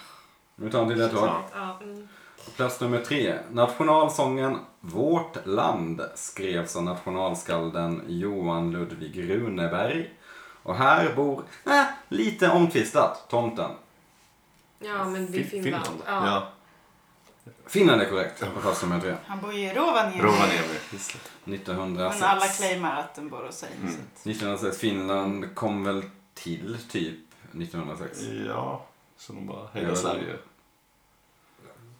Speaker 1: Nu tar vi till ett år.
Speaker 5: Ja, mm.
Speaker 1: Plats nummer tre. Nationalsången Vårt land skrevs av nationalskalden Johan Ludvig Runeberg. Och här bor, eh, lite omtvistat, tomten.
Speaker 5: ja men vi
Speaker 4: Fin-
Speaker 5: är Finland. Ja.
Speaker 4: Ja.
Speaker 1: Finland är korrekt på plats nummer tre.
Speaker 3: Han bor ju i Rovaniemi.
Speaker 4: Rovaniemi.
Speaker 1: 1906.
Speaker 3: Men alla claimar att den bor hos sig.
Speaker 4: Mm.
Speaker 3: Så att,
Speaker 1: 1906. Finland kom väl till typ 1906.
Speaker 4: Ja. Så de bara,
Speaker 1: Ja,
Speaker 4: hela
Speaker 1: det-
Speaker 4: Sverige.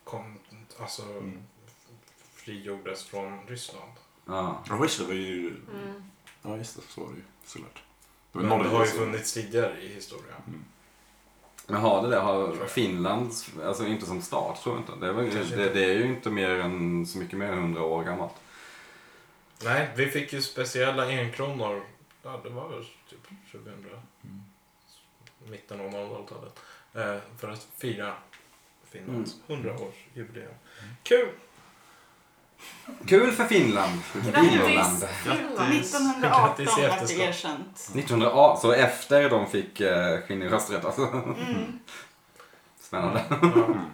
Speaker 2: kom, alltså
Speaker 4: Mm.
Speaker 2: frigjordes från Ryssland.
Speaker 1: Ja.
Speaker 4: Ja, visst, det var ju...
Speaker 5: Mm.
Speaker 4: Ja, just det. Så var det ju såklart. Det var
Speaker 2: Men det
Speaker 4: Norge.
Speaker 2: har ju
Speaker 4: som-
Speaker 2: funnits tidigare i historien.
Speaker 1: Men har det det? Har Finland, alltså inte som stat tror jag inte. Det är, väl,
Speaker 2: Kanske
Speaker 1: det,
Speaker 2: inte.
Speaker 1: det är ju inte mer än, så mycket mer än 100 år gammalt.
Speaker 2: Nej, vi fick ju speciella enkronor ja, det var väl typ 2000,
Speaker 4: Mm.
Speaker 2: mitten av 00-talet. Eh, för att fira
Speaker 4: Mm.
Speaker 2: Finlands 100-årsjubileum. Kul!
Speaker 4: <laughs>
Speaker 1: Kul för Finland. Finland.
Speaker 5: Grattis!
Speaker 4: Grattis.
Speaker 5: Finland.
Speaker 3: 1918
Speaker 2: Grattis i
Speaker 3: vart det
Speaker 2: efterskott.
Speaker 3: erkänt.
Speaker 1: 1918, så efter de fick eh, kvinnlig rösträtt alltså.
Speaker 3: Mm.
Speaker 1: <laughs> Spännande.
Speaker 2: Ja.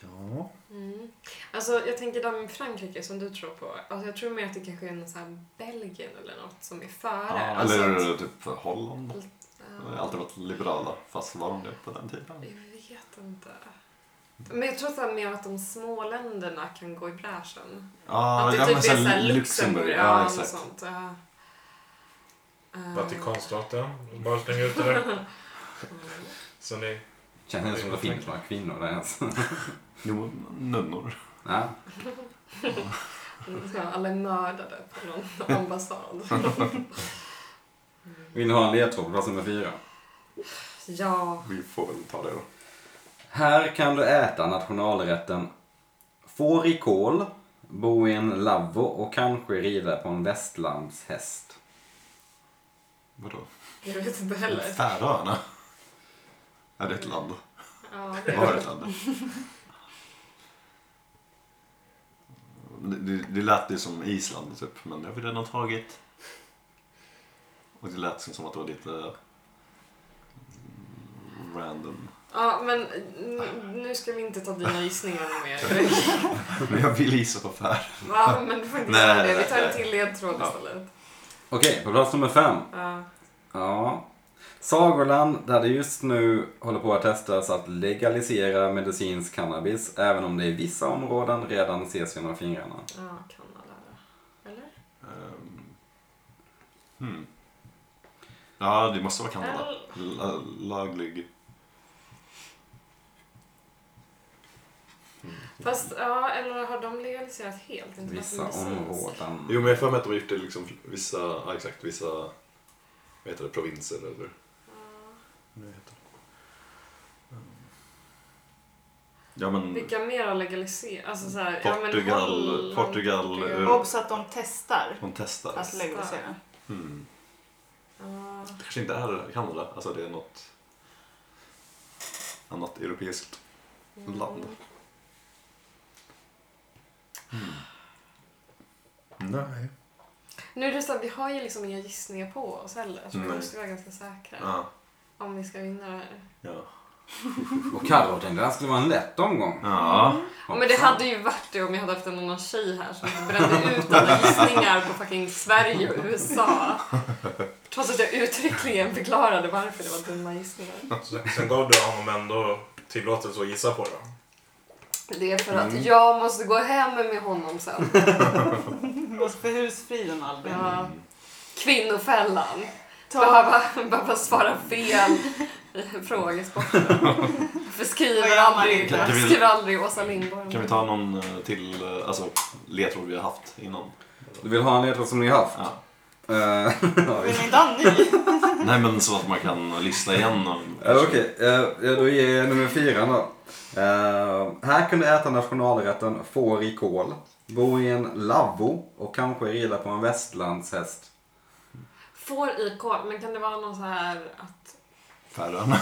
Speaker 4: Ja.
Speaker 5: Mm. Alltså, jag tänker de Frankrike som du tror på. Alltså, jag tror mer att det kanske är någon så här Belgien eller något som är före. alltså, att-
Speaker 4: Eller typ för Holland. De har ju
Speaker 5: Ja,
Speaker 4: alltid varit liberala, fast var de det på den tiden?
Speaker 5: jag vet inte. Men jag tror så här mer att de små länderna kan gå i bräschen.
Speaker 4: Ja,
Speaker 5: att det
Speaker 4: ja,
Speaker 5: typ
Speaker 4: men
Speaker 5: är
Speaker 4: sen
Speaker 5: så här Luxemburg, ja, och
Speaker 4: exakt.
Speaker 5: sånt. Ja. Eh,
Speaker 2: Vatikanstaten, bara släng ut det <laughs> där. Så ni,
Speaker 1: Känns det som det finns några kvinnor där ens?
Speaker 4: Jo, nunnor.
Speaker 1: Ja.
Speaker 5: Ja, mm, alla är mördade på någon
Speaker 4: <laughs>
Speaker 5: ambassad.
Speaker 1: Vill ni ha en ledtråd? Plats nummer fyra.
Speaker 5: ja.
Speaker 4: Vi får väl ta det då.
Speaker 1: Här kan du äta nationalrätten fårikål, bo i en lavvo och kanske rida på en västlandshäst.
Speaker 4: Vadå?
Speaker 5: Jag vet inte heller.
Speaker 4: Färöarna? Ja, det är ett land.
Speaker 5: Ja, det
Speaker 4: Vad är
Speaker 5: är
Speaker 4: ett land? Det, det, det lät ju som Island typ, men det har vi redan tagit. Och det lät som att det var lite mm, random.
Speaker 5: Ja, men n- nu ska vi inte ta dina gissningar någon mer.
Speaker 4: <laughs> Men jag vill gissa på fär.
Speaker 5: Va? Men du får inte
Speaker 4: Nej,
Speaker 5: säga det.
Speaker 4: nej,
Speaker 5: Vi tar en
Speaker 4: nej.
Speaker 5: till ledtråd
Speaker 4: Ja.
Speaker 5: istället.
Speaker 1: Okej, på plats nummer fem.
Speaker 5: Ja.
Speaker 1: Ja. Sagoland, där det just nu håller på att testas att legalisera medicinsk cannabis, även om det i vissa områden redan ses genom fingrarna.
Speaker 5: Ja, Kanada. Eller?
Speaker 4: Ehm, Hmm. Ja, det måste vara Kanada. La, laglig.
Speaker 5: Fast, ja, eller har de legaliserat helt? Inte
Speaker 1: Vissa
Speaker 5: bara som medicinskt.
Speaker 1: områden.
Speaker 7: Jo, men jag har för mig att de har gjort det liksom vissa, ja, exakt, vissa, vad heter det, provinser eller?
Speaker 4: Ja, men
Speaker 5: Vilka mer har legaliserat? Alltså så här,
Speaker 4: Portugal,
Speaker 5: ja, men Holland,
Speaker 4: Portugal, eh,
Speaker 3: Obs att de testar
Speaker 4: de testar.
Speaker 3: att legalisera.
Speaker 4: Hmm.
Speaker 5: Alltså. Ja.
Speaker 4: Det kanske inte är Kanada. Alltså det är något annat europeiskt
Speaker 5: Mm.
Speaker 4: land. Mm. Nej.
Speaker 5: Nu är det så att vi har ju liksom inga gissningar på oss heller. Så vi
Speaker 4: Nej.
Speaker 5: måste vara ganska säkra.
Speaker 4: Ja.
Speaker 5: Om vi ska vinna det här.
Speaker 4: Ja.
Speaker 1: Och Carro tänkte det här skulle vara en lätt omgång.
Speaker 4: ja.
Speaker 5: Ja, men det hade ju varit det om jag hade haft en annan tjej här som brände ut alla gissningar på fucking Sverige och USA. Trots att jag uttryckligen förklarade varför det var dumma gissningar.
Speaker 2: Alltså, sen, sen gav du honom ändå tillåtelse att gissa på det.
Speaker 5: Det är för att
Speaker 4: Mm.
Speaker 5: jag måste gå hem med honom sen.
Speaker 3: Mm. Och för husfriden Albin.
Speaker 5: Ja. Kvinnofällan.
Speaker 3: Ta,
Speaker 5: Behöva, behöva svara fel i <laughs> frågesporten. För
Speaker 3: Vad
Speaker 5: skriver
Speaker 3: gör man
Speaker 5: aldrig,
Speaker 3: inte?
Speaker 4: Kan vi-
Speaker 5: skriver aldrig Åsa Lindborg.
Speaker 4: Kan vi ta någon eh, till eh, alltså, ledtråd vi har haft innan?
Speaker 1: Du vill ha en ledtråd som ni har haft?
Speaker 4: Ja.
Speaker 1: Eh, <laughs> ja,
Speaker 3: vill ni inte ha en ny?
Speaker 4: Nej men så att man kan lyssna igen. och-
Speaker 1: Eh, Okej, okay. då ger jag nummer fyra då. Eh, här kunde äta nationalrätten får i kål, bo i en lavvo och kanske rida på en västlandshäst.
Speaker 5: Får i kol, men kan det vara någon så här att...
Speaker 4: <laughs> Färöarna.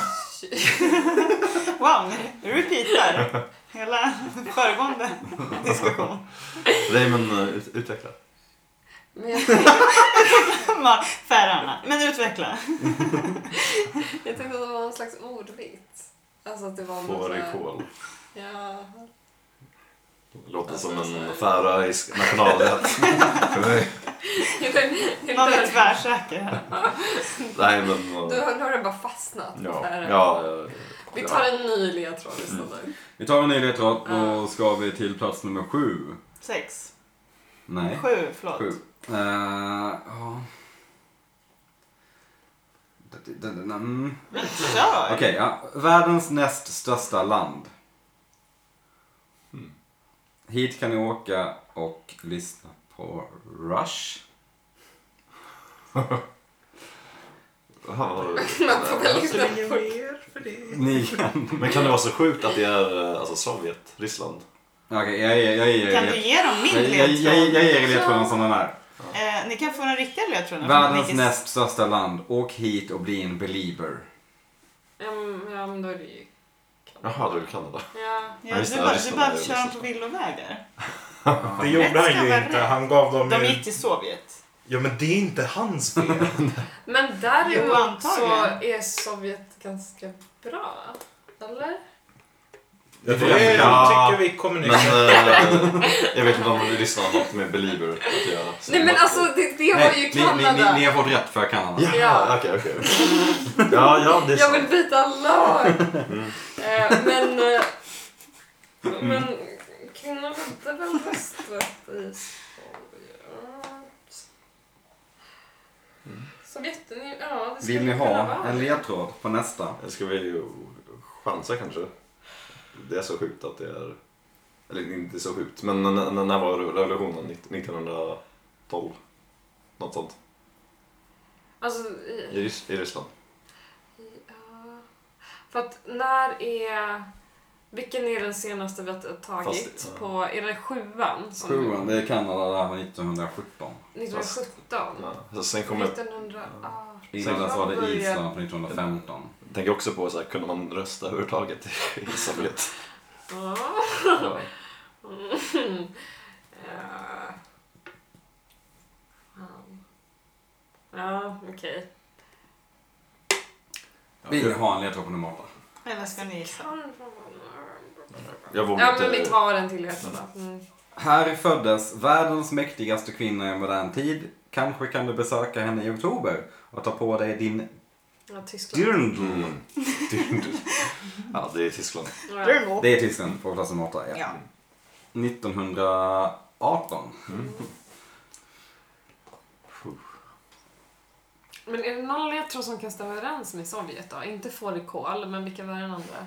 Speaker 3: Wow, ni repeatar hela föregående diskussion.
Speaker 4: Nej men eh, ut- utveckla.
Speaker 5: Men jag <laughs>
Speaker 3: Färöarna. Men utveckla.
Speaker 5: Jag tänkte att det var någon slags ordvits. Alltså att det var någon så här-
Speaker 4: Fårikål.
Speaker 5: Ja.
Speaker 4: Låter som en färöisk nationalrätt. För mig.
Speaker 3: Någon är tvärsäker här.
Speaker 4: Nej men...
Speaker 5: Du
Speaker 4: eh,
Speaker 5: har, nu har den bara fastnat. på
Speaker 4: Ja.
Speaker 5: färre.
Speaker 4: ja, ja.
Speaker 5: Vi tar en ny ledtråd istället. <laughs>
Speaker 1: Vi tar en ny ledtråd och ska vi till plats nummer sju.
Speaker 3: Sex.
Speaker 1: Nej,
Speaker 3: Sju, förlåt.
Speaker 1: sju. Eh, ja. D- d- d- mm.
Speaker 3: Men kör!
Speaker 1: Okej, ja. Världens näst största land. Hit kan ni åka och lyssna på Rush.
Speaker 4: Jaha, vad var det?
Speaker 5: Man får väl lyssna på
Speaker 1: Ni kan...
Speaker 4: Men kan det vara så sjukt att det är eh, alltså, Sovjet, Ryssland?
Speaker 1: Okej, jag ger jag, jag, jag,
Speaker 3: Kan du ge dem min
Speaker 1: jag, jag, jag, jag
Speaker 3: ledtråd?
Speaker 1: ger er ledtråden som den är.
Speaker 3: Eh, ni kan få den riktiga ledtråden. från
Speaker 1: Världens
Speaker 3: Nickes.
Speaker 1: näst största land. Åk hit och bli en belieber.
Speaker 5: Ja, men- ja, men då är det ju...
Speaker 4: Jaha, det är Kanada.
Speaker 5: Ja.
Speaker 3: Ja,
Speaker 4: Ja, just
Speaker 3: du
Speaker 4: det,
Speaker 3: bara,
Speaker 4: ja, just
Speaker 3: du
Speaker 4: det,
Speaker 3: bara
Speaker 4: det är
Speaker 3: kör dem
Speaker 4: just
Speaker 3: på
Speaker 4: det.
Speaker 3: villovägar.
Speaker 2: Det gjorde
Speaker 3: Rätt ska
Speaker 2: han ju
Speaker 3: vara
Speaker 2: inte.
Speaker 3: rätt.
Speaker 2: Han gav dem
Speaker 3: De
Speaker 2: ju...
Speaker 3: gick till Sovjet.
Speaker 2: Ja, men det är inte hans <laughs> fel.
Speaker 5: Men
Speaker 3: Jo,
Speaker 5: däremot så
Speaker 3: antagligen.
Speaker 5: är Sovjet ganska bra. Eller?
Speaker 2: Det
Speaker 4: tror jag-
Speaker 2: är,
Speaker 4: Ja.
Speaker 2: tycker vi kommunicerar.
Speaker 4: Men eh, jag vet inte om lyssnarna har något med Belieber att göra. Så
Speaker 5: Nej men
Speaker 4: måste-
Speaker 5: alltså det, det var ju
Speaker 1: ni, ni,
Speaker 5: Kanada.
Speaker 1: ni, ni har fått rätt för Kanada.
Speaker 4: Ja,
Speaker 5: Ja.
Speaker 4: okej, okej. Ja, ja, det är
Speaker 5: Jag vill
Speaker 4: sant.
Speaker 5: byta
Speaker 1: <laughs>
Speaker 5: lag! Eh, men... Eh, men Kanada är väl rösträtt i Sovjet? Sovjetunionen, ja det skulle
Speaker 1: Vill ni
Speaker 5: kunna
Speaker 1: ha
Speaker 5: vara.
Speaker 1: en ledtråd på nästa?
Speaker 4: Ska vi ju chansa kanske? Det är så sjukt att det är... Eller inte så sjukt, men n- n- när var revolutionen? 1912? Något sånt.
Speaker 5: Alltså, i,
Speaker 4: I, Rys- i Ryssland.
Speaker 5: Ja. För att när är... Vilken är den senaste vi har tagit?
Speaker 4: Fast- ja.
Speaker 5: på, är det sjuan? Som,
Speaker 1: Sjuan, det är Kanada där var 1917.
Speaker 5: 1917?
Speaker 4: Ja. Så sen kommer jag
Speaker 5: 1900... ah.
Speaker 1: Innan dess var det Island på 1915.
Speaker 4: tänker också på så här, kunde man rösta överhuvudtaget i Sovjet?
Speaker 5: Ja.
Speaker 4: Ja.
Speaker 5: Mm. <laughs> Ja. Ja, okej.
Speaker 1: Vill ni ha en ledtråd på nummer åtta?
Speaker 3: Eller ska ni gissa?
Speaker 4: Jag vågar
Speaker 5: Ja,
Speaker 4: inte...
Speaker 5: men vi tar en till ledtråd då. Mm.
Speaker 1: Här föddes världens mäktigaste kvinna i modern tid. Kanske kan du besöka henne i oktober och ta på dig din
Speaker 5: Ja, Tyskland.
Speaker 1: dirndl.
Speaker 4: Mm. Dyrt. <laughs> ja, det är Tyskland.
Speaker 5: Ja.
Speaker 1: Det är Tyskland på plats nummer åtta. Ja.
Speaker 3: Ja.
Speaker 1: 1918.
Speaker 5: Men är det någon ledtråd som kan stämma överens med Sovjet då? Inte fårikål, men vilka var den andra?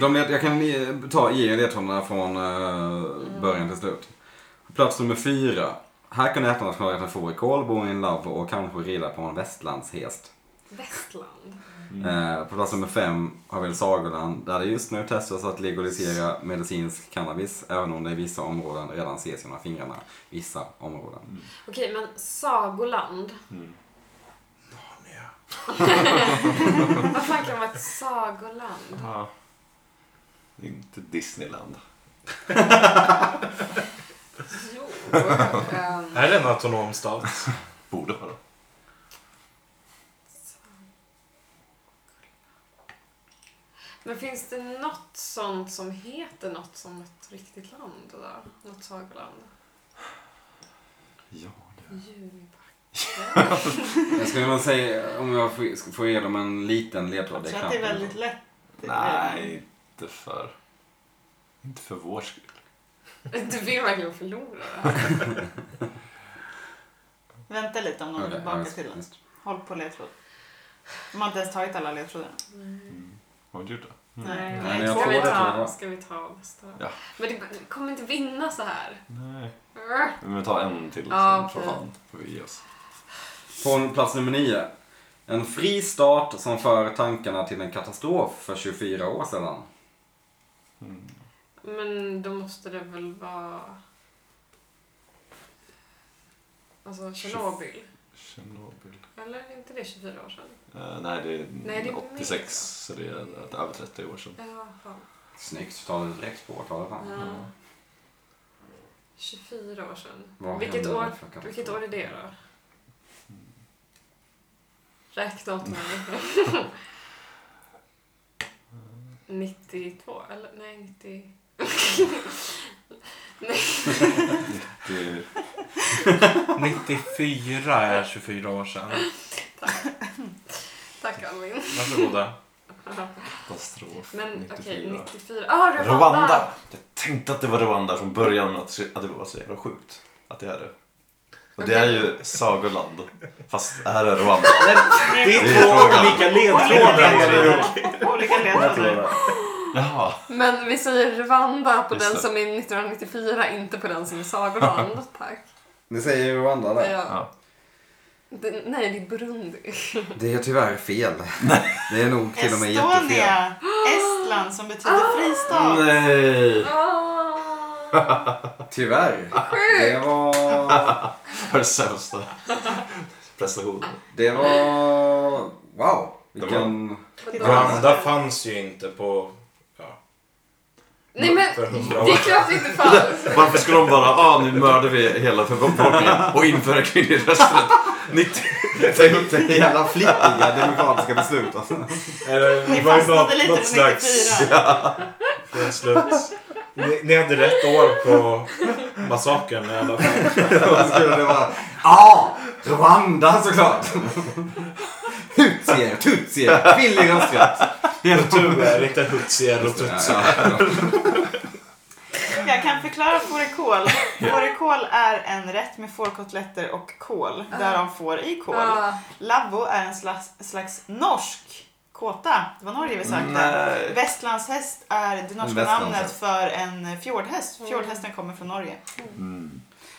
Speaker 1: De, led- jag kan eh, ta ge er ledtrådarna från eh, början till slut. Plats nummer fyra. Här kan du äta nationalrätten fårikål, bo i en lav och kanske rida på en västlandshäst.
Speaker 5: Västland.
Speaker 1: Eh, på plats nummer fem har vi Sagoland där det just nu testas att legalisera medicinsk cannabis även om det i vissa områden redan ses genom fingrarna. Vissa områden.
Speaker 5: Okej, men sagoland.
Speaker 2: Narnia.
Speaker 5: Vad fan kan vara ett sagoland?
Speaker 4: Ja. Det är inte Disneyland.
Speaker 5: Jo. ehm,
Speaker 2: Är det en autonom <laughs> stat?
Speaker 4: Borde vara.
Speaker 5: men finns det något sånt som heter något som ett riktigt land då? Något sagoland?
Speaker 4: Ja,
Speaker 5: Djurparken?
Speaker 1: Jag skulle nog säga, om jag får får ge dem en liten ledtråd.
Speaker 3: Jag tror att det är
Speaker 1: knappt-
Speaker 3: väldigt lätt.
Speaker 4: Nej, inte för... Inte för vår skull.
Speaker 5: <laughs> Du vill verkligen förlora det här.
Speaker 3: Vänta lite om de
Speaker 1: Okej,
Speaker 3: är tillbaka
Speaker 1: ja,
Speaker 3: till den.
Speaker 1: just-
Speaker 3: Håll på ledtråd. De har inte ens tagit alla ledtrådar.
Speaker 4: Har vi inte gjort det?
Speaker 5: Nej,
Speaker 1: Nej, men jag
Speaker 5: ska,
Speaker 1: får
Speaker 5: vi
Speaker 1: det, tror
Speaker 5: ta,
Speaker 1: jag.
Speaker 5: ska vi ta nästa?
Speaker 4: Ja.
Speaker 5: Men det, du kommer inte vinna så här.
Speaker 4: Nej. Men ta en till
Speaker 5: Ja,
Speaker 4: sen, för
Speaker 5: okej.
Speaker 4: fan får vi ge oss.
Speaker 1: På plats nummer nio. En fri stat som för tankarna till en katastrof för 24 år sedan.
Speaker 5: Men då måste det väl vara... Alltså Tjernobyl?
Speaker 4: Tjernobyl.
Speaker 5: Eller är inte det 24 år sedan?
Speaker 4: Eh, nej, det är
Speaker 5: Nej, det är
Speaker 4: 86,
Speaker 5: mer.
Speaker 4: så det är över 30 år sedan.
Speaker 5: Ja, fan.
Speaker 1: Snyggt, tar det direkt på årtalet. va?
Speaker 5: Ja. 24 år sedan.
Speaker 1: Vad
Speaker 5: vilket,
Speaker 1: hände
Speaker 5: år,
Speaker 1: där för katastrof?
Speaker 5: vilket år är det då? Räkna åt mig. 92? Eller nej, 90...
Speaker 4: Det är
Speaker 2: 94 är 24 år sedan.
Speaker 5: Tack Alvin.
Speaker 2: Varsågoda.
Speaker 4: katastrof.
Speaker 5: Men okej,
Speaker 4: 94.
Speaker 5: 94. Ah, Rwanda!
Speaker 4: Rwanda! Jag tänkte att det var Rwanda från början, att, att det var så jävla sjukt. Att det är det. Och det är ju sagoland, fast här
Speaker 5: <laughs>
Speaker 4: är Rwanda.
Speaker 2: Det
Speaker 4: Det
Speaker 2: är
Speaker 4: är
Speaker 2: två
Speaker 4: frågan.
Speaker 2: olika ledtrådar.
Speaker 3: Olika ledtrådar.
Speaker 4: Jaha.
Speaker 5: Men vi säger Rwanda på
Speaker 4: Just
Speaker 5: den
Speaker 4: det.
Speaker 5: som är 1994, inte på den som är Sagoland. Tack.
Speaker 1: Ni säger Rwanda där.
Speaker 5: Ja.
Speaker 4: Ja.
Speaker 5: Det, nej, det är
Speaker 4: <laughs>
Speaker 5: Burundi.
Speaker 1: Det är tyvärr fel. Det är nog till och med jättefel. Mm.
Speaker 3: Estonia. Estland som
Speaker 1: Ah.
Speaker 3: betyder fristad.
Speaker 4: Nej!
Speaker 5: Ah,
Speaker 1: Tyvärr.
Speaker 5: sjukt!
Speaker 1: Det var...
Speaker 4: för sämsta prestationen.
Speaker 1: Det var... Wow! Vilken...
Speaker 2: Rwanda fanns ju inte på... Ja,
Speaker 5: Nej men,
Speaker 2: för hundra år
Speaker 5: det är klart det inte fanns.
Speaker 4: Varför skulle de bara, ah nu mördar vi hela befolkningen och införa kvinnlig rösträtt? 90
Speaker 1: Tänk dig jävla flippiga demokratiska beslut alltså.
Speaker 2: Eller,
Speaker 3: Ni
Speaker 2: det var ju
Speaker 3: fastnade
Speaker 2: något,
Speaker 3: lite
Speaker 2: något
Speaker 3: på
Speaker 2: slags...
Speaker 3: 94.
Speaker 2: något slags- Ni, ni hade rätt år på massakern i alla fall.
Speaker 1: Då skulle det vara... Ja! Rwanda såklart! Hutsier, tutsier, billig rösträtt.
Speaker 2: Och tur är inte hutsier och tutser.
Speaker 3: Jag kan förklara fårikål. Fårikål är en rätt med fårkotletter och kål, därav får i kål.
Speaker 5: Ah,
Speaker 3: Lavvo är en slags, slags norsk kåta. Det var Norge vi sökte.
Speaker 4: Nej.
Speaker 3: Västlandshäst är det norska
Speaker 1: Västlandshäst.
Speaker 3: namnet för en fjordhäst. Fjordhästen kommer från Norge.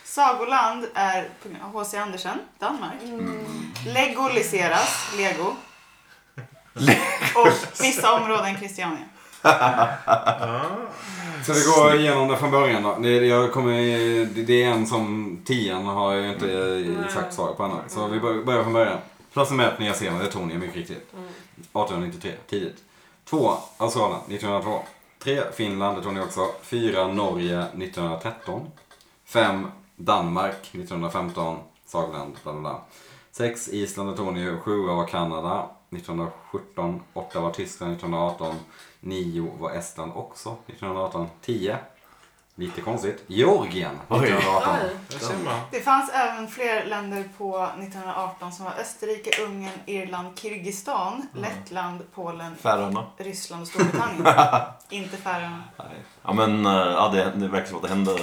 Speaker 3: Sagoland är på grund av H.C. Andersen, Danmark. Legoliseras, lego. Och vissa områden Christiania.
Speaker 1: Så vi går igenom det från början då. Det, jag kommer, det, det är en som tian har jag inte exakt svar på ännu. Så vi bör- börjar från början. Plats nummer ett, Nya Zeeland, det tog ni mycket riktigt. 1893, tidigt. Två, Australien, 1902. Tre, Finland, det tog ni också. Fyra, Norge, 1913. Fem, Danmark, 1915. Sagland, bla bla bla. Sex, Island, det tog ni ju. Sju var Kanada, 1917. Åtta var Tyskland, 1918. 9 var Estland också 1918. 10. Lite konstigt. Georgien
Speaker 4: Oj.
Speaker 1: 1918.
Speaker 5: oj.
Speaker 2: Där ser man.
Speaker 3: Det fanns även fler länder på 1918 som var Österrike, Ungern, Irland, Kirgistan, Lettland, Polen,
Speaker 4: Färöarna.
Speaker 3: Ryssland och Storbritannien. Inte Färöarna.
Speaker 4: Nej. Ja men eh, ja, det, det verkar som att det hände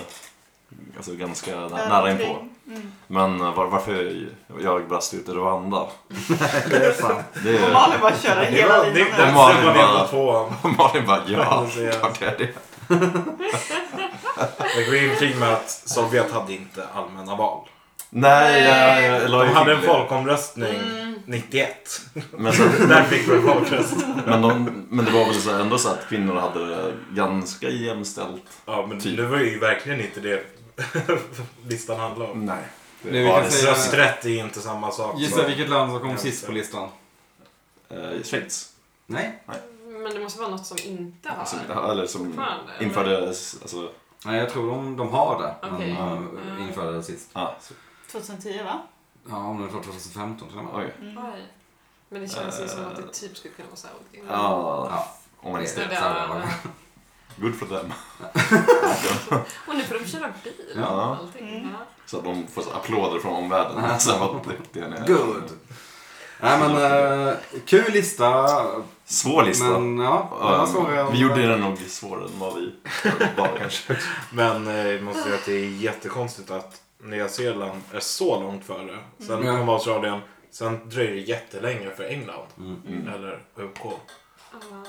Speaker 4: alltså, ganska nä- nära inpå.
Speaker 3: Mm.
Speaker 4: Men eh, var, varför jag brast ut i Rwanda?
Speaker 1: Det är sant.
Speaker 4: Det
Speaker 3: Och
Speaker 4: är...
Speaker 3: Malin bara körde
Speaker 2: Det
Speaker 3: hela
Speaker 2: var det-
Speaker 3: linan.
Speaker 2: därför
Speaker 3: där.
Speaker 4: Malin
Speaker 2: var vi
Speaker 4: bara-
Speaker 2: på tvåan.
Speaker 4: <laughs> Malin bara ja,
Speaker 2: Det är-
Speaker 4: klart det är det.
Speaker 2: Det går ju kring med att Sovjet hade inte allmänna val.
Speaker 4: Nej, jag, jag, la
Speaker 2: De
Speaker 4: ju
Speaker 2: hade en
Speaker 4: till-
Speaker 2: folkomröstning 91.
Speaker 4: Men sen,
Speaker 2: Där fick vi en folkomröstning.
Speaker 4: Men, de, men det var väl så ändå så att kvinnor hade ganska jämställt?
Speaker 2: Ja, men
Speaker 4: Typ.
Speaker 2: nu var ju verkligen inte det <laughs> listan handlade om.
Speaker 4: Nej.
Speaker 1: Men vi
Speaker 4: Ja,
Speaker 1: kan
Speaker 4: det-
Speaker 1: säga-
Speaker 2: Rösträtt är inte samma sak.
Speaker 1: Gissa
Speaker 2: som-
Speaker 1: vilket land som kom sist på listan.
Speaker 4: eh, Schweiz.
Speaker 1: Nej.
Speaker 5: Men det måste vara något som inte har.
Speaker 4: Som, eller som
Speaker 5: Fortfarande, eller?
Speaker 4: infördes... Alltså,
Speaker 1: Nej, jag tror de, de har det. Men
Speaker 5: Okej. Mm.
Speaker 1: de eh, införde det sist.
Speaker 4: ah,
Speaker 3: 2010 va?
Speaker 1: Ja, om det var 2015 till och med.
Speaker 4: oj.
Speaker 5: Oj. Men det känns ju som att det typ skulle kunna vara Saudi.
Speaker 4: Ah,
Speaker 1: Ja.
Speaker 4: om man
Speaker 1: Det-
Speaker 5: Så
Speaker 4: inte...
Speaker 5: det-
Speaker 1: Saudiarabien.
Speaker 4: Good for them.
Speaker 5: Och nu får de köra bil
Speaker 4: Ja.
Speaker 5: och allting.
Speaker 3: Mm.
Speaker 5: Ja.
Speaker 4: Så att de får så applåder från omvärlden. Så vad duktiga ni är.
Speaker 1: Good. Nej men, eh, kul lista.
Speaker 4: Svår lista.
Speaker 1: Men ja, det var svårare
Speaker 4: Eh,
Speaker 1: än-
Speaker 4: vi gjorde den nog svårare än vad vi var kanske.
Speaker 2: Men eh, jag måste säga att det är jättekonstigt att Nya Zeeland är så långt före. Sen
Speaker 1: Mm.
Speaker 2: kom Australien. Sen dröjer det jättelänge för England.
Speaker 1: Mm.
Speaker 2: Eller UK.
Speaker 5: Ja.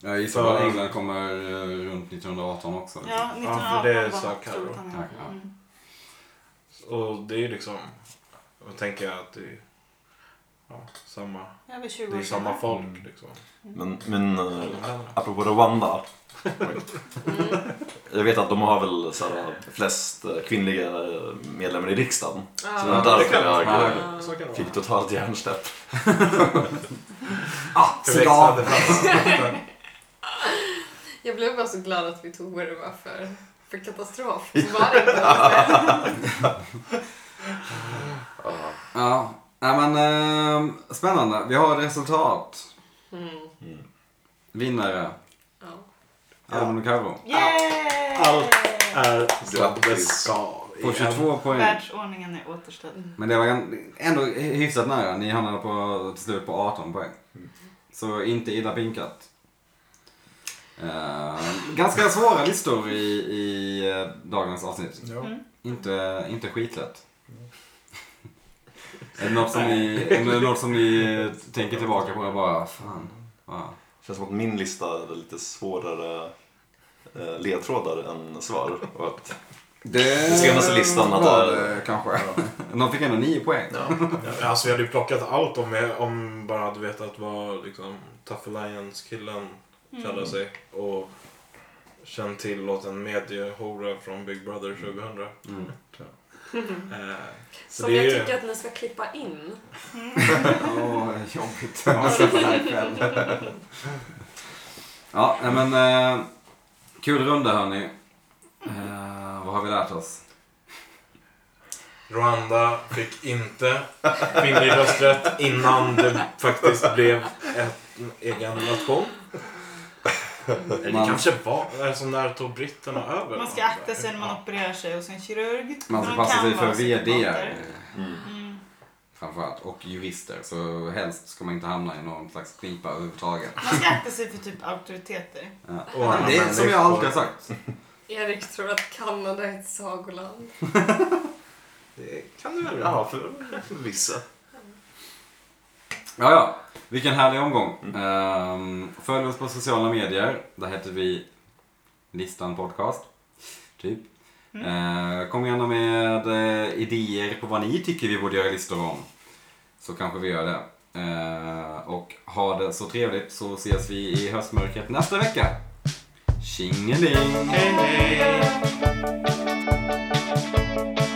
Speaker 1: Jag gissar på att England kommer eh, runt 1918 också.
Speaker 3: Ja,
Speaker 2: Ja, för det
Speaker 3: 1918
Speaker 2: sa
Speaker 3: var
Speaker 2: Karo.
Speaker 3: Storbritannien.
Speaker 1: Ja, ja.
Speaker 3: Mm.
Speaker 2: Och det är ju liksom... Då tänker jag att det är... Ja, samma.
Speaker 3: Över
Speaker 2: Det
Speaker 3: 20
Speaker 2: är
Speaker 3: år
Speaker 2: ju samma
Speaker 3: sedan.
Speaker 2: folk liksom.
Speaker 4: Men, men eh,
Speaker 2: England.
Speaker 4: Apropå Rwanda. Jag vet att de har väl så här, flest eh, kvinnliga eh, medlemmar i riksdagen. Så det var
Speaker 5: Ja.
Speaker 4: därför jag
Speaker 1: Ja.
Speaker 2: Så kan det
Speaker 4: fick totalt hjärnsläpp.
Speaker 1: Ah,
Speaker 2: vara.
Speaker 1: cigar!
Speaker 5: Jag blev bara så glad att vi tog vad det var för, för katastrof. Så Var det inte.
Speaker 1: Ja, nej men ehm, spännande. Vi har resultat.
Speaker 5: Mm.
Speaker 1: Vinnare.
Speaker 5: Ja.
Speaker 1: Adam Caro.
Speaker 3: Yay!
Speaker 2: Allt är som det
Speaker 4: Grattis.
Speaker 2: ska.
Speaker 1: På 22 poäng.
Speaker 3: Världsordningen är återställd.
Speaker 1: Men det var gan- ändå hyfsat nära. Ni hamnade på, till slut på 18 poäng. Så inte illa pinkat. Eh, ganska svåra listor i, i eh, dagens avsnitt.
Speaker 2: Ja.
Speaker 1: Inte, inte skitlätt. <laughs> är det något som ni, är det något som ni tänker tillbaka på och bara, fan. Ja.
Speaker 4: känns som att min lista hade lite svårare eh, ledtrådar än svar. Och att,
Speaker 1: Det
Speaker 4: senaste listan hade-
Speaker 1: var det kanske. <laughs> De fick ändå 9 poäng.
Speaker 2: Ja, Alltså vi hade ju plockat allt om, jag, om bara hade vetat vad liksom, Tough Alliance-killen kallar sig. Och
Speaker 1: Mm.
Speaker 2: känt till låten Mediehora från Big Brother 2000. Eh, så
Speaker 5: Som
Speaker 2: det är
Speaker 5: jag
Speaker 2: ju-
Speaker 5: tycker att ni ska klippa in.
Speaker 1: Åh, jobbigt. Jag ska få det själv. Ja, nej men eh, kul runda hörni. Eh, vad har vi lärt oss?
Speaker 2: Rwanda fick inte kvinnlig rösträtt innan det faktiskt blev ett, en egen nation. Eller det
Speaker 1: Man-
Speaker 2: kanske var eh, som när tog britterna över.
Speaker 3: Man ska akta sig när man opererar sig hos en kirurg.
Speaker 1: Man ska
Speaker 3: De
Speaker 1: passa
Speaker 3: kan
Speaker 1: sig för
Speaker 3: vara
Speaker 1: VD
Speaker 3: psykopater. Mm.
Speaker 1: framförallt och jurister. Så helst ska man inte hamna i någon slags knipa överhuvudtaget.
Speaker 3: Man ska akta sig för typ auktoriteter.
Speaker 1: Ja.
Speaker 2: Och andra
Speaker 1: Det är som jag alltid har sagt.
Speaker 5: Erik tror att Kanada är ett sagoland.
Speaker 7: Det kan du väl? Ja, för vissa.
Speaker 1: Ja, ja. Vilken härlig omgång. Ehm, följ oss på sociala medier. Där heter vi Listan Podcast. Typ. Eh, kom gärna med eh, idéer på vad ni tycker vi borde göra listor om. Så kanske vi gör det. Eh, och ha det så trevligt så ses vi i höstmörkret nästa vecka. Tjingeling!
Speaker 2: Hej, hej!
Speaker 1: Hej!